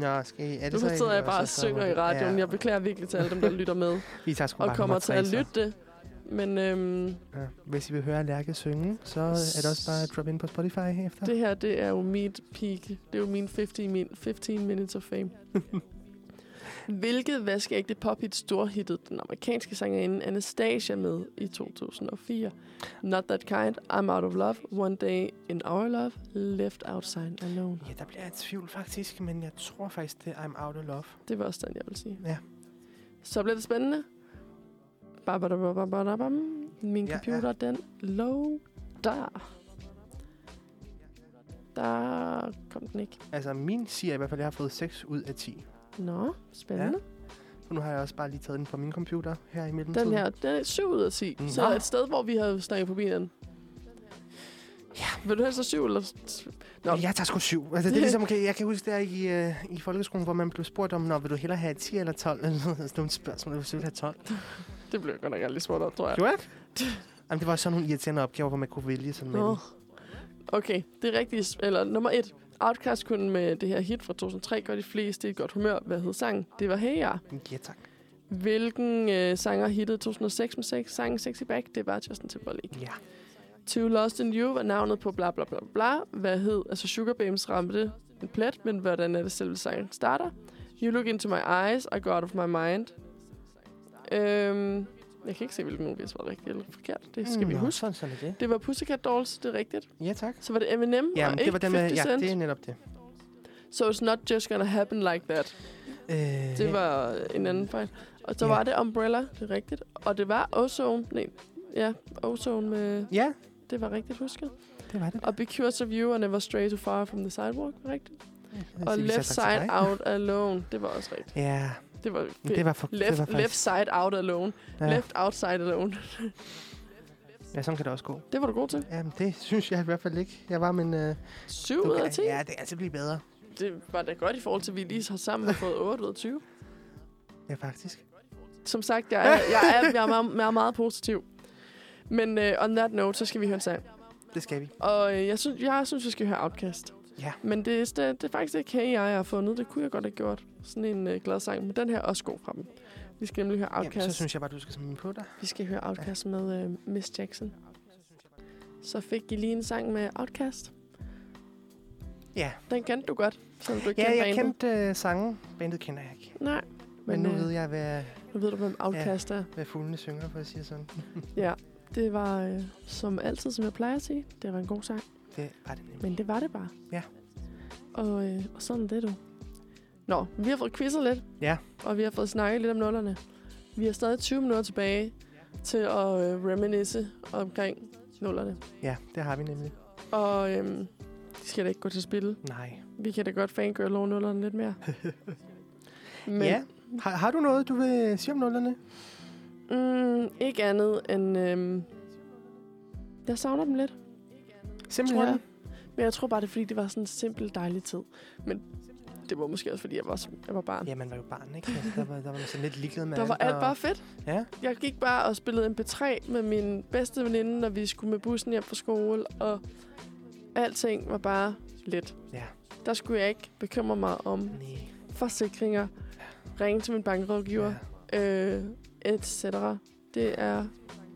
Speaker 2: Nå, skal I... Er det
Speaker 1: Nu
Speaker 2: så en-
Speaker 1: sidder jeg bare og
Speaker 2: så- så-
Speaker 1: synger i radioen.
Speaker 2: Ja.
Speaker 1: Jeg beklager virkelig til alle dem, der lytter med
Speaker 2: Vi tager sgu
Speaker 1: og
Speaker 2: bare
Speaker 1: kommer
Speaker 2: nummer
Speaker 1: til
Speaker 2: tre,
Speaker 1: at
Speaker 2: så.
Speaker 1: lytte det. Men øhm,
Speaker 2: Ja. Hvis I vil høre Lærke synge, så er det også bare at drop ind på Spotify efter.
Speaker 1: det her, det er jo mit peak. Det er jo min 15, min 15 minutes of fame. Hvilket vaskeægte pophit storhittede den amerikanske sangerinde Anastasia med i 2004? Not That Kind, I'm Out of Love, One Day in Our Love, Left Outside Alone.
Speaker 2: Ja, der bliver jeg i tvivl faktisk, men jeg tror faktisk, det er I'm Out of Love.
Speaker 1: Det var også den, jeg vil sige.
Speaker 2: Ja.
Speaker 1: Så bliver det spændende. Babadababababam. Min
Speaker 2: Ja,
Speaker 1: computer, den lå der. Der kom den ikke.
Speaker 2: Altså, min siger i hvert fald, at jeg har fået 6 ud af 10.
Speaker 1: Nå, spændende.
Speaker 2: Og nu har jeg også bare lige taget den fra min computer her i
Speaker 1: Ja.
Speaker 2: mellemtiden.
Speaker 1: Den her, den er 7 ud af 10.
Speaker 2: Mm.
Speaker 1: Mm. Så
Speaker 2: Nå.
Speaker 1: et sted, hvor vi havde snakket på bilen. Ja. Vil du helst have 7 eller...
Speaker 2: Nå.
Speaker 1: Nå.
Speaker 2: Jeg tager sgu 7. Altså, det er ligesom, okay, jeg kan huske, der i, øh, i folkeskolen, hvor man blev spurgt om, når vil du hellere have 10 eller 12? Sådan nogle spørgsmål, hvis du vil have 12.
Speaker 1: Det blev jeg godt nok aldrig spurgt op, tror jeg.
Speaker 2: Gjorde jeg? Jamen, det var sådan nogle irriterende opgaver, hvor man kunne vælge sådan
Speaker 1: Nå.
Speaker 2: mellem.
Speaker 1: Okay, det rigtige, sp- eller nummer et. Outcast kunne med det her hit fra 2003 gøre de fleste i et godt humør. Hvad hed sangen? Det var Hey Ya.
Speaker 2: Ja, tak.
Speaker 1: Hvilken øh, sanger hittede 2006 med sex, sangen Sexy Back? Det var Justin Timberlake.
Speaker 2: Ja.
Speaker 1: To Lost in You var navnet på bla bla bla bla. Hvad hed? Altså Sugar Babes ramte en plet, men hvordan er det selve sangen starter? You look into my eyes, I go out of my mind. Øhm, jeg kan ikke se, hvilken nogen vi har svaret rigtigt eller forkert. Det skal vi
Speaker 2: Mm, Nå,
Speaker 1: huske.
Speaker 2: Sådan, sådan er det.
Speaker 1: Det var Pussycat Dolls, det er rigtigt.
Speaker 2: Ja, tak.
Speaker 1: Så var Mm. det Eminem,
Speaker 2: Jamen,
Speaker 1: og
Speaker 2: det
Speaker 1: ikke
Speaker 2: var den
Speaker 1: 50
Speaker 2: med, ja,
Speaker 1: Cent.
Speaker 2: det er netop det.
Speaker 1: So it's not just gonna happen like that.
Speaker 2: Øh,
Speaker 1: Det var en anden fejl. Og så
Speaker 2: Ja.
Speaker 1: var det Umbrella, det er rigtigt. Og det var Ozone. Nej, ja, Ozone med...
Speaker 2: Ja,
Speaker 1: Det var rigtigt husket.
Speaker 2: det var det.
Speaker 1: Og Be Curious of You and Never Stray Too Far From The Sidewalk, rigtigt.
Speaker 2: Ja,
Speaker 1: Og
Speaker 2: så vi sagde
Speaker 1: Left
Speaker 2: tak til
Speaker 1: Side
Speaker 2: dig.
Speaker 1: Out Alone, det var også rigtigt.
Speaker 2: Ja,
Speaker 1: Det var
Speaker 2: men det var for, det var
Speaker 1: Left, left
Speaker 2: faktisk,
Speaker 1: Side Out Alone.
Speaker 2: ja.
Speaker 1: Left Outside Alone.
Speaker 2: ja, sådan kan det også gå.
Speaker 1: Det var du god til.
Speaker 2: Jamen, det synes jeg i hvert fald ikke. Jeg var, men... Øh,
Speaker 1: 7 ud af 10.
Speaker 2: ja, det kan altid blive bedre.
Speaker 1: Det var da godt i forhold til, at vi lige har sammen har fået 8 ud af 20.
Speaker 2: Ja, faktisk.
Speaker 1: Som sagt, jeg er, jeg er, jeg er meget, meget, meget positiv. Men uh, on that note, så skal vi høre en sang.
Speaker 2: Det skal vi.
Speaker 1: Og øh, jeg synes, jeg synes, vi skal høre Outcast.
Speaker 2: Ja.
Speaker 1: Men det, er st- det er faktisk ikke hey, jeg har fundet. Det kunne jeg godt have gjort. Sådan en øh, glad sang. Men den her er også god fra dem. Vi skal nemlig høre Outcast.
Speaker 2: Jamen, så synes jeg bare, du skal smide den på dig.
Speaker 1: Vi skal høre Outcast med øh, Miss Jackson. Så fik I lige en sang med Outcast.
Speaker 2: Ja.
Speaker 1: Den kendte du godt, selvom du ikke
Speaker 2: Ja,
Speaker 1: kendte
Speaker 2: jeg
Speaker 1: bandet.
Speaker 2: kendte øh, sangen. Bandet kender jeg ikke.
Speaker 1: Nej.
Speaker 2: Men nu
Speaker 1: øh,
Speaker 2: ved jeg, hvad,
Speaker 1: nu ved du, hvem Outcast er.
Speaker 2: hvad fuglene synger, for at sige sådan.
Speaker 1: Det var, øh, som altid, som jeg plejer at sige, det var en god sang.
Speaker 2: Det var det nemlig.
Speaker 1: Men det var det bare.
Speaker 2: Ja.
Speaker 1: Og, øh, og sådan er det, du. Nå, vi har fået quizzer lidt.
Speaker 2: Ja.
Speaker 1: Og vi har fået snakket lidt om nullerne. Vi har stadig 20 minutter tilbage til at øh, reminisce omkring nullerne.
Speaker 2: Ja, det har vi nemlig.
Speaker 1: Og øhm, de skal da ikke gå til spil.
Speaker 2: Nej.
Speaker 1: Vi kan da godt fangirl over nullerne lidt mere. Men
Speaker 2: Ja. Har, har du noget, du vil sige om nullerne?
Speaker 1: mm, ikke andet end... Øhm, jeg savner dem lidt, tror
Speaker 2: Simpelthen.
Speaker 1: jeg. Men jeg tror bare, det er fordi, det var sådan en simpel, dejlig tid. Men det var måske også, fordi jeg var, som- jeg var barn.
Speaker 2: Ja, altså- man var jo barn, ikke? Altså, der, var, der var man sådan lidt ligeglad med
Speaker 1: Der var alt
Speaker 2: og-
Speaker 1: bare fedt.
Speaker 2: Ja.
Speaker 1: Jeg gik bare og spillede MP3 med min bedste veninde, når vi skulle med bussen hjem fra skole, og alting var bare let.
Speaker 2: Ja. Mm.
Speaker 1: Der skulle jeg ikke bekymre mig om
Speaker 2: Nej.
Speaker 1: forsikringer, ringe til min bankrådgiver, ja. øh, etc. Det er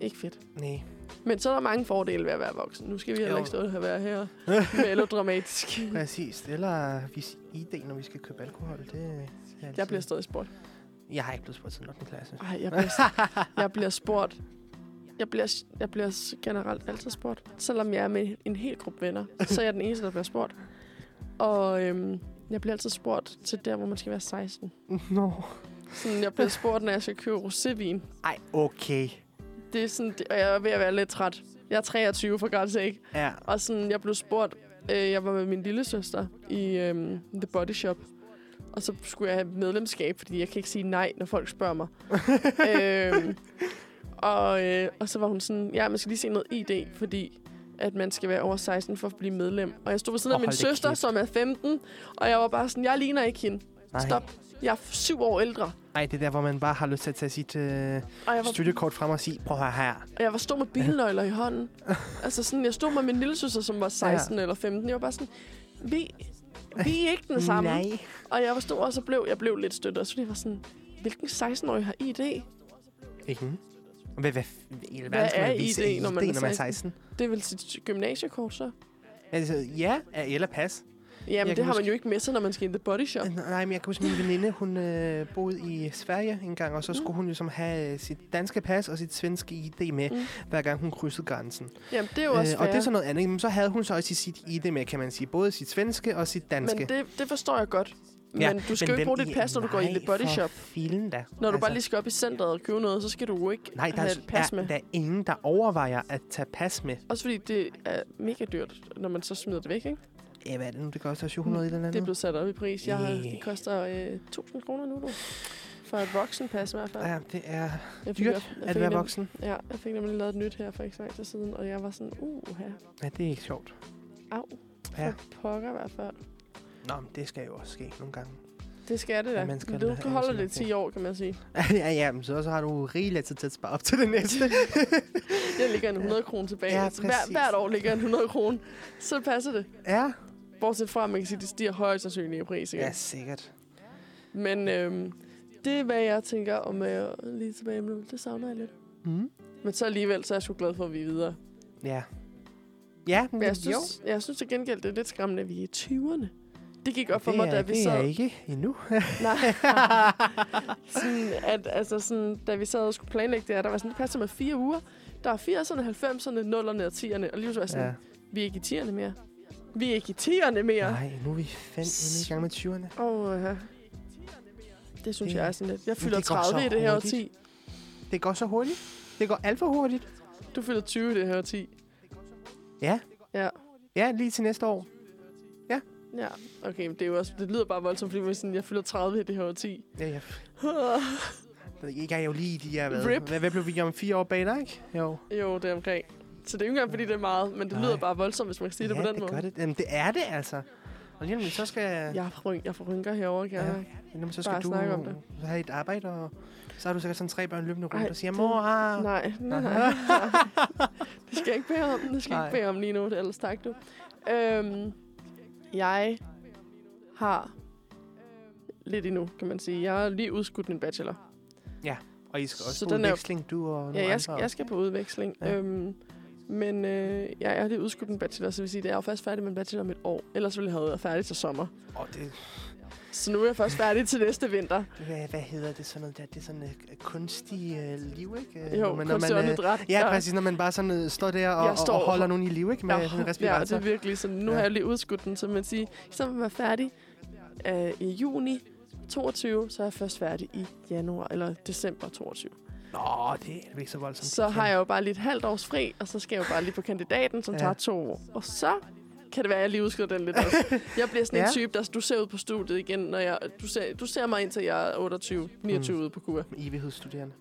Speaker 1: ikke fedt.
Speaker 2: Nej.
Speaker 1: Men så er der mange fordele ved at være voksen. Nu skal vi heller
Speaker 2: Jo.
Speaker 1: ikke stå og være her melodramatisk.
Speaker 2: Præcis. Eller hvis ID, når vi skal købe alkohol, det er altid...
Speaker 1: Jeg bliver stadig spurgt.
Speaker 2: Jeg har ikke blevet spurgt til 8. klasse.
Speaker 1: Ej, jeg bliver, jeg bliver spurgt. Jeg bliver, jeg bliver s- generelt altid spurgt. Selvom jeg er med en hel gruppe venner, så er jeg den eneste, der bliver spurgt. Og øhm, jeg bliver altid spurgt til der, hvor man skal være 16.
Speaker 2: Nå.
Speaker 1: Sådan, jeg bliver spurgt, når jeg skal købe rosévin.
Speaker 2: Ej, okay.
Speaker 1: Det er sådan, det, og jeg er ved at være lidt træt. Jeg er 23, for godt sake.
Speaker 2: Ja.
Speaker 1: Og sådan, jeg blev spurgt, øh, jeg var med min lille søster i øh, The Body Shop. Og så skulle jeg have medlemskab, fordi jeg kan ikke sige nej, når folk spørger mig. øh, og, øh, og så var hun sådan, ja, man skal lige se noget ID, fordi at man skal være over 16 for at blive medlem. Og jeg stod ved siden
Speaker 2: Og
Speaker 1: af min
Speaker 2: hold da
Speaker 1: søster,
Speaker 2: kæft.
Speaker 1: som er 15, og jeg var bare sådan, jeg ligner ikke hende.
Speaker 2: Nej.
Speaker 1: Stop. Jeg er syv år ældre.
Speaker 2: Ej, det er der, hvor man bare har lyst til at tage sit øh,
Speaker 1: Og jeg var,
Speaker 2: studiekort frem og sige, prøv at høre her.
Speaker 1: og jeg var stod med bilnøgler i hånden. altså sådan, jeg stod med min lille søster, som var 16 ja. eller 15. Jeg var bare sådan, vi, vi er ikke den samme.
Speaker 2: Nej.
Speaker 1: Og jeg var stor, og så blev jeg blev lidt stødt også, fordi jeg var sådan, hvilken 16-årig har ID?
Speaker 2: Ingen. Hvad, hvad, hvad,
Speaker 1: Hvad er ID,
Speaker 2: når man er 16?
Speaker 1: Det er vel sit gymnasiekort, så?
Speaker 2: Altså, ja, eller pas.
Speaker 1: Ja, men
Speaker 2: kan
Speaker 1: det har man
Speaker 2: huske- Øh,
Speaker 1: jo ikke med sig, når man skal i The Body Shop.
Speaker 2: Nej, men jeg kan huske, min veninde, hun øh, boede i Sverige engang, og så skulle hun ligesom have øh, sit danske pas og sit svenske ID med,
Speaker 1: Mm.
Speaker 2: mm. hver gang hun krydsede grænsen.
Speaker 1: Jamen, det er jo
Speaker 2: Øh, og
Speaker 1: også fair.
Speaker 2: det er så noget andet. Men så havde hun så også sit ID med, kan man sige. Både sit svenske og sit danske.
Speaker 1: Men det, det forstår jeg godt. Ja, men du skal jo ikke
Speaker 2: hvem
Speaker 1: bruge dit
Speaker 2: i-
Speaker 1: pas, når du går i
Speaker 2: Nej,
Speaker 1: The Body
Speaker 2: for
Speaker 1: Shop.
Speaker 2: Filen da. Altså,
Speaker 1: Når du bare lige skal op i centret og købe noget, så skal du jo ikke
Speaker 2: Nej, der
Speaker 1: have et pas
Speaker 2: er,
Speaker 1: med.
Speaker 2: der er ingen, der overvejer at tage pas med.
Speaker 1: Også fordi det er mega dyrt, når man så smider det væk, ikke?
Speaker 2: Ja, hvad er det nu? Det koster 700 eller
Speaker 1: Mm, Det er
Speaker 2: andet.
Speaker 1: blevet sat op i pris. Jeg har,
Speaker 2: Yeah.
Speaker 1: det koster øh, 1000 kroner nu, du. For et voksenpas i hvert fald.
Speaker 2: Ja, det er
Speaker 1: Jeg fik,
Speaker 2: dyrt
Speaker 1: jeg, jeg
Speaker 2: at
Speaker 1: fik
Speaker 2: være
Speaker 1: nem-
Speaker 2: voksen.
Speaker 1: Ja, jeg fik nemlig lavet et nyt her for ikke så lang tid siden, og jeg var sådan, uh, her.
Speaker 2: Ja, det er ikke sjovt.
Speaker 1: Au.
Speaker 2: Ja.
Speaker 1: For pokker i hvert fald.
Speaker 2: Nå, men det skal jo også ske nogle gange.
Speaker 1: Det skal det da.
Speaker 2: Ja, man skal
Speaker 1: du
Speaker 2: have
Speaker 1: du holder
Speaker 2: sådan
Speaker 1: det
Speaker 2: nogle
Speaker 1: 10 år, kan man sige.
Speaker 2: ja, ja, men så, så har du rigeligt altid til at spare op til det næste.
Speaker 1: Der ligger en 100 kroner tilbage.
Speaker 2: Ja,
Speaker 1: Altså, Hver,
Speaker 2: præcis.
Speaker 1: hvert år ligger en 100 kroner. Så passer det.
Speaker 2: Ja.
Speaker 1: Bortset fra, at man kan sige, at det stiger højst sandsynligt i pris. Ikke?
Speaker 2: Ja,
Speaker 1: Yes.
Speaker 2: sikkert.
Speaker 1: Men øhm, det er, hvad jeg tænker om øh, lige tilbage med. Det savner jeg lidt.
Speaker 2: Mm.
Speaker 1: Men så alligevel, så er jeg sgu glad for, at vi er videre.
Speaker 2: Ja. Ja, men
Speaker 1: Men jeg
Speaker 2: jo.
Speaker 1: synes, jeg synes til gengæld, det er lidt skræmmende, at vi er i 20'erne. Det gik op for
Speaker 2: det
Speaker 1: mig,
Speaker 2: er,
Speaker 1: da vi
Speaker 2: det
Speaker 1: sad...
Speaker 2: er ikke endnu.
Speaker 1: Nej. sådan, at, altså sådan, da vi sad og skulle planlægge det her, der var sådan, det passer med fire uger. Der er 80'erne, 90'erne, 0'erne og 10'erne. Og lige så var jeg sådan,
Speaker 2: ja.
Speaker 1: ja. vi er ikke i 10'erne mere. Vi er ikke i 10'erne mere.
Speaker 2: Nej, nu er vi fandme i gang med 20'erne.
Speaker 1: Åh, oh, ja. Det synes
Speaker 2: Det-
Speaker 1: det, jeg er sådan lidt. Jeg
Speaker 2: Men
Speaker 1: fylder
Speaker 2: det går så
Speaker 1: 30 i det her
Speaker 2: hurtigt.
Speaker 1: årti.
Speaker 2: Det går så hurtigt. Det går alt for hurtigt.
Speaker 1: Du fylder 20 i det her årti.
Speaker 2: Ja.
Speaker 1: Ja.
Speaker 2: Ja, lige til næste år.
Speaker 1: Ja, okay, men det, er jo også, det lyder bare voldsomt, fordi man er sådan, jeg fylder 30 i det her årti.
Speaker 2: Ja, ja. Jeg er jo lige i de her, hvad,
Speaker 1: Rip.
Speaker 2: hvad, hvad blev vi om fire år bag dig, ikke? Jo.
Speaker 1: jo, det er omkring. Så det er jo ikke engang, fordi det er meget, men det
Speaker 2: Nej.
Speaker 1: lyder bare voldsomt, hvis man kan sige det
Speaker 2: ja,
Speaker 1: på den
Speaker 2: det
Speaker 1: måde.
Speaker 2: Gør det. Jamen, det er det, altså. Og lige om lidt, så skal, ja.
Speaker 1: Jeg, får, jeg får rynker herovre, kan jeg
Speaker 2: Ja.
Speaker 1: mærke.
Speaker 2: jamen, så
Speaker 1: bare
Speaker 2: skal du
Speaker 1: snakke om det.
Speaker 2: have et arbejde, og så har du sikkert sådan tre børn løbende rundt
Speaker 1: Ej,
Speaker 2: og siger,
Speaker 1: det-
Speaker 2: mor, ah.
Speaker 1: Nej, nej, nej. Det skal jeg ikke bede om. Det skal jeg
Speaker 2: Nej.
Speaker 1: ikke bede om lige nu, det ellers tak du. Øhm, jeg har lidt endnu, kan man sige. Jeg har lige udskudt min bachelor.
Speaker 2: Og I skal også
Speaker 1: Så
Speaker 2: så
Speaker 1: den er
Speaker 2: den
Speaker 1: jo-
Speaker 2: veksling, du og nogle
Speaker 1: Ja, jeg,
Speaker 2: andre.
Speaker 1: skal, jeg skal på udveksling.
Speaker 2: Ja.
Speaker 1: Ja. Øhm, men øh, jeg jeg har lige udskudt min bachelor, så det vil sige, at jeg er jo først færdig med min bachelor om et år. Ellers ville jeg have været færdig til sommer.
Speaker 2: Og det,
Speaker 1: Så nu er jeg først færdig til næste vinter.
Speaker 2: hvad, hvad hedder det sådan noget der? Det er sådan et øh, kunstigt øh, liv, ikke? Øh,
Speaker 1: Jo, men, kunstig
Speaker 2: øh,
Speaker 1: åndedræt.
Speaker 2: Ja, præcis, når man bare sådan øh, står der og,
Speaker 1: Jeg
Speaker 2: og-
Speaker 1: står
Speaker 2: og
Speaker 1: og-
Speaker 2: holder nogen i live, ikke? Med øh, sådan en
Speaker 1: ja, det
Speaker 2: respirator.
Speaker 1: er virkelig sådan. Nu
Speaker 2: Ja.
Speaker 1: ja. har jeg lige udskudt den, så man siger, så man er færdig øh, i juni 22, så er jeg først færdig i januar eller december 22.
Speaker 2: Nå, det er ikke så voldsomt.
Speaker 1: Så har jeg jo bare lige et halvt års fri, og så skal jeg jo bare lige på kandidaten, som ja.
Speaker 2: Ja.
Speaker 1: tager to år. Og så kan det være, at jeg lige udskyder den lidt også. Jeg bliver sådan ja.
Speaker 2: Ja.
Speaker 1: en type, der du ser ud på studiet igen, når jeg, du, ser, du ser mig indtil jeg er 28, 29 mm. ude på kur.
Speaker 2: Evighedsstuderende.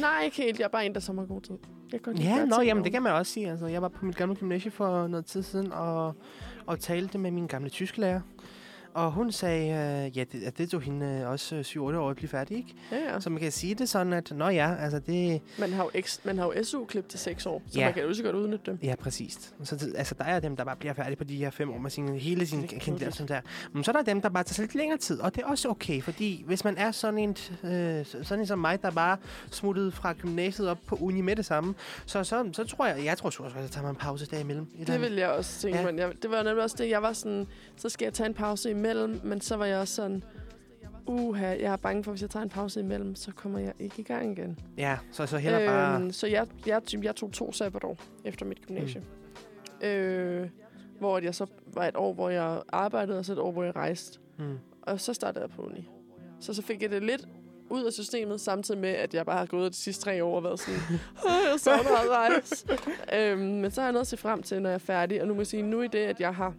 Speaker 1: Nej, ikke helt. Jeg er bare en, der som har god tid. Jeg kan godt lide
Speaker 2: Ja,
Speaker 1: at
Speaker 2: nå,
Speaker 1: tænke
Speaker 2: jamen
Speaker 1: over.
Speaker 2: det kan man også sige. Altså, jeg var på mit gamle gymnasie for noget tid siden og, og talte med min gamle tysklærer. Og hun sagde, øh, ja, det, at det tog hende øh, også øh, 7-8 år at blive færdig, ikke?
Speaker 1: Ja, ja.
Speaker 2: Så man kan sige det sådan, at nå ja, altså det...
Speaker 1: Man har jo, eks- man har jo SU-klip til 6 år, så
Speaker 2: Ja.
Speaker 1: ja. man kan jo lige så godt udnytte dem.
Speaker 2: Ja, præcis. Så, det- altså, der er dem, der bare bliver færdige på de her fem år med sin, hele sin
Speaker 1: Det er
Speaker 2: kandidat. Sådan der. Men så er der dem, der bare tager sig lidt længere tid, og det er også okay, fordi hvis man er sådan en, øh, så- sådan en som mig, der bare smuttede fra gymnasiet op på uni med det samme, så, så, så tror jeg, jeg tror sgu også, at jeg tager mig en pause der imellem. Et eller
Speaker 1: Det
Speaker 2: andet.
Speaker 1: ville jeg også tænke,
Speaker 2: Ja.
Speaker 1: ja. men jeg, det var nemlig også det, jeg var sådan, så skal jeg tage en pause imellem, men så var jeg også sådan, uha, jeg er bange for, hvis jeg tager en pause imellem, så kommer jeg ikke i gang igen. Øhm,
Speaker 2: Ja, så, så heller bare...
Speaker 1: så jeg, jeg, typ, jeg tog to sabbatår efter mit gymnasie. Mm. Øh, hvor at jeg så var et år, hvor jeg arbejdede, og så et år, hvor jeg rejste.
Speaker 2: Mm.
Speaker 1: Og så startede jeg på uni. Så så fik jeg det lidt ud af systemet, samtidig med, at jeg bare har gået de sidste tre år og været sådan, "Åh, jeg savner at rejse. øhm, men så har jeg noget at se frem til, når jeg er færdig. Og nu må jeg sige, nu i det, at jeg har,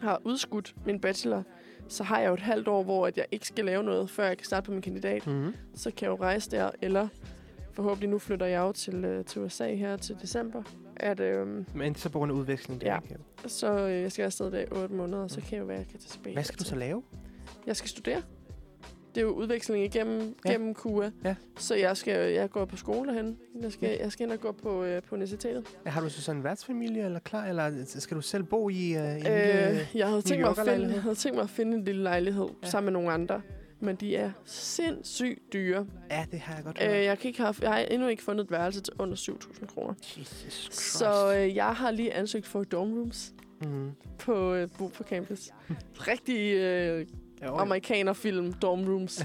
Speaker 1: har udskudt min bachelor, så har jeg jo et halvt år, hvor at jeg ikke skal lave noget, før jeg kan starte på min kandidat.
Speaker 2: Mm.
Speaker 1: Så kan jeg jo rejse der, eller forhåbentlig nu flytter jeg jo til, øh, til USA her til december. At, øhm,
Speaker 2: Men det er så på grund af udveksling. Det
Speaker 1: Ja.
Speaker 2: er ikke-
Speaker 1: så øh, jeg skal afsted der i otte måneder, og så kan jeg jo være, at jeg kan tage tilbage.
Speaker 2: Hvad skal du
Speaker 1: hertil.
Speaker 2: så lave?
Speaker 1: Jeg skal studere. Det er jo udveksling igennem
Speaker 2: Ja.
Speaker 1: ja. gennem KUA.
Speaker 2: Ja.
Speaker 1: Så jeg skal jeg går på skole hen. Jeg skal, jeg skal ind og gå på, øh, på universitetet.
Speaker 2: Har du så sådan en værtsfamilie, eller klar? Eller skal du selv bo i øh, en
Speaker 1: Øh,
Speaker 2: lille...
Speaker 1: jeg havde tænkt, mig at finde,
Speaker 2: Yorker-lejlighed?
Speaker 1: jeg havde tænkt mig at finde en lille lejlighed
Speaker 2: Ja.
Speaker 1: ja. sammen med nogle andre. Men de er sindssygt dyre.
Speaker 2: Ja, det har jeg godt hørt.
Speaker 1: Øh, jeg, kan ikke have, jeg har endnu ikke fundet et værelse til under 7.000 kroner.
Speaker 2: Jesus Christ.
Speaker 1: Så øh, jeg har lige ansøgt for dorm rooms
Speaker 2: Mm.
Speaker 1: på, øh, bo på campus. Rigtig øh,
Speaker 2: Ja, og-
Speaker 1: amerikanerfilm, dorm rooms.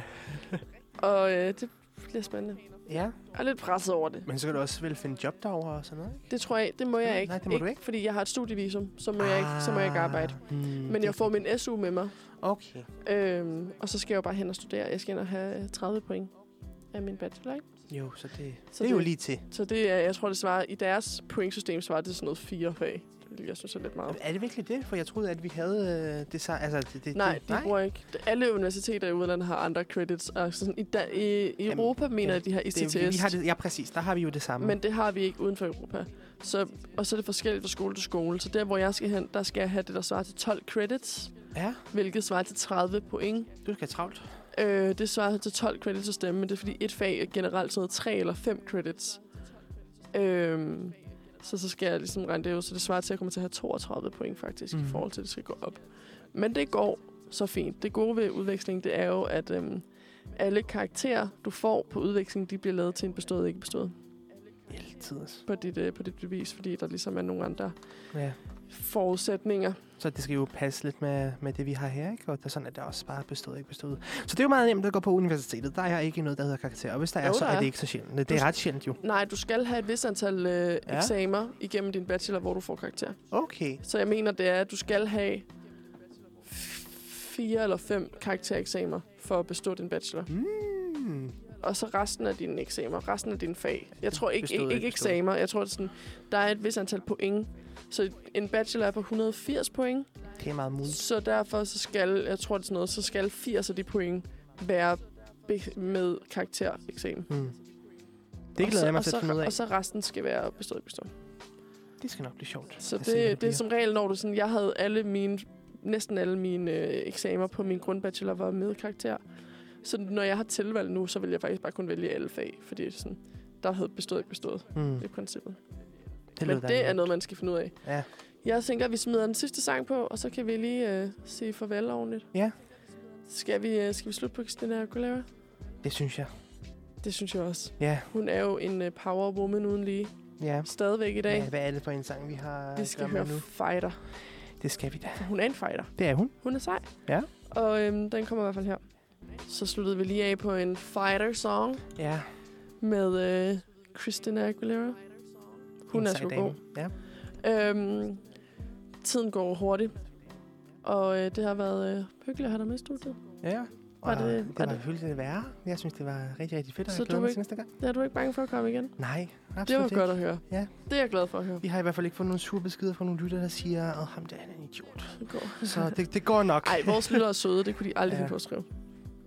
Speaker 1: og øh, det bliver spændende.
Speaker 2: ja,
Speaker 1: Jeg er lidt presset over det.
Speaker 2: men så kan du også vel finde job derovre og sådan noget, ikke?
Speaker 1: Det tror jeg, det må jeg ikke.
Speaker 2: Nej, det må du
Speaker 1: ikke,
Speaker 2: ikke.
Speaker 1: Fordi jeg har et studievisum, så må, jeg ikke, så må jeg ikke arbejde.
Speaker 2: Mm,
Speaker 1: Men jeg får min SU med mig,
Speaker 2: Okay.
Speaker 1: øhm, og så skal jeg jo bare hen og studere. Jeg skal ind og have øh, 30 point af min bachelor. Ikke?
Speaker 2: Jo, så det, så
Speaker 1: Så
Speaker 2: det er jo
Speaker 1: det-
Speaker 2: lige til.
Speaker 1: Så det er, jeg tror, det svarer, i deres pointsystem svarer det sådan noget fire fag. hvilket Jeg synes, det er lidt meget.
Speaker 2: Er det virkelig det? For jeg troede, at vi havde øh, det så... Altså, det, det,
Speaker 1: Nej,
Speaker 2: det,
Speaker 1: de bruger ikke. Alle universiteter i udlandet har andre credits. Og sådan, i, da, i, i
Speaker 2: Jamen,
Speaker 1: Europa mener
Speaker 2: ja,
Speaker 1: jeg, de har
Speaker 2: det, vi, vi
Speaker 1: ICTS,
Speaker 2: har det, ja, præcis. Der har vi jo det samme.
Speaker 1: men det har vi ikke uden for Europa. Så, og så er det forskelligt fra skole til skole. Så der, hvor jeg skal hen, der skal jeg have det, der svarer til 12 credits,
Speaker 2: Ja,
Speaker 1: hvilket svarer til 30 point.
Speaker 2: du skal have travlt.
Speaker 1: Øh, det svarer til 12 credits at stemme, men det er fordi et fag er generelt sådan noget 3 eller 5 credits. Øhm, så, så skal jeg ligesom regne det ud, så det svarer til, at jeg kommer til at have 32 point faktisk, mm. i
Speaker 2: Mhm.
Speaker 1: forhold til, at det skal gå op. Men det går så fint. Det gode ved udveksling, det er jo, at øhm, alle karakterer, du får på udveksling, de bliver lavet til en bestået ikke bestået
Speaker 2: Altid. altså.
Speaker 1: på dit, øh, på dit bevis, fordi der ligesom er nogle andre
Speaker 2: Ja.
Speaker 1: forudsætninger.
Speaker 2: Så det skal jo passe lidt med, med det, vi har her, ikke? Og der er sådan, at det også bare bestået ikke bestået. Så det er jo meget nemt at gå på universitetet. Der er ikke noget, der hedder karakter. Og hvis der er,
Speaker 1: Jo,
Speaker 2: så
Speaker 1: der
Speaker 2: er
Speaker 1: er.
Speaker 2: det ikke så sjældent. Det er ret sjældent jo.
Speaker 1: Nej, du skal have et vis antal øh,
Speaker 2: Ja.
Speaker 1: ja. eksamer igennem din bachelor, hvor du får karakter.
Speaker 2: Okay.
Speaker 1: Så jeg mener, det er, at du skal have f- fire eller fem karaktereksamer for at bestå din bachelor.
Speaker 2: Mm.
Speaker 1: Og så resten af dine eksamer, resten af dine fag. Jeg tror ikke,
Speaker 2: Bestået,
Speaker 1: ikke, ikke
Speaker 2: ikke bestået.
Speaker 1: eksamer, jeg tror, det er sådan, der er et vis antal point. Så en bachelor er på 180 point,
Speaker 2: Det er meget muligt.
Speaker 1: så derfor så skal, jeg tror det er sådan noget, så skal 80 af de point være be- med karaktereksamen.
Speaker 2: Mm. Det
Speaker 1: Og
Speaker 2: glæder
Speaker 1: så-
Speaker 2: jeg mig
Speaker 1: og
Speaker 2: til
Speaker 1: så-
Speaker 2: at finde ud af.
Speaker 1: Og så resten skal være bestået bestået.
Speaker 2: Det skal nok blive sjovt.
Speaker 1: Så
Speaker 2: Lad os se, hvad
Speaker 1: det, det er
Speaker 2: bliver.
Speaker 1: som regel, når du sådan, jeg havde alle mine, næsten alle mine øh, eksamer på min grundbachelor var med karakter. Så når jeg har tilvalg nu, så vil jeg faktisk bare kun vælge alle fag, fordi sådan, der havde bestået ikke bestået
Speaker 2: Mm.
Speaker 1: i princippet.
Speaker 2: Det,
Speaker 1: Men
Speaker 2: lyder
Speaker 1: det
Speaker 2: dejligt.
Speaker 1: er noget, man skal finde ud af.
Speaker 2: Ja.
Speaker 1: Jeg tænker, at vi smider den sidste sang på, og så kan vi lige øh, sige farvel ordentligt.
Speaker 2: Ja.
Speaker 1: Skal vi, øh, skal vi slutte på Christina Aguilera?
Speaker 2: Det synes jeg.
Speaker 1: Det synes jeg også.
Speaker 2: Ja.
Speaker 1: Hun er jo en øh, power woman uden lige.
Speaker 2: Ja.
Speaker 1: Stadigvæk i dag.
Speaker 2: ja. Hvad er det for en sang, vi har
Speaker 1: vi
Speaker 2: at
Speaker 1: skal
Speaker 2: gøre med
Speaker 1: høre
Speaker 2: nu?
Speaker 1: Fighter.
Speaker 2: Det skal vi da.
Speaker 1: For Hun er en fighter.
Speaker 2: Det er hun.
Speaker 1: Hun er sej.
Speaker 2: Ja.
Speaker 1: Og øhm, den kommer i hvert fald her. Så sluttede vi lige af på en fighter song
Speaker 2: Ja.
Speaker 1: med øh, Christina Aguilera. Hun
Speaker 2: en
Speaker 1: er
Speaker 2: sej
Speaker 1: sgu
Speaker 2: dame.
Speaker 1: god.
Speaker 2: Ja.
Speaker 1: Øhm, tiden går hurtigt. Og øh, det har været øh, hyggeligt at have dig med i studiet.
Speaker 2: Ja.
Speaker 1: Var
Speaker 2: Og
Speaker 1: det-
Speaker 2: det
Speaker 1: var
Speaker 2: var
Speaker 1: det-
Speaker 2: hyggeligt at være. Jeg synes, det var rigtig, rigtig fedt, og
Speaker 1: Så
Speaker 2: jeg
Speaker 1: du
Speaker 2: glæder mig
Speaker 1: ikke-
Speaker 2: til næste gang.
Speaker 1: Er du ikke bange for at komme igen?
Speaker 2: Nej, absolut
Speaker 1: Det var
Speaker 2: ikke.
Speaker 1: godt at høre.
Speaker 2: Ja.
Speaker 1: Det er jeg glad for at høre.
Speaker 2: Vi har i hvert fald ikke fået nogen sure beskeder fra nogle lytter, der siger, at ham der han er en idiot.
Speaker 1: Det går.
Speaker 2: Så det, det går nok.
Speaker 1: Ej, vores lyttere er søde. Det kunne de aldrig
Speaker 2: Ja.
Speaker 1: ja. finde på at skrive.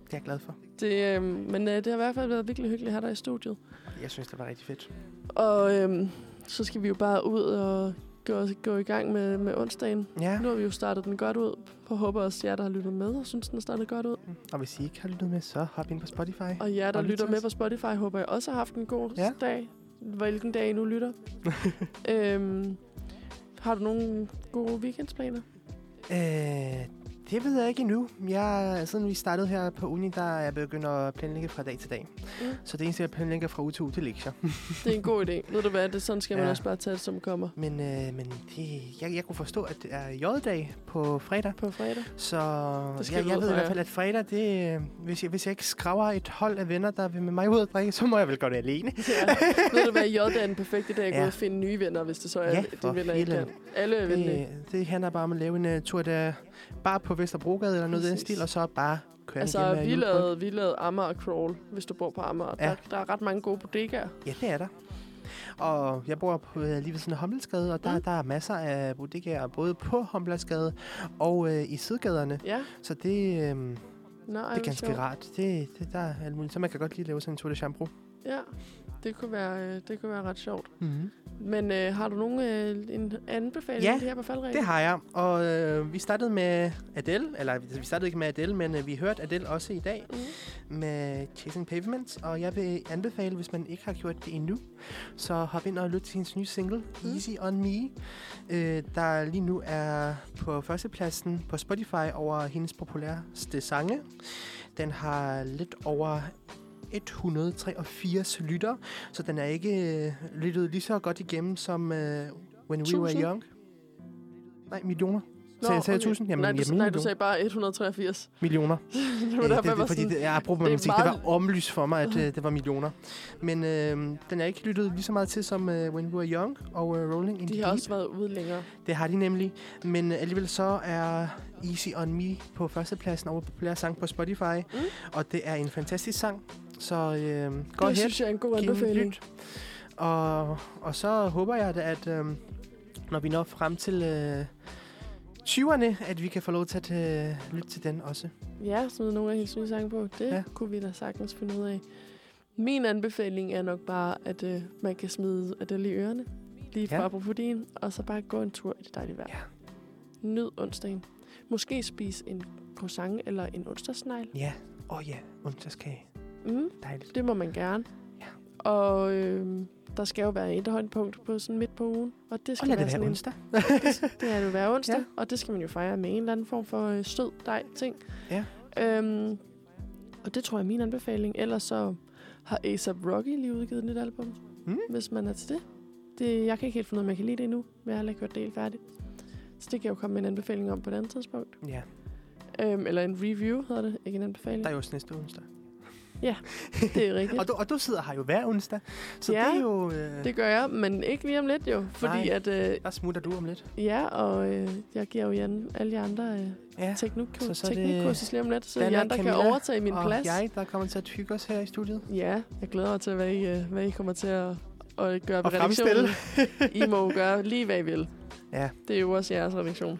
Speaker 2: Det er jeg glad for.
Speaker 1: Det, øhm, men øh, det har i hvert fald været virkelig hyggeligt at have dig i studiet.
Speaker 2: Jeg synes, det var rigtig fedt.
Speaker 1: Og øhm, så skal vi jo bare ud og gå, gå i gang med, med onsdagen.
Speaker 2: Ja,
Speaker 1: Nu har vi jo startet den godt ud, og håber også, at jer, der har lyttet med, og synes, den er startet godt ud.
Speaker 2: og hvis I ikke har lyttet med, så hop ind på Spotify.
Speaker 1: Og jer, der
Speaker 2: Og lyt
Speaker 1: lytter
Speaker 2: til
Speaker 1: med
Speaker 2: os.
Speaker 1: på Spotify, håber jeg også har haft en god
Speaker 2: Ja.
Speaker 1: ja. dag. Hvilken dag I nu lytter. øhm, har du nogle gode weekendsplaner?
Speaker 2: Øh, det ved jeg ikke endnu. Jeg, siden vi startede her på uni, der er jeg begyndt at planlægge fra dag til dag.
Speaker 1: Mm.
Speaker 2: Så det eneste, jeg planlægger fra uge til uge, det er lektier.
Speaker 1: Det er en god idé. Ved du hvad, det er sådan skal ja.
Speaker 2: Ja.
Speaker 1: man også bare tage det, som kommer
Speaker 2: Men, øh, men det, jeg, jeg kunne forstå, at det er J-dag på fredag.
Speaker 1: på fredag.
Speaker 2: Så
Speaker 1: Det skal
Speaker 2: jeg,
Speaker 1: du
Speaker 2: jeg
Speaker 1: ud
Speaker 2: ved i
Speaker 1: fra,
Speaker 2: hvert
Speaker 1: ja.
Speaker 2: fald, at fredag, det, øh, hvis, jeg, hvis jeg ikke skraver et hold af venner, der vil med mig ud og drikke, så må jeg vel gøre det alene.
Speaker 1: Ja. Ved du hvad, J er den perfekte dag at gå
Speaker 2: Ja.
Speaker 1: ud og finde nye venner, hvis det så er
Speaker 2: Ja,
Speaker 1: ja,
Speaker 2: for
Speaker 1: dine venner ikke
Speaker 2: helvede.
Speaker 1: kan. Alle er venlige.
Speaker 2: Det, det handler bare om at lave en uh, tur der bare på Vesterbrogade eller noget i den
Speaker 1: Præcis.
Speaker 2: stil, og så bare køre
Speaker 1: Altså,
Speaker 2: igennem øh, af
Speaker 1: vi
Speaker 2: Jylland.
Speaker 1: lavede, vi lavede Amager Crawl, hvis du bor på Amager. Ja.
Speaker 2: Ja.
Speaker 1: Der, der er ret mange gode bodegaer.
Speaker 2: Ja, det er der. Og jeg bor på, øh, lige ved siden af Hommelsgade, og der,
Speaker 1: Mm.
Speaker 2: mm. der er masser af bodegaer både på Hommelsgade og øh, i sidegaderne.
Speaker 1: Ja,
Speaker 2: Så det, øh, det
Speaker 1: nej,
Speaker 2: er ganske rart. Det, det, der er alt muligt. Så man kan godt lige lave sådan en tur de shampoo.
Speaker 1: Ja, det kunne være, øh, det kunne være ret sjovt.
Speaker 2: Mm.
Speaker 1: Men øh, har du nogen øh, en anbefaling
Speaker 2: Ja,
Speaker 1: ja, her på faldreglen?
Speaker 2: Det har jeg. Og øh, vi startede med Adele, eller vi startede ikke med Adele, men øh, vi hørte Adele også i dag.
Speaker 1: Mm.
Speaker 2: med Chasing Pavements, og jeg vil anbefale, hvis man ikke har gjort det endnu, så hop ind og lyt til hendes nye single,
Speaker 1: Mm.
Speaker 2: Easy On Me, øh, der lige nu er på førstepladsen på Spotify over hendes populæreste sange. Den har lidt over 183 lytter, så den er ikke øh, lyttet lige så godt igennem som øh, When We Were
Speaker 1: Tusind?
Speaker 2: Young. Nej, millioner. Sagde jeg- sagde jeg 1000? Jamen,
Speaker 1: nej,
Speaker 2: jeg
Speaker 1: du,
Speaker 2: mener
Speaker 1: nej, du
Speaker 2: jo.
Speaker 1: sagde bare 183.
Speaker 2: Millioner.
Speaker 1: det var
Speaker 2: Øh,
Speaker 1: derfor,
Speaker 2: det,
Speaker 1: jeg var
Speaker 2: det, fordi
Speaker 1: sådan,
Speaker 2: det, ja, apropos
Speaker 1: det
Speaker 2: det,
Speaker 1: er
Speaker 2: musik,
Speaker 1: meget-
Speaker 2: det var omlys for mig, at øh, det var millioner. Men øh, den er ikke lyttet lige så meget til som øh, When We Were Young og øh, Rolling in
Speaker 1: de
Speaker 2: the
Speaker 1: har
Speaker 2: Deep.
Speaker 1: også været ude længere.
Speaker 2: Det har de nemlig. Men øh, alligevel så er Easy On Me på førstepladsen over populær sang på Spotify. Mm. Og det er en fantastisk sang. Så øh,
Speaker 1: det
Speaker 2: gå hen,
Speaker 1: synes jeg er en god
Speaker 2: giv den et
Speaker 1: anbefaling.
Speaker 2: lyt. Og, og så håber jeg da, at øh, når vi når frem til øh, 20'erne, at vi kan få lov til at øh, lytte til den også.
Speaker 1: Ja, smid nogle af hendes nye sange på. Det
Speaker 2: Ja.
Speaker 1: ja. kunne vi da sagtens finde ud af. Min anbefaling er nok bare, at øh, man kan smide Adele i ørerne. Lige fra
Speaker 2: Ja.
Speaker 1: på din, og så bare gå en tur i det dejlige vejr.
Speaker 2: Ja.
Speaker 1: Nyd onsdagen. Måske spis en croissant eller en onsdagsnegl.
Speaker 2: Ja, åh oh, ja, onsdagskage.
Speaker 1: Mm,
Speaker 2: Dejligt.
Speaker 1: det må man gerne.
Speaker 2: Ja.
Speaker 1: Og øh, der skal jo være et højdepunkt på sådan midt på ugen. Og det
Speaker 2: Og
Speaker 1: skal
Speaker 2: lad det
Speaker 1: være
Speaker 2: være
Speaker 1: sådan en
Speaker 2: onsdag.
Speaker 1: Det er det hver onsdag,
Speaker 2: Ja.
Speaker 1: ja. og det skal man jo fejre med en eller anden form for øh, sød dej ting.
Speaker 2: Ja.
Speaker 1: Øhm, og det tror jeg er min anbefaling. Ellers så har A$AP Rocky lige udgivet et nyt album,
Speaker 2: Mm.
Speaker 1: hvis man er til det. det. Jeg kan ikke helt finde ud af, om jeg kan lide det endnu, men jeg har heller ikke hørt det helt færdigt. Så det kan jeg jo komme med en anbefaling om på et andet tidspunkt.
Speaker 2: Ja,
Speaker 1: Øhm, eller en review hedder det, ikke en anbefaling.
Speaker 2: der er jo også næste onsdag.
Speaker 1: Det er rigtigt.
Speaker 2: Og du, og du sidder her jo hver onsdag. Så
Speaker 1: Ja,
Speaker 2: det er jo... Øh, det...
Speaker 1: Det gør jeg, men ikke lige om lidt jo. Fordi
Speaker 2: Nej.
Speaker 1: at, øh,
Speaker 2: Der smutter du om lidt.
Speaker 1: ja, og øh, jeg giver jo Jan alle de andre øh,
Speaker 2: Ja.
Speaker 1: teknikkursus så,
Speaker 2: så- så
Speaker 1: så
Speaker 2: er det
Speaker 1: teknikkursus lige om lidt, så
Speaker 2: Dan
Speaker 1: I
Speaker 2: og
Speaker 1: andre kan
Speaker 2: Camilla
Speaker 1: overtage min
Speaker 2: og
Speaker 1: plads.
Speaker 2: jeg, der kommer til at hygge os her i studiet.
Speaker 1: Ja, jeg glæder mig til, hvad I, øh, hvad I kommer til at, at gøre
Speaker 2: Og
Speaker 1: ved redaktionen. I må jo gøre lige, hvad I vil.
Speaker 2: Ja.
Speaker 1: Det er jo også jeres redaktion.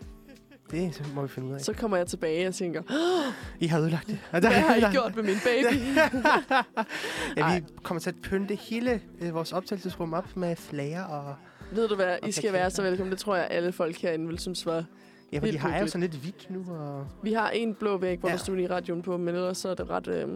Speaker 2: Det må vi finde ud af.
Speaker 1: Så kommer jeg tilbage og tænker,
Speaker 2: I har ødelagt det.
Speaker 1: hvad har I gjort med min baby?
Speaker 2: ja, vi kommer til at pynte hele øh, vores optagelsesrum op med flager og...
Speaker 1: Ved du hvad,
Speaker 2: Okay,
Speaker 1: I skal være
Speaker 2: ja.
Speaker 1: så velkommen. Det tror jeg, alle folk herinde vil synes var.
Speaker 2: Ja, for
Speaker 1: Helt
Speaker 2: de har jo
Speaker 1: hyggeligt.
Speaker 2: sådan lidt hvidt nu, og...
Speaker 1: Vi har en blå væg, hvor
Speaker 2: Ja.
Speaker 1: ja. der stod i radioen på, men ellers så er det ret... Øh,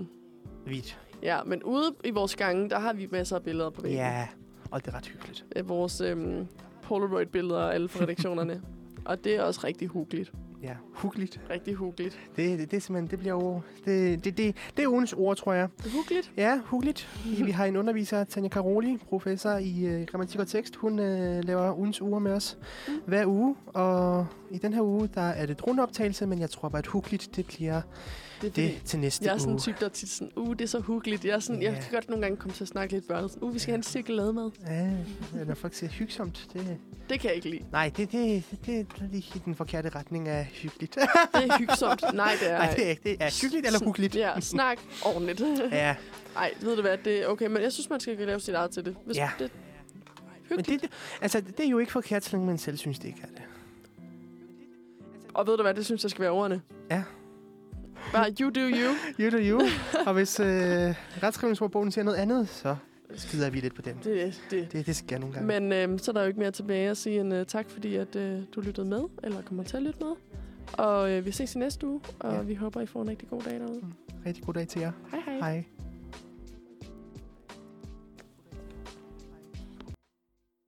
Speaker 2: Hvidt.
Speaker 1: ja, men ude i vores gange, der har vi masser af billeder på væggen.
Speaker 2: Ja, og det er ret hyggeligt.
Speaker 1: Af Vores øh, Polaroid-billeder og alle fra redaktionerne. og det er også rigtig huggeligt.
Speaker 2: Ja, hyggeligt.
Speaker 1: Rigtig huggeligt.
Speaker 2: Det, det, det er simpelthen, det bliver ord. Det, det, det, det er ugens ord, tror jeg.
Speaker 1: Huggeligt?
Speaker 2: Ja, hyggeligt. Vi har en underviser, Tanja Karoli, professor i øh, grammatik og tekst. Hun øh, laver ugens uger med os hver uge. Og i den her uge, der er det droneoptagelse, men jeg tror bare, at hyggeligt, det bliver
Speaker 1: Det er fordi,
Speaker 2: det til næste
Speaker 1: Jeg er sådan en
Speaker 2: uge.
Speaker 1: type, der tit sådan, uh, det er så hyggeligt. Jeg, er sådan,
Speaker 2: Ja.
Speaker 1: jeg kan godt nogle gange komme til at snakke lidt børn. Sådan, uh, vi skal have en cirkulade med.
Speaker 2: Ja, når folk siger hyggesomt, det...
Speaker 1: Det kan jeg ikke lide.
Speaker 2: Nej, det, det, det, det er lige i den forkerte retning af hyggeligt.
Speaker 1: Det er hyggesomt. Nej, det er...
Speaker 2: Nej, det er ikke. Det er hyggeligt eller
Speaker 1: Sådan-
Speaker 2: hyggeligt.
Speaker 1: Ja, snak ordentligt.
Speaker 2: Ja,
Speaker 1: Nej, ved du hvad, det er okay, men jeg synes, man skal lave sit eget til det. Hvis
Speaker 2: Ja.
Speaker 1: det
Speaker 2: men det, altså, det er jo ikke forkert, så længe man selv synes, det ikke er det.
Speaker 1: og ved du hvad, det synes jeg skal være ordene.
Speaker 2: Ja.
Speaker 1: Bare you do you.
Speaker 2: You do you. Og hvis øh, retskrivningsordbogen siger noget andet, så skider vi lidt på den.
Speaker 1: Det er det.
Speaker 2: Det, det sker nogle gange.
Speaker 1: Men øhm, så er der jo ikke mere tilbage at sige end uh, tak, fordi at, uh, du lyttede med, eller kommer til at lytte med. Og uh, vi ses i næste uge, og
Speaker 2: Ja.
Speaker 1: ja. vi håber, I får en rigtig god dag derude.
Speaker 2: Rigtig god dag til jer.
Speaker 1: Hej hej.
Speaker 2: Hej.